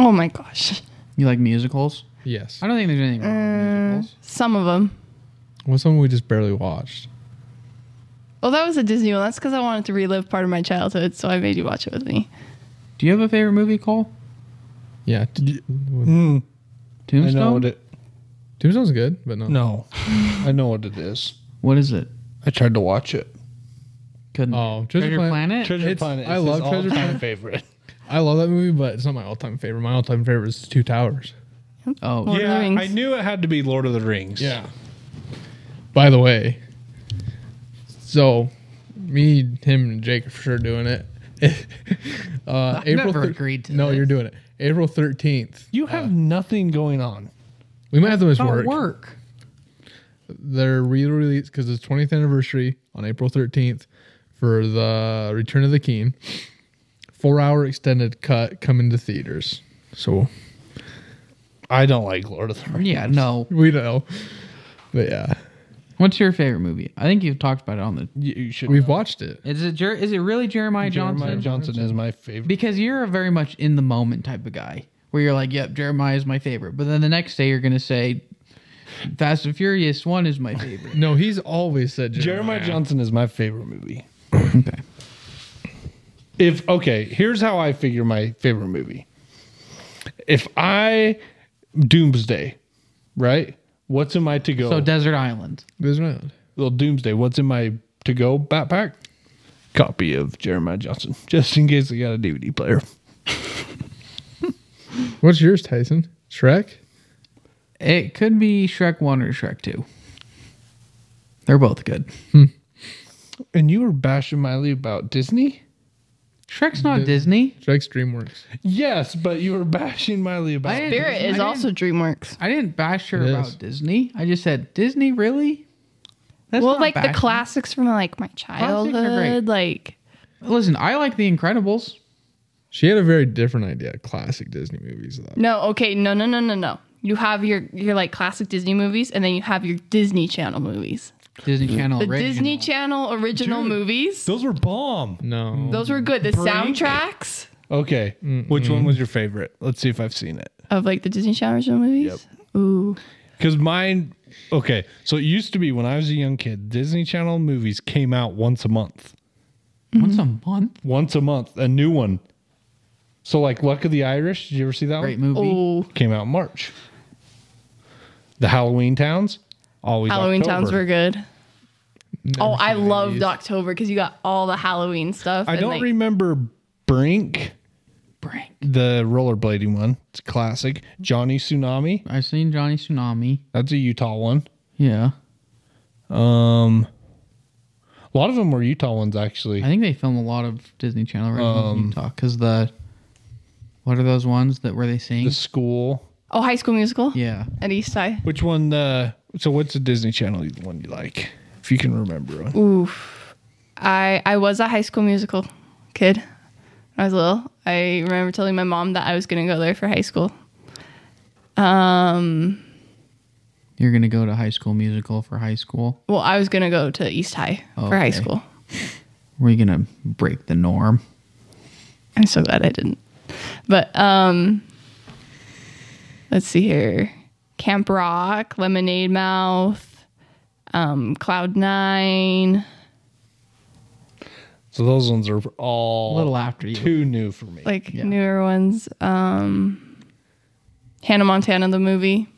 Speaker 4: Oh my gosh.
Speaker 1: You like musicals?
Speaker 2: Yes.
Speaker 1: I don't think there's anything wrong
Speaker 4: Uh,
Speaker 1: with musicals.
Speaker 4: Some of them.
Speaker 2: What's something we just barely watched?
Speaker 4: Well, that was a Disney one. That's because I wanted to relive part of my childhood, so I made you watch it with me.
Speaker 1: Do you have a favorite movie, Cole?
Speaker 2: Yeah, t-
Speaker 5: I know
Speaker 1: Tombstone.
Speaker 5: what it.
Speaker 2: Tombstone's good, but no.
Speaker 5: No, I know what it is.
Speaker 1: what is it?
Speaker 5: I tried to watch it.
Speaker 1: Couldn't.
Speaker 2: Oh, Treasure Planet.
Speaker 5: Treasure
Speaker 2: It's-
Speaker 5: Planet. Is
Speaker 2: I love
Speaker 5: his
Speaker 2: Treasure
Speaker 5: all-time *laughs*
Speaker 2: Planet.
Speaker 5: favorite.
Speaker 2: I love that movie, but it's not my all-time favorite. My all-time favorite is Two Towers.
Speaker 1: Oh,
Speaker 4: Lord of the Rings.
Speaker 5: I knew it had to be Lord of the Rings.
Speaker 2: By the way, so me, him, and Jake are for sure doing it. *laughs* uh, April
Speaker 1: never
Speaker 2: thir-
Speaker 1: agreed to
Speaker 2: No,
Speaker 1: this.
Speaker 2: you're doing it. April thirteenth.
Speaker 5: You have nothing going on.
Speaker 2: We might have to miss
Speaker 1: not
Speaker 2: work.
Speaker 1: work.
Speaker 2: They're re-released because it's 20th anniversary on April 13th for the Return of the King, four-hour extended cut coming to theaters. So
Speaker 5: I don't like Lord of the Rings.
Speaker 1: Yeah, no.
Speaker 2: we know, but yeah,
Speaker 1: What's your favorite movie? I think you've talked about it on the.
Speaker 5: You, you should.
Speaker 2: we've watched it.
Speaker 1: Is it Jer- is it really Jeremiah,
Speaker 5: Jeremiah
Speaker 1: Johnson?
Speaker 5: Johnson is my favorite.
Speaker 1: Because you're a very much in the moment type of guy, where you're like, "Yep, Jeremiah is my favorite," but then the next day you're gonna say, "Fast and Furious One is my favorite."
Speaker 2: *laughs* No, he's always said
Speaker 5: Jeremiah
Speaker 2: Jeremiah.
Speaker 5: Johnson is my favorite movie.
Speaker 1: okay.
Speaker 5: If okay, here's how I figure my favorite movie. If I Doomsday, right? What's in my to go?
Speaker 1: So desert island.
Speaker 2: There's round.
Speaker 5: little doomsday. What's in my to go backpack? Copy of Jeremiah Johnson, *laughs* just in case I got a DVD player.
Speaker 2: What's yours, Tyson? Shrek?
Speaker 1: It could be Shrek One or Shrek Two. They're both good.
Speaker 5: And you were bashing Miley about Disney?
Speaker 1: Shrek's not Disney.
Speaker 2: Shrek's DreamWorks.
Speaker 5: Yes, but you were *laughs* bashing Miley about.
Speaker 1: I didn't-
Speaker 4: Spirit
Speaker 1: I
Speaker 4: is
Speaker 1: didn't-
Speaker 4: also DreamWorks.
Speaker 1: I didn't bash her
Speaker 2: It
Speaker 1: about
Speaker 2: is.
Speaker 1: Disney. I just said Disney really. That's
Speaker 4: well,
Speaker 1: not
Speaker 4: like the
Speaker 1: bashing.
Speaker 4: classics from like my
Speaker 1: are great.
Speaker 4: childhood, like
Speaker 1: Listen, I like The Incredibles.
Speaker 2: She had a very different idea. Classic Disney movies, though.
Speaker 4: No, okay, no, no, no, no, no. You have your your like classic Disney movies, and then you have your Disney Channel movies.
Speaker 1: Disney Channel.
Speaker 4: The
Speaker 1: original.
Speaker 4: Disney Channel original movies.
Speaker 5: Those were bomb.
Speaker 2: No.
Speaker 4: Those were good. The soundtracks
Speaker 5: Okay, which one was your favorite? Let's see if I've seen it.
Speaker 4: of like the Disney Channel original movies. Ooh,
Speaker 5: Because mine, okay, so it used to be when I was a young kid, Disney Channel movies came out once a month.
Speaker 1: Once a month.
Speaker 5: Once a month, a new one. So, like Luck of the Irish, did you ever see that
Speaker 1: Great
Speaker 5: one?
Speaker 1: movie.
Speaker 4: ooh.
Speaker 5: Came out in March. The Halloween Towns, always
Speaker 4: Halloween
Speaker 5: October.
Speaker 4: towns were good. oh, I
Speaker 2: seen any of
Speaker 4: loved
Speaker 2: these.
Speaker 4: October because you got all the Halloween stuff.
Speaker 5: I
Speaker 4: and,
Speaker 5: don't
Speaker 4: like,
Speaker 5: remember Brink,
Speaker 1: Brink.
Speaker 5: the rollerblading one. It's a classic. Johnny Tsunami,
Speaker 1: I've seen Johnny Tsunami.
Speaker 5: that's a Utah one.
Speaker 1: Yeah.
Speaker 5: Um, a lot of them were Utah ones actually.
Speaker 1: I think they film a lot of Disney Channel originals
Speaker 5: Um,
Speaker 1: in Utah because the what are those ones that where they sing?
Speaker 5: The school.
Speaker 4: Oh, High School Musical
Speaker 1: yeah,
Speaker 4: at East Side.
Speaker 5: Which one? Uh, so what's the Disney Channel one you like? If you can remember one.
Speaker 4: Oof. I I was a High School Musical kid. When I was little. I remember telling my mom that I was going to go there for high school. Um.
Speaker 1: you're gonna go to High School Musical for high school.
Speaker 4: Well, I was going to go to East High for high
Speaker 1: Okay.
Speaker 4: school.
Speaker 1: We're gonna break the norm.
Speaker 4: I'm so glad I didn't. But um. Let's see here. Camp Rock, Lemonade Mouth, um, Cloud Nine.
Speaker 5: So those ones are
Speaker 1: A
Speaker 5: all
Speaker 1: little after you.
Speaker 5: too new for me.
Speaker 4: like
Speaker 1: Yeah.
Speaker 4: newer ones. Um, Hannah Montana the movie.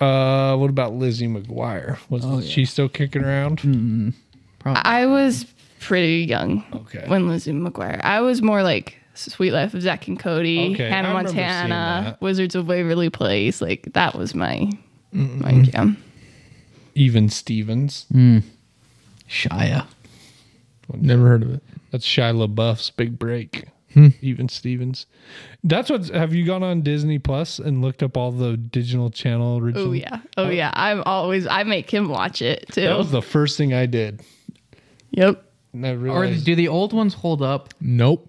Speaker 5: Uh, what about Lizzie McGuire? Was
Speaker 1: Oh, yeah. Hmm.
Speaker 5: she still kicking around?
Speaker 1: Probably.
Speaker 4: I was pretty young
Speaker 5: Okay.
Speaker 4: when Lizzie McGuire. I was more like Sweet Life of Zack and Cody,
Speaker 5: Okay,
Speaker 4: Hannah
Speaker 5: I remember seeing
Speaker 4: Montana,
Speaker 5: that.
Speaker 4: Wizards of Waverly Place. Like that was my my jam.
Speaker 5: Even Stevens.
Speaker 1: Hmm. Shia.
Speaker 2: Never heard of it.
Speaker 5: That's Shia LaBeouf's big break.
Speaker 1: Hmm.
Speaker 5: Even Stevens. That's what's. Have you gone on Disney Plus and looked up all the digital channel original?
Speaker 4: Oh yeah, oh yeah. I'm always I make him watch it
Speaker 5: That
Speaker 4: too.
Speaker 5: was the first thing I did.
Speaker 4: Yep.
Speaker 5: And I
Speaker 1: Or
Speaker 5: realized
Speaker 1: do the old ones hold up?
Speaker 2: Nope.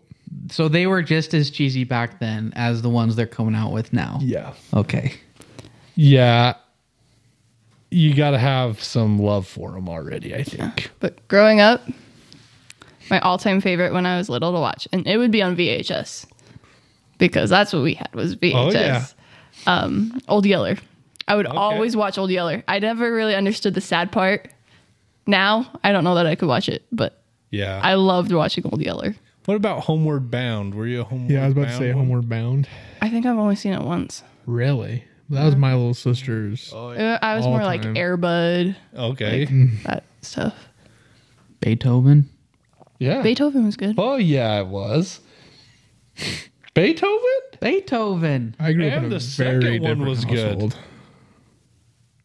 Speaker 1: So they were just as cheesy back then as the ones they're coming out with now.
Speaker 5: Yeah.
Speaker 1: Okay.
Speaker 5: Yeah. You got to have some love for them already, I think.
Speaker 4: But growing up, my all time favorite when I was little to watch, and it would be on VHS because that's what we had was VHS.
Speaker 5: Oh, yeah.
Speaker 4: Um, Old Yeller. I would always watch Old Yeller. I never really understood the sad part. Now I don't know that I could watch it, but
Speaker 5: Yeah.
Speaker 4: I loved watching Old Yeller.
Speaker 5: what about Homeward Bound? Were you a Homeward
Speaker 2: Yeah, I was about to
Speaker 5: Bound
Speaker 2: say
Speaker 5: one?
Speaker 2: Homeward Bound.
Speaker 4: I think I've only seen it once.
Speaker 2: Really? That was my little sister's.
Speaker 4: Uh, I was
Speaker 2: All
Speaker 4: more
Speaker 2: time.
Speaker 4: like Airbud,
Speaker 5: Okay.
Speaker 1: Mm-hmm.
Speaker 4: that stuff.
Speaker 1: Beethoven.
Speaker 5: yeah.
Speaker 4: Beethoven was good.
Speaker 5: oh, yeah, it was. Beethoven?
Speaker 1: Beethoven.
Speaker 2: I grew up
Speaker 5: And
Speaker 2: in a
Speaker 5: the second
Speaker 2: very
Speaker 5: one
Speaker 2: different
Speaker 5: was good.
Speaker 2: household.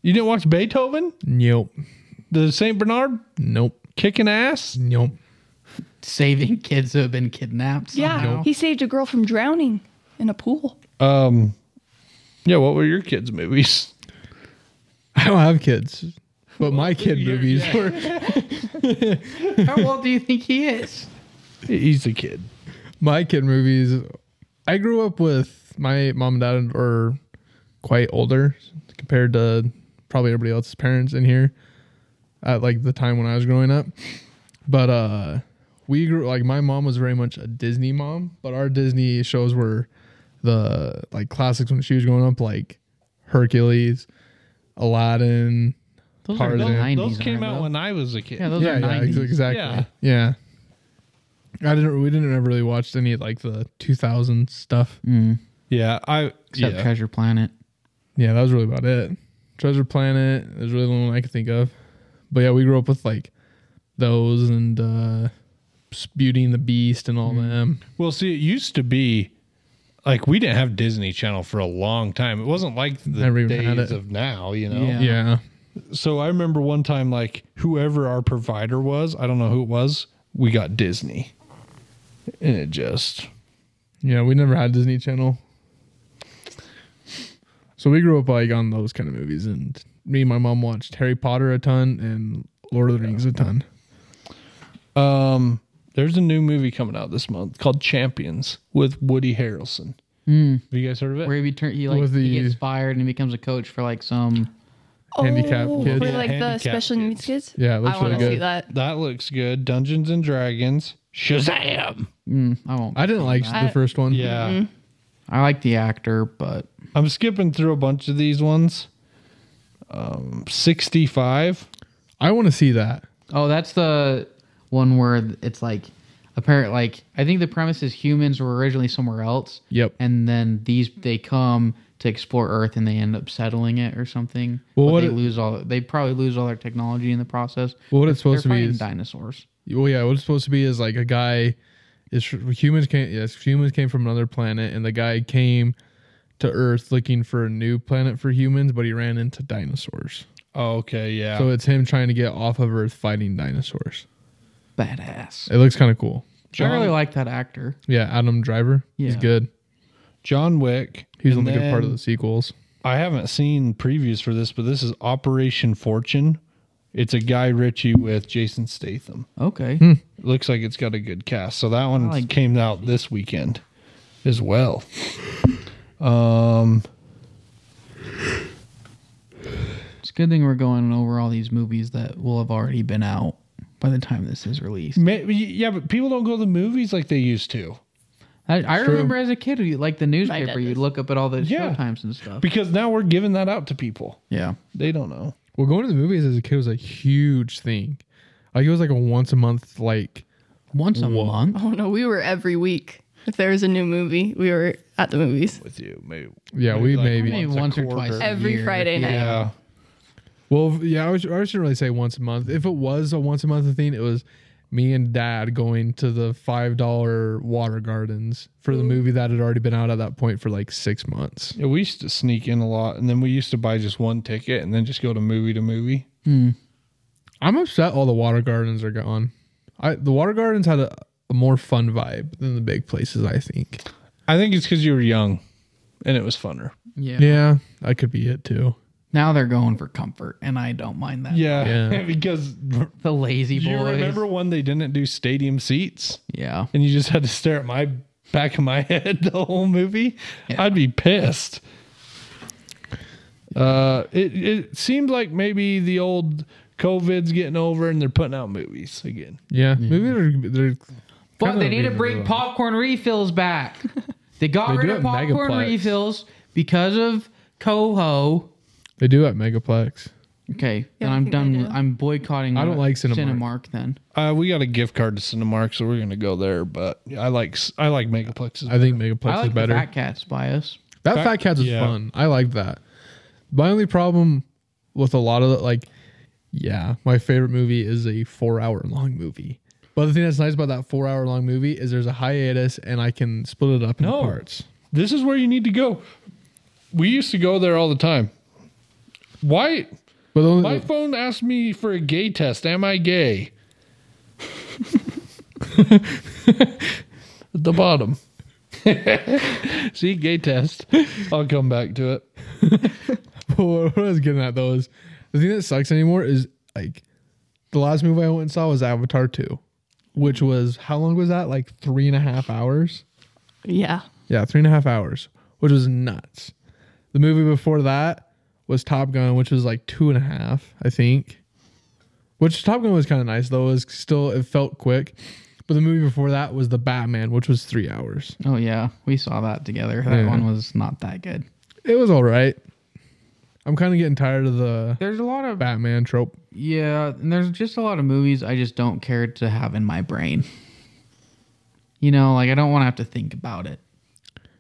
Speaker 5: You didn't watch Beethoven?
Speaker 2: Nope.
Speaker 5: The St. Bernard
Speaker 2: Nope.
Speaker 5: kicking ass?
Speaker 2: Nope. *laughs*
Speaker 1: Saving kids who have been kidnapped.
Speaker 4: Yeah,
Speaker 2: Oh,
Speaker 1: somehow.
Speaker 4: he saved a girl from drowning in a pool.
Speaker 5: Um, yeah, what were your kids' movies? *laughs*
Speaker 2: I don't have kids, but my kid movies were.
Speaker 1: How old do you think he is?
Speaker 5: He's a kid.
Speaker 2: my kid movies i grew up with my mom and dad are quite older compared to probably everybody else's parents in here at like the time when i was growing up but uh we grew like my mom was very much a disney mom but our disney shows were the like classics when she was growing up like hercules aladdin
Speaker 1: Those
Speaker 2: Tarzan.
Speaker 1: are the 90s.
Speaker 5: Those came
Speaker 1: aren't
Speaker 5: out
Speaker 1: they?
Speaker 5: when I was a kid.
Speaker 1: Yeah, those
Speaker 2: yeah,
Speaker 1: are
Speaker 2: yeah,
Speaker 1: 90s.
Speaker 2: ex- exactly.
Speaker 5: Yeah.
Speaker 2: Yeah. I didn't. We didn't ever really watch any like the 2000 stuff.
Speaker 5: Yeah, I
Speaker 1: Except
Speaker 5: yeah.
Speaker 1: Mm. Treasure Planet.
Speaker 2: Yeah, that was really about it. Treasure Planet is really the only one I can think of. But yeah, we grew up with like those and uh s- Beauty and the Beast and
Speaker 1: Mm.
Speaker 2: all them.
Speaker 5: Well, see, it used to be like we didn't have Disney Channel for a long time. It wasn't like the
Speaker 2: Never even had
Speaker 5: days
Speaker 2: it.
Speaker 5: of now, you know.
Speaker 1: Yeah.
Speaker 2: Yeah.
Speaker 5: So I remember one time, like whoever our provider was, I don't know who it was, we got Disney, and it just
Speaker 2: Yeah, we never had Disney Channel. So we grew up like on those kind of movies and me and my mom watched Harry Potter a ton and Lord of the Rings a ton.
Speaker 5: Um, there's a new movie coming out this month called Champions with Woody Harrelson.
Speaker 2: Hmm.
Speaker 5: Have you guys heard of it?
Speaker 1: Where he, turn, he like
Speaker 2: With the-
Speaker 1: he gets fired and becomes a coach for like some.
Speaker 2: Handicap
Speaker 4: oh,
Speaker 2: kids.
Speaker 4: for
Speaker 5: Yeah,
Speaker 4: like the
Speaker 5: handicap
Speaker 4: special needs kids.
Speaker 2: Yeah, it looks
Speaker 4: I want
Speaker 2: really
Speaker 4: to
Speaker 2: good.
Speaker 4: see that.
Speaker 5: that looks good. Dungeons and Dragons. Shazam!
Speaker 1: Mm, I won't.
Speaker 2: I didn't like
Speaker 4: I-
Speaker 2: the first one.
Speaker 5: Yeah,
Speaker 2: Mm-hmm.
Speaker 1: I like the actor, but
Speaker 5: I'm skipping through a bunch of these ones. Um, 65.
Speaker 2: I want to see that.
Speaker 1: Oh, that's the one where it's like apparent like I think the premise is humans were originally somewhere else.
Speaker 2: Yep.
Speaker 1: And then these they come to explore Earth and they end up settling it or something.
Speaker 2: Well,
Speaker 1: But
Speaker 2: what
Speaker 1: they
Speaker 2: it-
Speaker 1: lose all they probably lose all their technology in the process.
Speaker 2: Well, what it's
Speaker 1: They're
Speaker 2: supposed to be
Speaker 1: fighting
Speaker 2: is
Speaker 1: dinosaurs.
Speaker 2: Well, yeah, what it's supposed to be is like a guy is humans came yes humans came from another planet and the guy came to Earth looking for a new planet for humans, but he ran into dinosaurs.
Speaker 5: Oh, okay, yeah.
Speaker 2: So it's him trying to get off of Earth fighting dinosaurs.
Speaker 1: Badass.
Speaker 2: It looks kind of cool.
Speaker 1: I really
Speaker 5: John,
Speaker 1: like that actor.
Speaker 2: Yeah, Adam Driver. He's
Speaker 1: Yeah.
Speaker 2: good.
Speaker 5: John Wick.
Speaker 2: He's
Speaker 5: And
Speaker 2: only good part of
Speaker 5: then
Speaker 2: the sequels.
Speaker 5: I haven't seen previews for this, but this is Operation Fortune. It's a Guy Ritchie with Jason Statham.
Speaker 1: Okay.
Speaker 5: It looks like it's got a good cast. So that one
Speaker 1: like-
Speaker 5: came out this weekend as well. Um,
Speaker 1: It's a good thing we're going over all these movies that will have already been out by the time this is released.
Speaker 5: maybe, yeah, but people don't go to the movies like they used to
Speaker 1: I, I remember as a kid, you like the newspaper,
Speaker 4: did.
Speaker 1: you'd look up at all the
Speaker 5: Yeah.
Speaker 1: show times and stuff.
Speaker 5: because now we're giving that out to people.
Speaker 1: Yeah.
Speaker 5: They don't know.
Speaker 2: Well, going to the movies as a kid was a huge thing. Like it was like a once a month like
Speaker 1: Once a month.
Speaker 4: Oh no, we were every week. If there was a new movie, we were at the movies
Speaker 5: With you, maybe.
Speaker 2: yeah we
Speaker 5: like
Speaker 2: maybe
Speaker 1: Maybe
Speaker 5: Once
Speaker 1: once,
Speaker 5: a
Speaker 1: or twice
Speaker 5: quarter.
Speaker 1: a
Speaker 4: every
Speaker 1: year.
Speaker 4: Friday night.
Speaker 5: Yeah.
Speaker 2: Well, if- yeah, I, was, I shouldn't really say once a month. If it was a once a month thing, it was me and dad going to the five dollar water gardens for the movie that had already been out at that point for like six months.
Speaker 5: Yeah, we used to sneak in a lot, and then we used to buy just one ticket and then just go to movie to movie.
Speaker 2: I'm upset all the water gardens are gone. I the water gardens had a, a more fun vibe than the big places. I think.
Speaker 5: I think it's because you were young, and it was funner.
Speaker 1: Yeah.
Speaker 2: Yeah, that could be it too.
Speaker 1: Now they're going for comfort, and I don't mind that.
Speaker 5: Yeah,
Speaker 2: Yeah.
Speaker 5: *laughs* because
Speaker 1: The lazy boys.
Speaker 5: you remember when they didn't do stadium seats,
Speaker 1: Yeah.
Speaker 5: and you just had to stare at my back of my *laughs* head the whole movie? I'd be pissed. Uh, it it seemed like maybe the old COVID's getting over, and they're putting out movies again.
Speaker 2: Yeah, movies are. They're,
Speaker 1: But
Speaker 2: kinda
Speaker 1: they need to
Speaker 2: being
Speaker 1: bring
Speaker 2: little-
Speaker 1: popcorn refills *laughs* back. they got
Speaker 2: They
Speaker 1: rid
Speaker 2: do
Speaker 1: of
Speaker 2: have
Speaker 1: popcorn
Speaker 2: Megaplex.
Speaker 1: refills because of Coho.
Speaker 2: They do at Megaplex.
Speaker 1: Okay,
Speaker 4: Yeah,
Speaker 1: then
Speaker 4: I
Speaker 1: I'm
Speaker 4: think they
Speaker 1: done.
Speaker 4: do.
Speaker 1: with- I'm boycotting.
Speaker 2: I don't like Cinemark.
Speaker 1: Cinemark. Then
Speaker 5: Uh, we got a gift card to Cinemark, so we're gonna go there. But I like I like Megaplexes.
Speaker 2: I think Megaplex
Speaker 1: I like
Speaker 2: is
Speaker 1: the
Speaker 2: better.
Speaker 1: Fat Cats bias.
Speaker 2: That
Speaker 5: Fat-
Speaker 2: Fat Cats was
Speaker 5: yeah.
Speaker 2: fun. I liked that. My only problem with a lot of the, like, yeah, my favorite movie is a four hour long movie. But the thing that's nice about that four hour long movie is there's a hiatus and I can split it up into
Speaker 5: No.
Speaker 2: parts.
Speaker 5: this is where you need to go. We used to go there all the time. Why?
Speaker 2: But the only,
Speaker 5: My phone asked me for a gay test. Am I *laughs* gay? At the *laughs* bottom. See, gay test. I'll come back to it.
Speaker 2: *laughs* what I was getting at though is the thing that sucks anymore is like the last movie I went and saw was Avatar 2, which was how long was that? Like three and a half hours?
Speaker 4: Yeah.
Speaker 2: Yeah, three and a half hours, which was nuts. The movie before that was Top Gun, which was like two and a half, I think. Which Top Gun was kind of nice though. It was still it felt quick, but the movie before that was the Batman, which was three hours.
Speaker 1: Oh yeah, we saw that together. That
Speaker 2: Yeah.
Speaker 1: one was not that good.
Speaker 2: It was all right. I'm kind of getting tired of the
Speaker 1: There's a lot of
Speaker 2: Batman trope.
Speaker 1: Yeah, and there's just a lot of movies I just don't care to have in my brain. You know, like I don't want to have to think about it.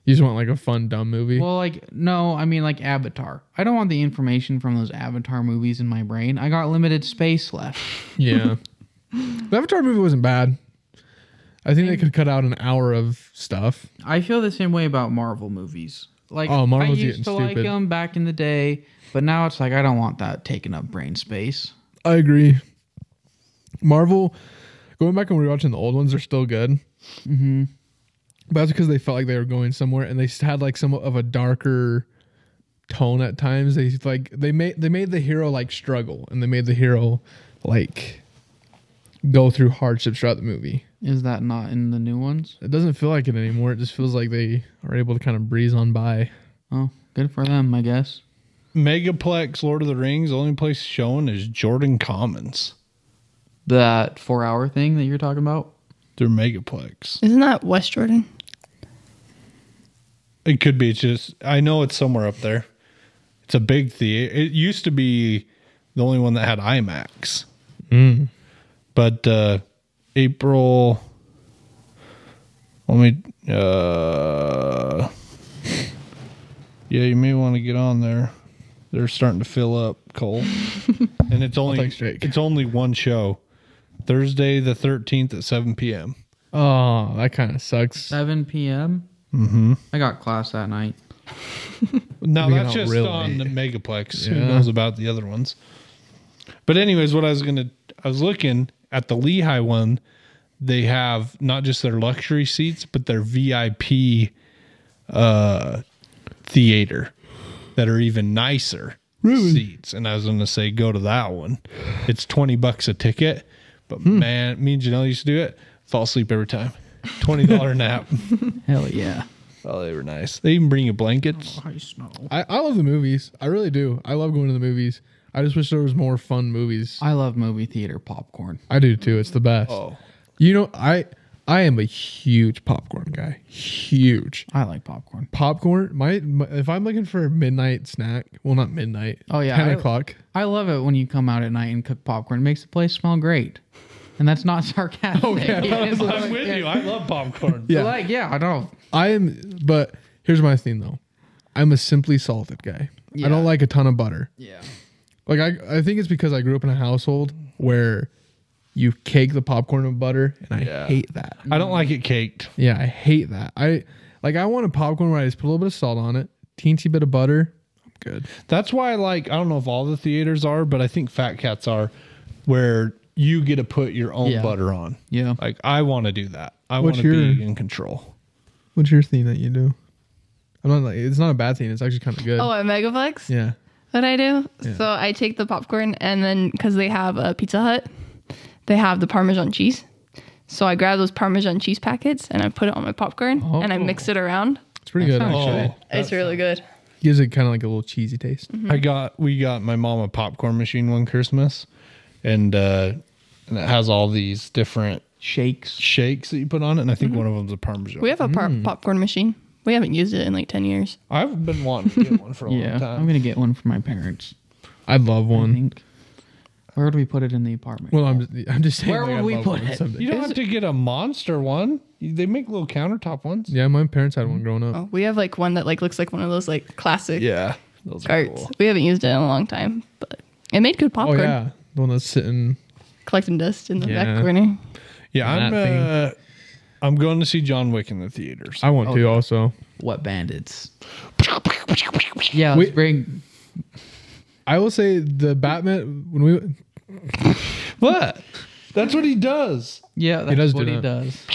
Speaker 2: You just want like a fun dumb movie.
Speaker 1: Well, like no, I mean like Avatar. I don't want the information from those Avatar movies in my brain. I got limited space left.
Speaker 2: yeah. the Avatar movie wasn't bad. I think they could cut out an hour of stuff.
Speaker 1: I feel the same way about Marvel movies. Like
Speaker 2: Oh, Marvel's
Speaker 1: I used
Speaker 2: getting
Speaker 1: to like
Speaker 2: stupid.
Speaker 1: them back in the day, but now it's like I don't want that taking up brain space.
Speaker 2: I agree. Marvel, going back and rewatching the old ones, are still good. Mm-hmm. But that's because they felt like they were going somewhere, and they s- had like some of a darker tone at times. They like they made they made the hero like struggle, and they made the hero like go through hardships throughout the movie.
Speaker 1: Is that not in the new ones?
Speaker 2: It doesn't feel like it anymore. It just feels like they are able to kind of breeze on by.
Speaker 1: Oh, good for them, I guess.
Speaker 5: Megaplex Lord of the Rings, the only place shown is Jordan Commons
Speaker 1: That four hour thing that you're talking about?
Speaker 5: through Megaplex.
Speaker 4: Isn't that West Jordan?
Speaker 5: It could be just, I know it's somewhere up there. It's a big theater. It used to be the only one that had IMAX. But uh, April, let me, uh, yeah, you may want to get on there. They're starting to fill up, Cole. and it's only
Speaker 2: thanks, Jake.
Speaker 5: it's only one show. Thursday the 13th at 7 p.m.
Speaker 2: Oh, that kind of sucks.
Speaker 1: 7 p.m. Mm-hmm. I got class that night.
Speaker 5: No,
Speaker 2: Maybe
Speaker 5: that's
Speaker 2: not
Speaker 5: just
Speaker 2: really.
Speaker 5: on the Megaplex. Who
Speaker 2: Yeah.
Speaker 5: knows about the other ones? But anyways, what I was gonna, I was looking at the Lehigh one. They have not just their luxury seats, but their VIP uh, theater that are even nicer seats. And I was gonna say go to that one. It's twenty bucks a ticket, but
Speaker 2: Hmm.
Speaker 5: man, me and Janelle used to do it. Fall asleep every time. Twenty dollar *laughs* nap.
Speaker 1: Hell yeah.
Speaker 5: Oh, they were nice. They even bring you blankets.
Speaker 1: I snow.
Speaker 2: I, I love the movies. I really do. I love going to the movies. I just wish there was more fun movies.
Speaker 1: I love movie theater popcorn.
Speaker 2: I do too. It's the best.
Speaker 5: Oh.
Speaker 2: You know, I I am a huge popcorn guy. Huge
Speaker 1: I like popcorn.
Speaker 2: popcorn. My, my if I'm looking for a midnight snack, well, not midnight.
Speaker 1: Oh, yeah,
Speaker 2: ten
Speaker 1: I-
Speaker 2: o'clock.
Speaker 1: I love it when you come out at night and cook popcorn. It makes the place smell great. And that's not *laughs* sarcastic. *laughs* It's like,
Speaker 5: I'm with you. I love popcorn.
Speaker 2: Yeah.
Speaker 1: Like, *laughs* yeah, I know.
Speaker 2: I am. But here's my thing though. I'm a simply salted guy. I
Speaker 1: Yeah.
Speaker 2: don't like a ton of butter.
Speaker 1: Yeah.
Speaker 2: Like I, I think it's because I grew up in a household where you cake the popcorn with butter, and I
Speaker 5: Yeah.
Speaker 2: hate that.
Speaker 5: I don't like it caked.
Speaker 2: Yeah, I hate that. I like I want a popcorn where I just put a little bit of salt on it, teensy bit of butter. I'm good.
Speaker 5: That's why, like, I don't know if all the theaters are, but I think Fat Cats are, where you get to put your own
Speaker 1: Yeah.
Speaker 5: butter on.
Speaker 1: Yeah.
Speaker 5: Like, I want to do that. I want
Speaker 2: What's
Speaker 5: to
Speaker 2: your-
Speaker 5: be in control.
Speaker 2: What's your thing that you do? I'm not like it's not a bad thing. It's actually kind of good.
Speaker 4: Oh, at Megaplex?
Speaker 2: yeah.
Speaker 4: What I do? So I take the popcorn and then because they have a Pizza Hut, they have the Parmesan cheese. So I grab those Parmesan cheese packets and I put it on my popcorn
Speaker 2: Oh,
Speaker 4: and I mix it around.
Speaker 2: It's pretty good.
Speaker 1: sounds
Speaker 2: actually.
Speaker 1: good.
Speaker 4: it's really good.
Speaker 2: Gives it kind of like a little cheesy taste.
Speaker 1: Mm-hmm.
Speaker 5: I got we got my mom a popcorn machine one Christmas, and uh, and it has all these different
Speaker 1: Shakes.
Speaker 5: shakes that you put on it, and I
Speaker 1: Mm-hmm.
Speaker 5: think one of them's a parmesan.
Speaker 4: We have a par-
Speaker 2: Mm.
Speaker 4: popcorn machine. We haven't used it in like 10 years.
Speaker 5: I've been wanting to get
Speaker 1: *laughs*
Speaker 5: one for a
Speaker 1: Yeah.
Speaker 5: long time.
Speaker 1: I'm going to get one for my parents.
Speaker 2: I'd love
Speaker 1: I
Speaker 2: one.
Speaker 1: think. Where would we put it in the apartment?
Speaker 2: Mm. Well, I'm just, I'm just saying.
Speaker 1: Mm-hmm. Where
Speaker 2: like,
Speaker 1: would
Speaker 2: I'd
Speaker 1: we
Speaker 2: love
Speaker 1: put
Speaker 2: one
Speaker 1: it?
Speaker 2: someday.
Speaker 5: you don't have to get a monster one. They make little countertop ones.
Speaker 2: Yeah, my parents had one growing up.
Speaker 4: Oh, we have like one that like looks like one of those like classic
Speaker 5: Yeah, those are
Speaker 4: carts.
Speaker 5: cool.
Speaker 4: We haven't used it in a long time, but it made good
Speaker 2: Oh
Speaker 4: popcorn.
Speaker 2: yeah, the one that's sitting.
Speaker 4: Collecting dust in the
Speaker 2: Yeah.
Speaker 4: back corner.
Speaker 5: Yeah, I'm
Speaker 2: that thing.
Speaker 5: uh, I'm going to see John Wick in the theaters.
Speaker 2: I want
Speaker 1: Oh,
Speaker 2: to also.
Speaker 1: what bandits? Yeah, let's
Speaker 2: Wait.
Speaker 1: bring.
Speaker 2: I will say the Batman when we
Speaker 5: What? That's what he does.
Speaker 1: Yeah, that's
Speaker 2: does do
Speaker 1: what he
Speaker 2: that.
Speaker 1: does.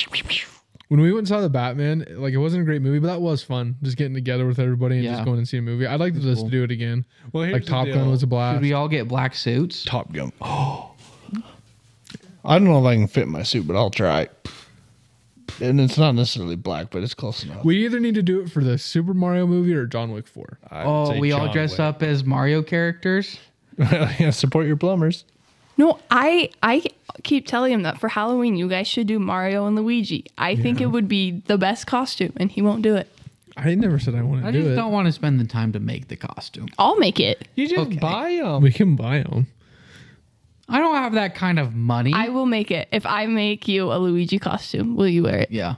Speaker 2: When we went and saw the Batman, like it wasn't a great movie, but that was fun. Just getting together with everybody and
Speaker 1: Yeah.
Speaker 2: just going and seeing a movie. I'd like to just
Speaker 1: cool.
Speaker 2: do it again.
Speaker 5: Well, here's
Speaker 2: like
Speaker 5: the
Speaker 2: Top Gun
Speaker 5: deal.
Speaker 2: was a
Speaker 1: Should
Speaker 2: blast.
Speaker 1: we all get black suits?
Speaker 5: Top Gun. *gasps* Oh, I don't know if I can fit my suit, but I'll try. And it's not necessarily black, but it's close enough.
Speaker 2: We either need to do it for the Super Mario movie or John Wick Four.
Speaker 5: I would
Speaker 1: Oh,
Speaker 5: say
Speaker 1: we all
Speaker 5: John
Speaker 1: dress
Speaker 5: Wick.
Speaker 1: up as Mario characters.
Speaker 5: yeah, support your plumbers.
Speaker 4: No, I I keep telling him that for Halloween you guys should do Mario and Luigi. I think it would be the best costume, and he won't do it.
Speaker 2: I never said I want to
Speaker 1: I
Speaker 2: do
Speaker 1: just
Speaker 2: it.
Speaker 1: don't want to spend the time to make the costume.
Speaker 4: I'll make it.
Speaker 5: You just
Speaker 1: Okay.
Speaker 5: buy them.
Speaker 2: We can buy them.
Speaker 1: I don't have that kind of money.
Speaker 4: I will make it. If I make you a Luigi costume, will you wear it?
Speaker 1: yeah.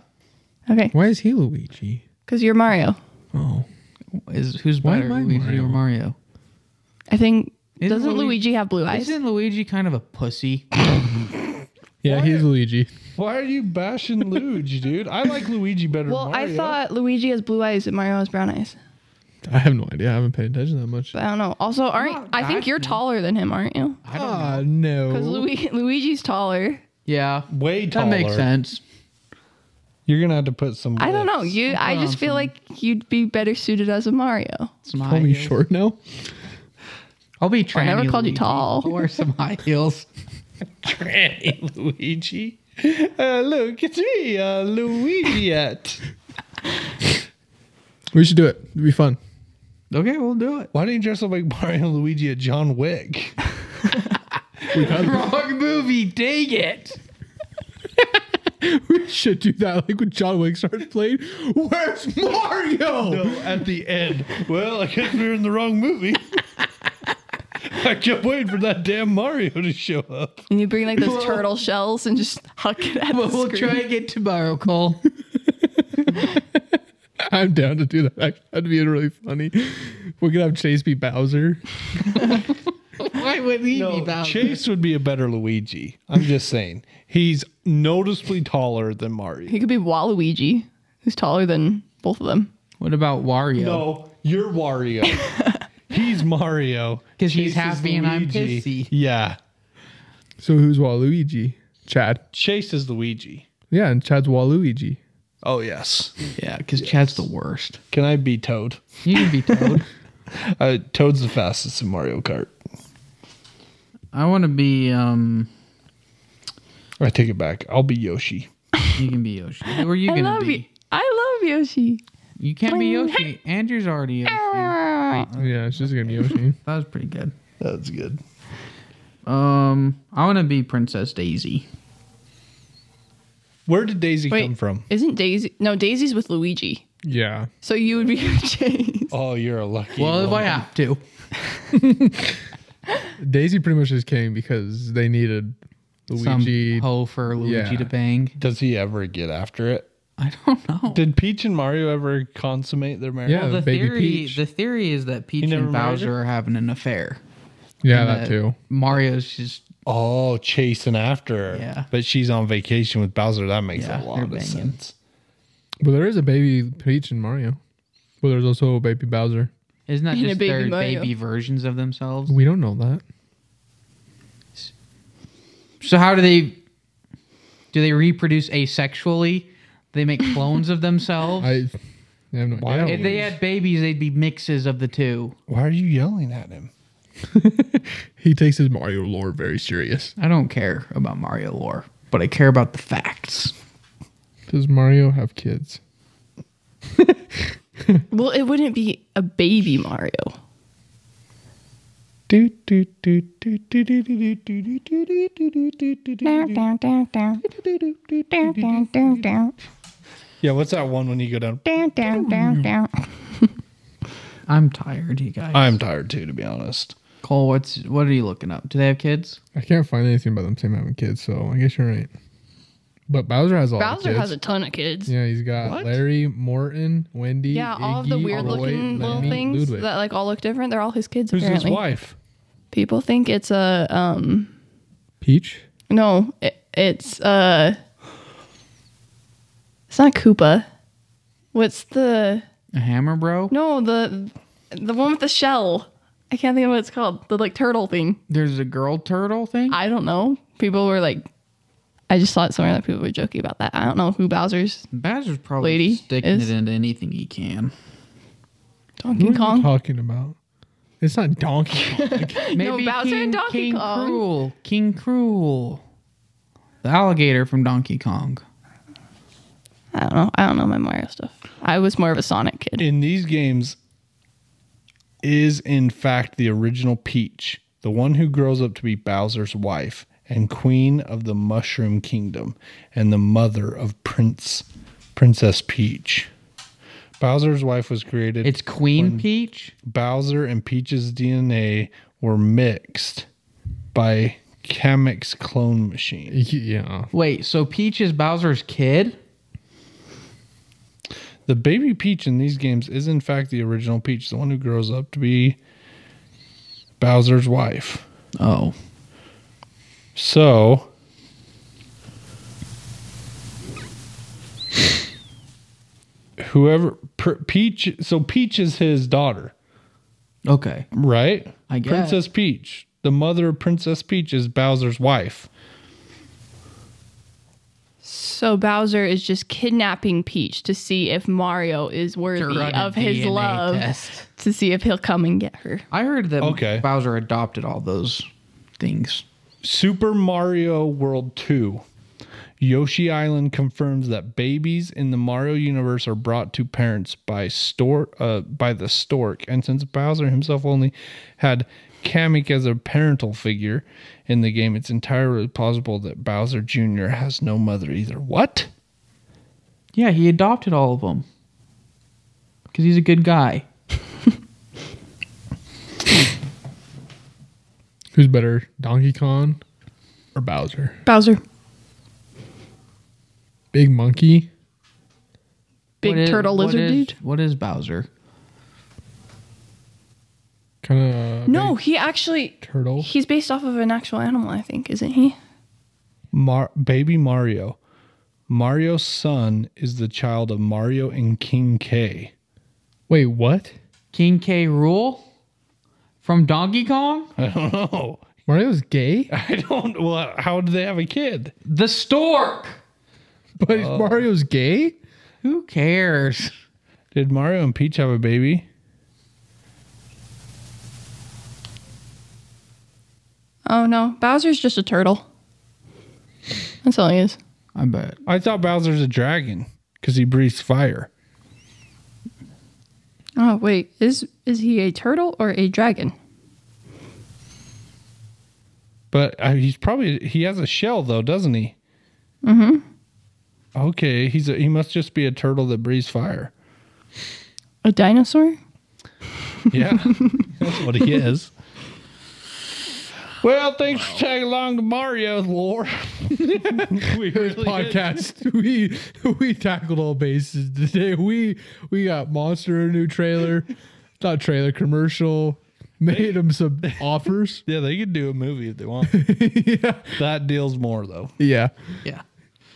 Speaker 4: Okay.
Speaker 2: Why is he Luigi?
Speaker 4: because you're Mario.
Speaker 3: Oh,
Speaker 1: Is who's
Speaker 3: Why
Speaker 1: better,
Speaker 3: am I
Speaker 1: Luigi or
Speaker 3: Mario?
Speaker 1: Mario?
Speaker 4: I think
Speaker 1: Isn't
Speaker 4: doesn't
Speaker 1: Luigi-
Speaker 4: Luigi, have blue eyes?
Speaker 1: Isn't Luigi kind of a pussy?
Speaker 2: Yeah, he's Luigi.
Speaker 5: Why are you bashing Luigi, dude? I like Luigi better.
Speaker 4: Well,
Speaker 5: than Mario.
Speaker 4: I thought Luigi has blue eyes and Mario has brown eyes.
Speaker 2: I have no idea. I haven't paid attention that much.
Speaker 4: But I don't know. Also, aren't I think you're taller than him, aren't you?
Speaker 2: Ah,
Speaker 4: Because
Speaker 2: no.
Speaker 4: Luigi, Luigi's taller.
Speaker 1: Yeah,
Speaker 5: way
Speaker 1: that
Speaker 5: taller.
Speaker 1: makes sense.
Speaker 5: You're gonna have to put some.
Speaker 4: I don't know.
Speaker 5: lifts.
Speaker 4: You, I just feel like you'd be better suited as a Mario.
Speaker 1: Some high
Speaker 2: Call me
Speaker 1: heels.
Speaker 2: short now.
Speaker 1: I'll be
Speaker 4: I
Speaker 1: tranny.
Speaker 4: never called you
Speaker 1: Luigi.
Speaker 4: tall.
Speaker 1: I'll wear some high
Speaker 4: *laughs*
Speaker 1: heels.
Speaker 5: Tranny Luigi. Uh, look, it's me, uh, Luigi. At
Speaker 2: We should do it. It'd be fun.
Speaker 1: Okay, we'll do it.
Speaker 5: why don't you dress up like Mario and Luigi at John Wick?
Speaker 1: Wrong movie. Dang it.
Speaker 2: We should do that. Like when John Wick starts playing, where's Mario?
Speaker 5: at the end. Well, I guess we were in the wrong movie. I kept waiting for that damn Mario to show up.
Speaker 4: And you bring like those turtle shells and just *laughs* huck it at
Speaker 1: Well,
Speaker 4: the
Speaker 1: we'll
Speaker 4: screen.
Speaker 1: try again tomorrow, Cole.
Speaker 2: I'm down to do that. Actually, that'd be really funny. We could have Chase be Bowser.
Speaker 1: *laughs* Why would he be Bowser?
Speaker 5: Oh, Chase would be a better Luigi. I'm just saying. He's noticeably taller than Mario.
Speaker 4: He could be Waluigi, who's taller than both of them.
Speaker 1: What about Wario?
Speaker 5: No, you're Wario.
Speaker 1: *laughs*
Speaker 5: he's Mario.
Speaker 1: 'Cause he's
Speaker 5: Chase is
Speaker 1: happy and I'm
Speaker 5: Luigi.
Speaker 1: pissy.
Speaker 5: Yeah.
Speaker 2: So who's Waluigi? Chad.
Speaker 5: Chase is Luigi.
Speaker 2: Yeah, and Chad's Waluigi.
Speaker 5: Oh, yes.
Speaker 1: Yeah, because Chad's the worst.
Speaker 5: Can I be Toad?
Speaker 1: You can be
Speaker 5: *laughs*
Speaker 1: Toad.
Speaker 5: Uh, Toad's the fastest in Mario Kart.
Speaker 1: I want to be. um
Speaker 5: I take it back. I'll be Yoshi.
Speaker 1: You can be Yoshi. Who are you
Speaker 4: I
Speaker 1: gonna
Speaker 4: love
Speaker 1: be?
Speaker 4: you. I love Yoshi.
Speaker 1: You can't be
Speaker 4: *laughs*
Speaker 1: Yoshi. Andrew's already Yoshi.
Speaker 2: Yeah, it's just gonna be Yoshi.
Speaker 1: That was pretty good.
Speaker 5: That's good.
Speaker 1: Um, I want to be Princess Daisy.
Speaker 5: Where did Daisy
Speaker 4: Wait.
Speaker 5: come from?
Speaker 4: Isn't Daisy? No, Daisy's with Luigi.
Speaker 2: yeah.
Speaker 4: So you would be *laughs* Chase.
Speaker 5: Oh, you're a lucky.
Speaker 1: Well, if I
Speaker 5: woman.
Speaker 1: have to.
Speaker 2: Daisy pretty much just came because they needed Luigi.
Speaker 1: Some hoe for Luigi
Speaker 2: Yeah.
Speaker 1: to bang.
Speaker 5: Does he ever get after it?
Speaker 1: I don't know.
Speaker 5: Did Peach and Mario ever consummate their marriage?
Speaker 2: Yeah,
Speaker 1: the
Speaker 2: Baby
Speaker 1: theory,
Speaker 2: Peach.
Speaker 1: the theory is that Peach
Speaker 5: never
Speaker 1: and
Speaker 5: married
Speaker 1: Bowser are having an affair.
Speaker 2: yeah,
Speaker 1: and
Speaker 2: that
Speaker 1: that
Speaker 2: too.
Speaker 1: Uh, Mario's just
Speaker 5: Oh, chasing after her.
Speaker 1: Yeah.
Speaker 5: But she's on vacation with Bowser. That makes
Speaker 1: Yeah,
Speaker 5: a lot
Speaker 1: they're
Speaker 5: of
Speaker 1: banging.
Speaker 5: sense.
Speaker 2: But there is a baby Peach in Mario. But there's also a baby Bowser.
Speaker 1: isn't that
Speaker 4: And a
Speaker 1: just
Speaker 4: baby
Speaker 1: their
Speaker 4: Mario.
Speaker 1: baby versions of themselves?
Speaker 2: We don't know that.
Speaker 1: So how do they do they reproduce asexually? They
Speaker 4: *laughs*
Speaker 1: make clones of themselves.
Speaker 2: I, I have no
Speaker 5: Why
Speaker 2: idea.
Speaker 1: if they had babies, they'd be mixes of the two.
Speaker 5: Why are you yelling at him?
Speaker 2: He takes his Mario lore very serious.
Speaker 1: I don't care about Mario lore, but I care about the facts.
Speaker 2: Does Mario have kids?
Speaker 4: Well, it wouldn't be a baby Mario.
Speaker 5: Do, do, do, do, do, do, do, do, do, do, do, do, do, do, do, do. Yeah, what's that one when you go down?
Speaker 1: I'm tired, you guys.
Speaker 5: I'm tired too, to be honest.
Speaker 1: Cole, what's what are you looking up? Do they have kids?
Speaker 2: I can't find anything about them saying having kids, so I guess you're right. But Bowser has all
Speaker 4: Bowser
Speaker 2: kids.
Speaker 4: has a ton of kids.
Speaker 2: Yeah, he's got Larry, Morton, Wendy.
Speaker 4: Yeah, all of the
Speaker 2: Iggy,
Speaker 4: weird
Speaker 2: Lloyd,
Speaker 4: looking little
Speaker 2: Lemmy,
Speaker 4: things
Speaker 2: Ludwig.
Speaker 4: that like all look different. They're all his kids
Speaker 5: Who's his
Speaker 4: apparently.
Speaker 5: wife?
Speaker 4: People think it's a um
Speaker 2: Peach.
Speaker 4: no, it, it's uh It's not Koopa. What's the
Speaker 1: A hammer, bro?
Speaker 4: No, the the one with the shell. I can't think of what it's called. The like turtle thing.
Speaker 1: There's a girl turtle thing.
Speaker 4: I don't know. People were like I just saw it somewhere that people were joking about that. I don't know who Bowser's
Speaker 1: Badger's probably
Speaker 4: Lady
Speaker 1: sticking
Speaker 4: is-
Speaker 1: it into anything he can.
Speaker 4: Donkey
Speaker 2: What are you
Speaker 4: Kong.
Speaker 2: talking about? It's not Donkey.
Speaker 5: *laughs*
Speaker 2: Kong.
Speaker 1: Maybe
Speaker 4: Bowser and Donkey
Speaker 1: King
Speaker 4: Kong.
Speaker 1: Cruel. King Cruel. The alligator from Donkey Kong.
Speaker 4: I don't know. I don't know my Mario stuff. I was more of a Sonic kid.
Speaker 5: in these games is in fact the original Peach, the one who grows up to be Bowser's wife and queen of the Mushroom Kingdom and the mother of Prince Princess Peach. Bowser's wife was created.
Speaker 1: It's Queen Peach.
Speaker 5: Bowser and Peach's DNA were mixed by Kamek's clone machine.
Speaker 2: yeah.
Speaker 1: Wait, so Peach is Bowser's kid?
Speaker 5: The baby peach in these games is in fact the original peach, the one who grows up to be Bowser's wife.
Speaker 1: Oh.
Speaker 5: So whoever per, Peach so Peach is his daughter,
Speaker 1: Okay.
Speaker 5: right?
Speaker 1: I guess.
Speaker 5: Princess Peach. The mother of Princess Peach is Bowser's wife.
Speaker 4: So Bowser is just kidnapping Peach to see if Mario is worthy of his love, to see if he'll come and get her.
Speaker 1: I heard that
Speaker 5: Okay.
Speaker 1: Bowser adopted all those things.
Speaker 5: Super Mario World 2. Yoshi Island confirms that babies in the Mario universe are brought to parents by stork uh, by the stork, and since Bowser himself only had Kamek as a parental figure in the game, it's entirely plausible that Bowser Jr. has no mother either. What?
Speaker 1: Yeah, he adopted all of them because he's a good guy.
Speaker 2: Who's better, Donkey Kong or Bowser?
Speaker 4: Bowser,
Speaker 2: Big Monkey.
Speaker 4: big
Speaker 1: What is-
Speaker 4: turtle
Speaker 1: what
Speaker 4: lizard
Speaker 1: is-
Speaker 4: dude.
Speaker 1: What is Bowser?
Speaker 2: Kind of.
Speaker 4: No, he actually
Speaker 2: Turtle.
Speaker 4: he's based off of an actual animal, I think, isn't he?
Speaker 5: Mar- baby Mario. Mario's son is the child of Mario and King K.
Speaker 2: Wait, what?
Speaker 1: King K. Rule from Donkey Kong?
Speaker 5: *laughs* I don't know.
Speaker 2: Mario's gay,
Speaker 5: I don't. Well, how did they have a kid?
Speaker 1: The Stork.
Speaker 2: but Mario's gay.
Speaker 1: Who cares?
Speaker 5: Did Mario and Peach have a baby?
Speaker 4: Oh no, Bowser's just a turtle. That's all he is.
Speaker 1: I bet.
Speaker 5: I thought Bowser's a dragon because he breathes fire.
Speaker 4: Oh wait, is is he a turtle or a dragon?
Speaker 5: But uh, he's probably he has a shell though, doesn't he? Mm-hmm. Okay, he's a, he must just be a turtle that breathes fire.
Speaker 4: A dinosaur?
Speaker 5: Yeah, that's what he is. Well, thanks for tagging along to Mario's lore. *laughs* we *laughs* really
Speaker 2: podcast. *laughs* We we tackled all bases today. We we got Monster a new trailer, not trailer commercial. Made him some offers. *laughs*
Speaker 5: Yeah, they could do a movie if they *laughs* want.
Speaker 2: yeah,
Speaker 5: that deals more though.
Speaker 2: yeah.
Speaker 1: Yeah.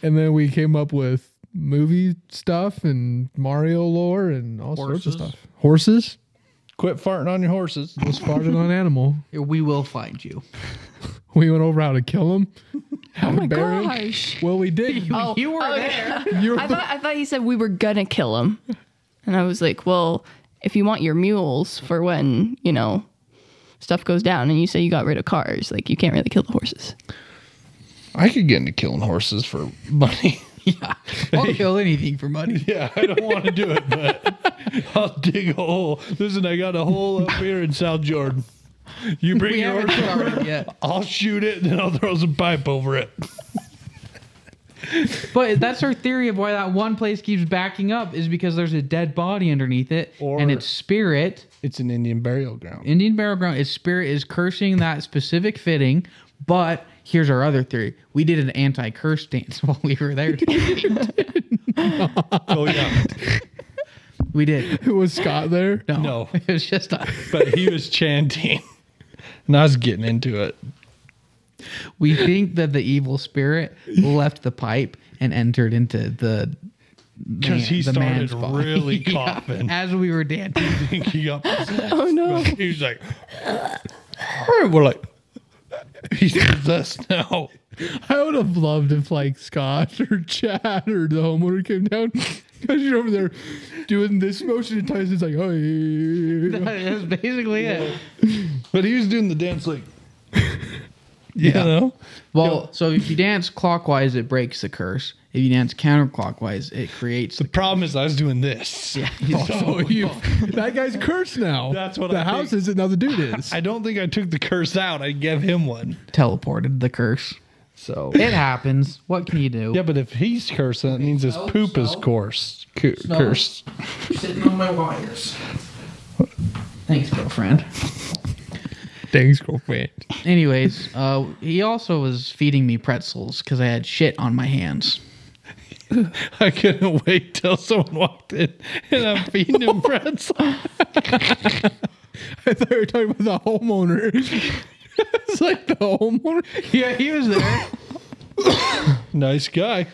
Speaker 2: And then we came up with movie stuff and Mario lore and all sorts
Speaker 1: Horses.
Speaker 2: of stuff. Horses.
Speaker 5: Quit farting on your horses.
Speaker 2: was farted on animal.
Speaker 1: We will find you.
Speaker 2: We went over how to kill him. How
Speaker 4: Oh
Speaker 2: to
Speaker 4: my
Speaker 2: bury
Speaker 1: *laughs*
Speaker 2: him.
Speaker 4: gosh.
Speaker 2: Well, we did.
Speaker 4: Oh,
Speaker 1: you were *laughs*
Speaker 4: oh,
Speaker 1: there.
Speaker 2: You're
Speaker 4: I
Speaker 2: the-
Speaker 4: thought I thought he said we were gonna kill him. And I was like, Well, if you want your mules for when, you know, stuff goes down and you say you got rid of cars, like you can't really kill the horses.
Speaker 5: I could get into killing horses for money. *laughs*
Speaker 1: Yeah. I'll kill anything for money.
Speaker 5: Yeah, I don't want to do it, but I'll dig a hole. Listen, I got a hole up here in South Jordan. You bring
Speaker 1: We
Speaker 5: your
Speaker 1: haven't
Speaker 5: horse,
Speaker 1: started yet.
Speaker 5: I'll shoot it, then I'll throw some pipe over it.
Speaker 1: But that's our theory of why that one place keeps backing up is because there's a dead body underneath it
Speaker 5: Or-
Speaker 1: and its spirit,
Speaker 5: It's an Indian burial ground.
Speaker 1: Indian burial ground, its spirit is cursing that specific fitting. But here's our other theory. We did an anti-curse dance *laughs* while we were there.
Speaker 5: Oh yeah,
Speaker 1: we did.
Speaker 2: was Scott there?
Speaker 1: No.
Speaker 5: No.
Speaker 1: *laughs* It was just us.
Speaker 5: but he was chanting, and I was getting into it.
Speaker 1: We think that the evil
Speaker 5: *laughs*
Speaker 1: spirit left the pipe and entered into the
Speaker 5: Because he
Speaker 1: the
Speaker 5: started
Speaker 1: man's body.
Speaker 5: really
Speaker 1: *laughs* Yeah,
Speaker 5: coughing.
Speaker 1: as we were dancing. *laughs*
Speaker 5: I think he got possessed.
Speaker 4: *laughs* Oh no.
Speaker 5: He was like, we're like, he's possessed now.
Speaker 2: I would have loved if like Scott or Chad or the homeowner came down because you're over there doing this motion and Tyson's like, oh,
Speaker 1: That's basically it.
Speaker 5: But he was doing the dance like, you know.
Speaker 1: Well, so if you dance clockwise, it breaks the curse. If you dance counterclockwise, it creates the.
Speaker 5: The problem is I was doing this. *laughs* Oh,
Speaker 2: so you, that guy's cursed now.
Speaker 5: That's what
Speaker 2: the
Speaker 5: I
Speaker 2: house
Speaker 5: think.
Speaker 2: is. Now the dude
Speaker 5: *laughs*
Speaker 2: is.
Speaker 5: I don't think I took the curse out. I gave him one.
Speaker 1: teleported the curse.
Speaker 5: So
Speaker 1: It happens. What can you do?
Speaker 5: yeah, but if he's cursing, it means his
Speaker 1: smell,
Speaker 5: poop is
Speaker 1: smell.
Speaker 5: coarse, cu-
Speaker 1: Smell.
Speaker 5: cursed.
Speaker 1: Sitting on my wires. Thanks, girlfriend.
Speaker 2: Thanks, girlfriend.
Speaker 1: Anyways, uh, he also was feeding me pretzels because I had shit on my hands.
Speaker 5: *laughs* I couldn't wait till someone walked in and I'm feeding him *laughs* pretzel.
Speaker 2: I thought you were talking about the
Speaker 5: *laughs*
Speaker 2: homeowner. it's like the homeowner.
Speaker 1: Yeah, he was there.
Speaker 5: *coughs* Nice guy.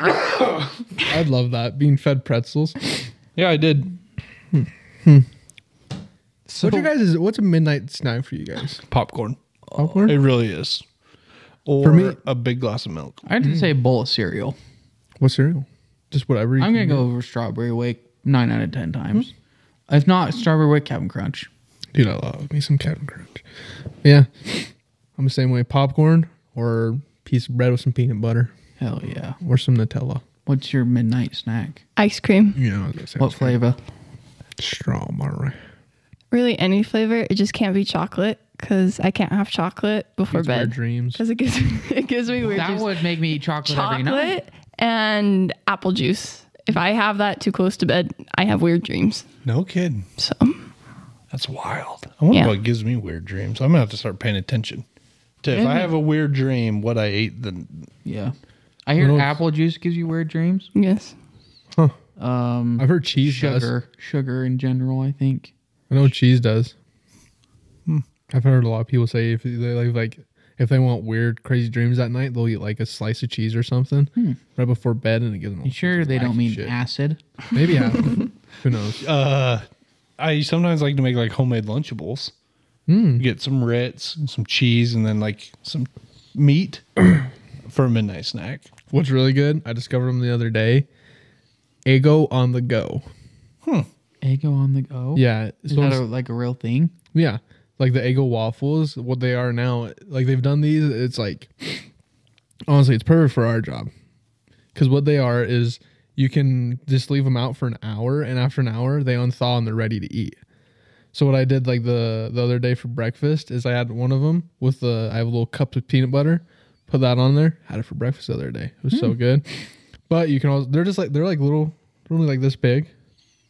Speaker 2: I'd love that being fed pretzels.
Speaker 5: Yeah, I did.
Speaker 2: So, what's your guys is what's a midnight snack for you guys?
Speaker 5: Popcorn.
Speaker 2: Popcorn.
Speaker 5: It really is. Or
Speaker 2: me-
Speaker 5: a big glass of milk.
Speaker 1: I didn't say a bowl of cereal.
Speaker 2: What cereal? Just whatever. You
Speaker 1: I'm gonna
Speaker 2: can
Speaker 1: go over strawberry wake nine out of ten times. If not strawberry wake, Captain Crunch.
Speaker 2: get. Dude, I love me some Captain Crunch. Yeah, I'm the same way. Popcorn or piece of bread with some peanut butter
Speaker 1: Hell yeah!
Speaker 2: or some Nutella.
Speaker 1: What's your midnight snack?
Speaker 4: Ice cream.
Speaker 2: Yeah, I was gonna say
Speaker 1: What flavor?
Speaker 2: Strawberry.
Speaker 4: Really, any flavor. It just can't be chocolate because I can't have chocolate before
Speaker 2: It's weird
Speaker 4: bed.
Speaker 2: dreams.
Speaker 4: Because it gives me, *laughs* it gives me weird
Speaker 1: That
Speaker 4: dreams.
Speaker 1: would make me eat chocolate, every night.
Speaker 4: chocolate and apple juice. If I have that too close to bed, I have weird dreams.
Speaker 5: No kidding.
Speaker 4: So
Speaker 5: That's wild. I wonder
Speaker 4: Yeah.
Speaker 5: what gives me weird dreams. I'm gonna have to start paying attention to if I
Speaker 2: Mm.
Speaker 5: have a weird dream, what I ate. Then
Speaker 1: Yeah. I hear
Speaker 2: else?
Speaker 1: apple juice gives you weird dreams.
Speaker 4: yes,
Speaker 1: Um,
Speaker 2: I've heard cheese does.
Speaker 1: sugar, sugar in general. I think.
Speaker 2: I know cheese does. I've heard a lot of people say if they like, like if they want weird, crazy dreams at night, they'll eat like a slice of cheese or something right before bed, and it gives them. all
Speaker 1: Hmm. You sure
Speaker 2: sorts of
Speaker 1: they don't
Speaker 2: wacky
Speaker 1: mean
Speaker 2: shit.
Speaker 1: acid? *laughs*
Speaker 2: Maybe I. Who knows?
Speaker 5: I sometimes like to make like homemade Lunchables.
Speaker 2: Mm.
Speaker 5: Get some Ritz, and some cheese, and then like some
Speaker 2: *clears throat*
Speaker 5: meat for a midnight snack.
Speaker 2: What's really good? I discovered them the other day. Ego on the go.
Speaker 1: Eggo on the go.
Speaker 2: Yeah,
Speaker 1: Is
Speaker 2: so
Speaker 1: that
Speaker 2: it's-
Speaker 1: a, like a real thing?
Speaker 2: yeah, like the Ego waffles, what they are now. Like they've done these. It's like honestly, it's perfect for our job because what they are is you can just leave them out for an hour, and after an hour, they unthaw and they're ready to eat. So what I did like the the other day for breakfast is I had one of them with the I have a little cup of peanut butter, put that on there, had it for breakfast the other day. It was so good. But you can also they're just like they're like little they're only like this big,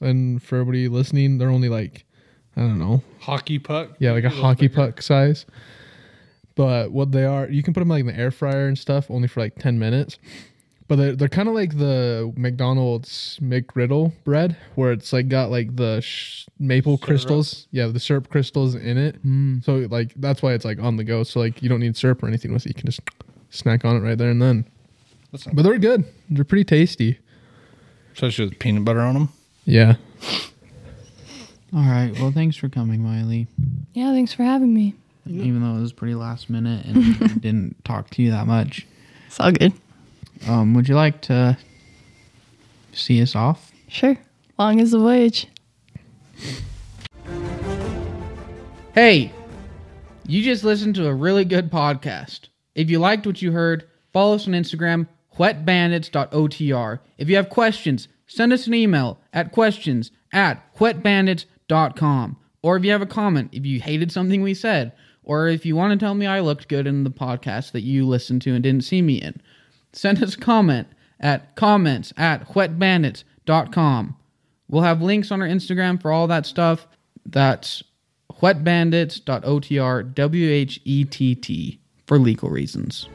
Speaker 2: and for everybody listening, they're only like I don't know
Speaker 5: Hockey puck.
Speaker 2: yeah, like a hockey puck size. But what they are, you can put them like in the air fryer and stuff, only for like ten minutes. But they're, they're kind of like the McDonald's McGriddle bread, where it's like got like the sh- maple crystals, yeah, the syrup crystals in it. So like that's why it's like on the go. So like you don't need syrup or anything with it. You can just snack on it right there and then.
Speaker 5: That's not
Speaker 2: But they're good. They're pretty tasty.
Speaker 5: Especially with peanut butter on them.
Speaker 2: Yeah.
Speaker 1: All right. Well, thanks for coming, Miley.
Speaker 4: yeah. Thanks for having me.
Speaker 1: Even though it was pretty last minute and *laughs* I didn't talk to you that much.
Speaker 4: It's all good.
Speaker 1: Um, would you like to see us off?
Speaker 4: Sure. Long is the voyage.
Speaker 1: Hey, you just listened to a really good podcast. If you liked what you heard, follow us on Instagram, whetbandits.otr. If you have questions, send us an email at questions at whetbandits.com. Or if you have a comment, if you hated something we said, or if you want to tell me I looked good in the podcast that you listened to and didn't see me in, send us a comment at comments at whetbandits.com. We'll have links on our Instagram for all that stuff. That's whetbandits.otr, W H E T T, for legal reasons.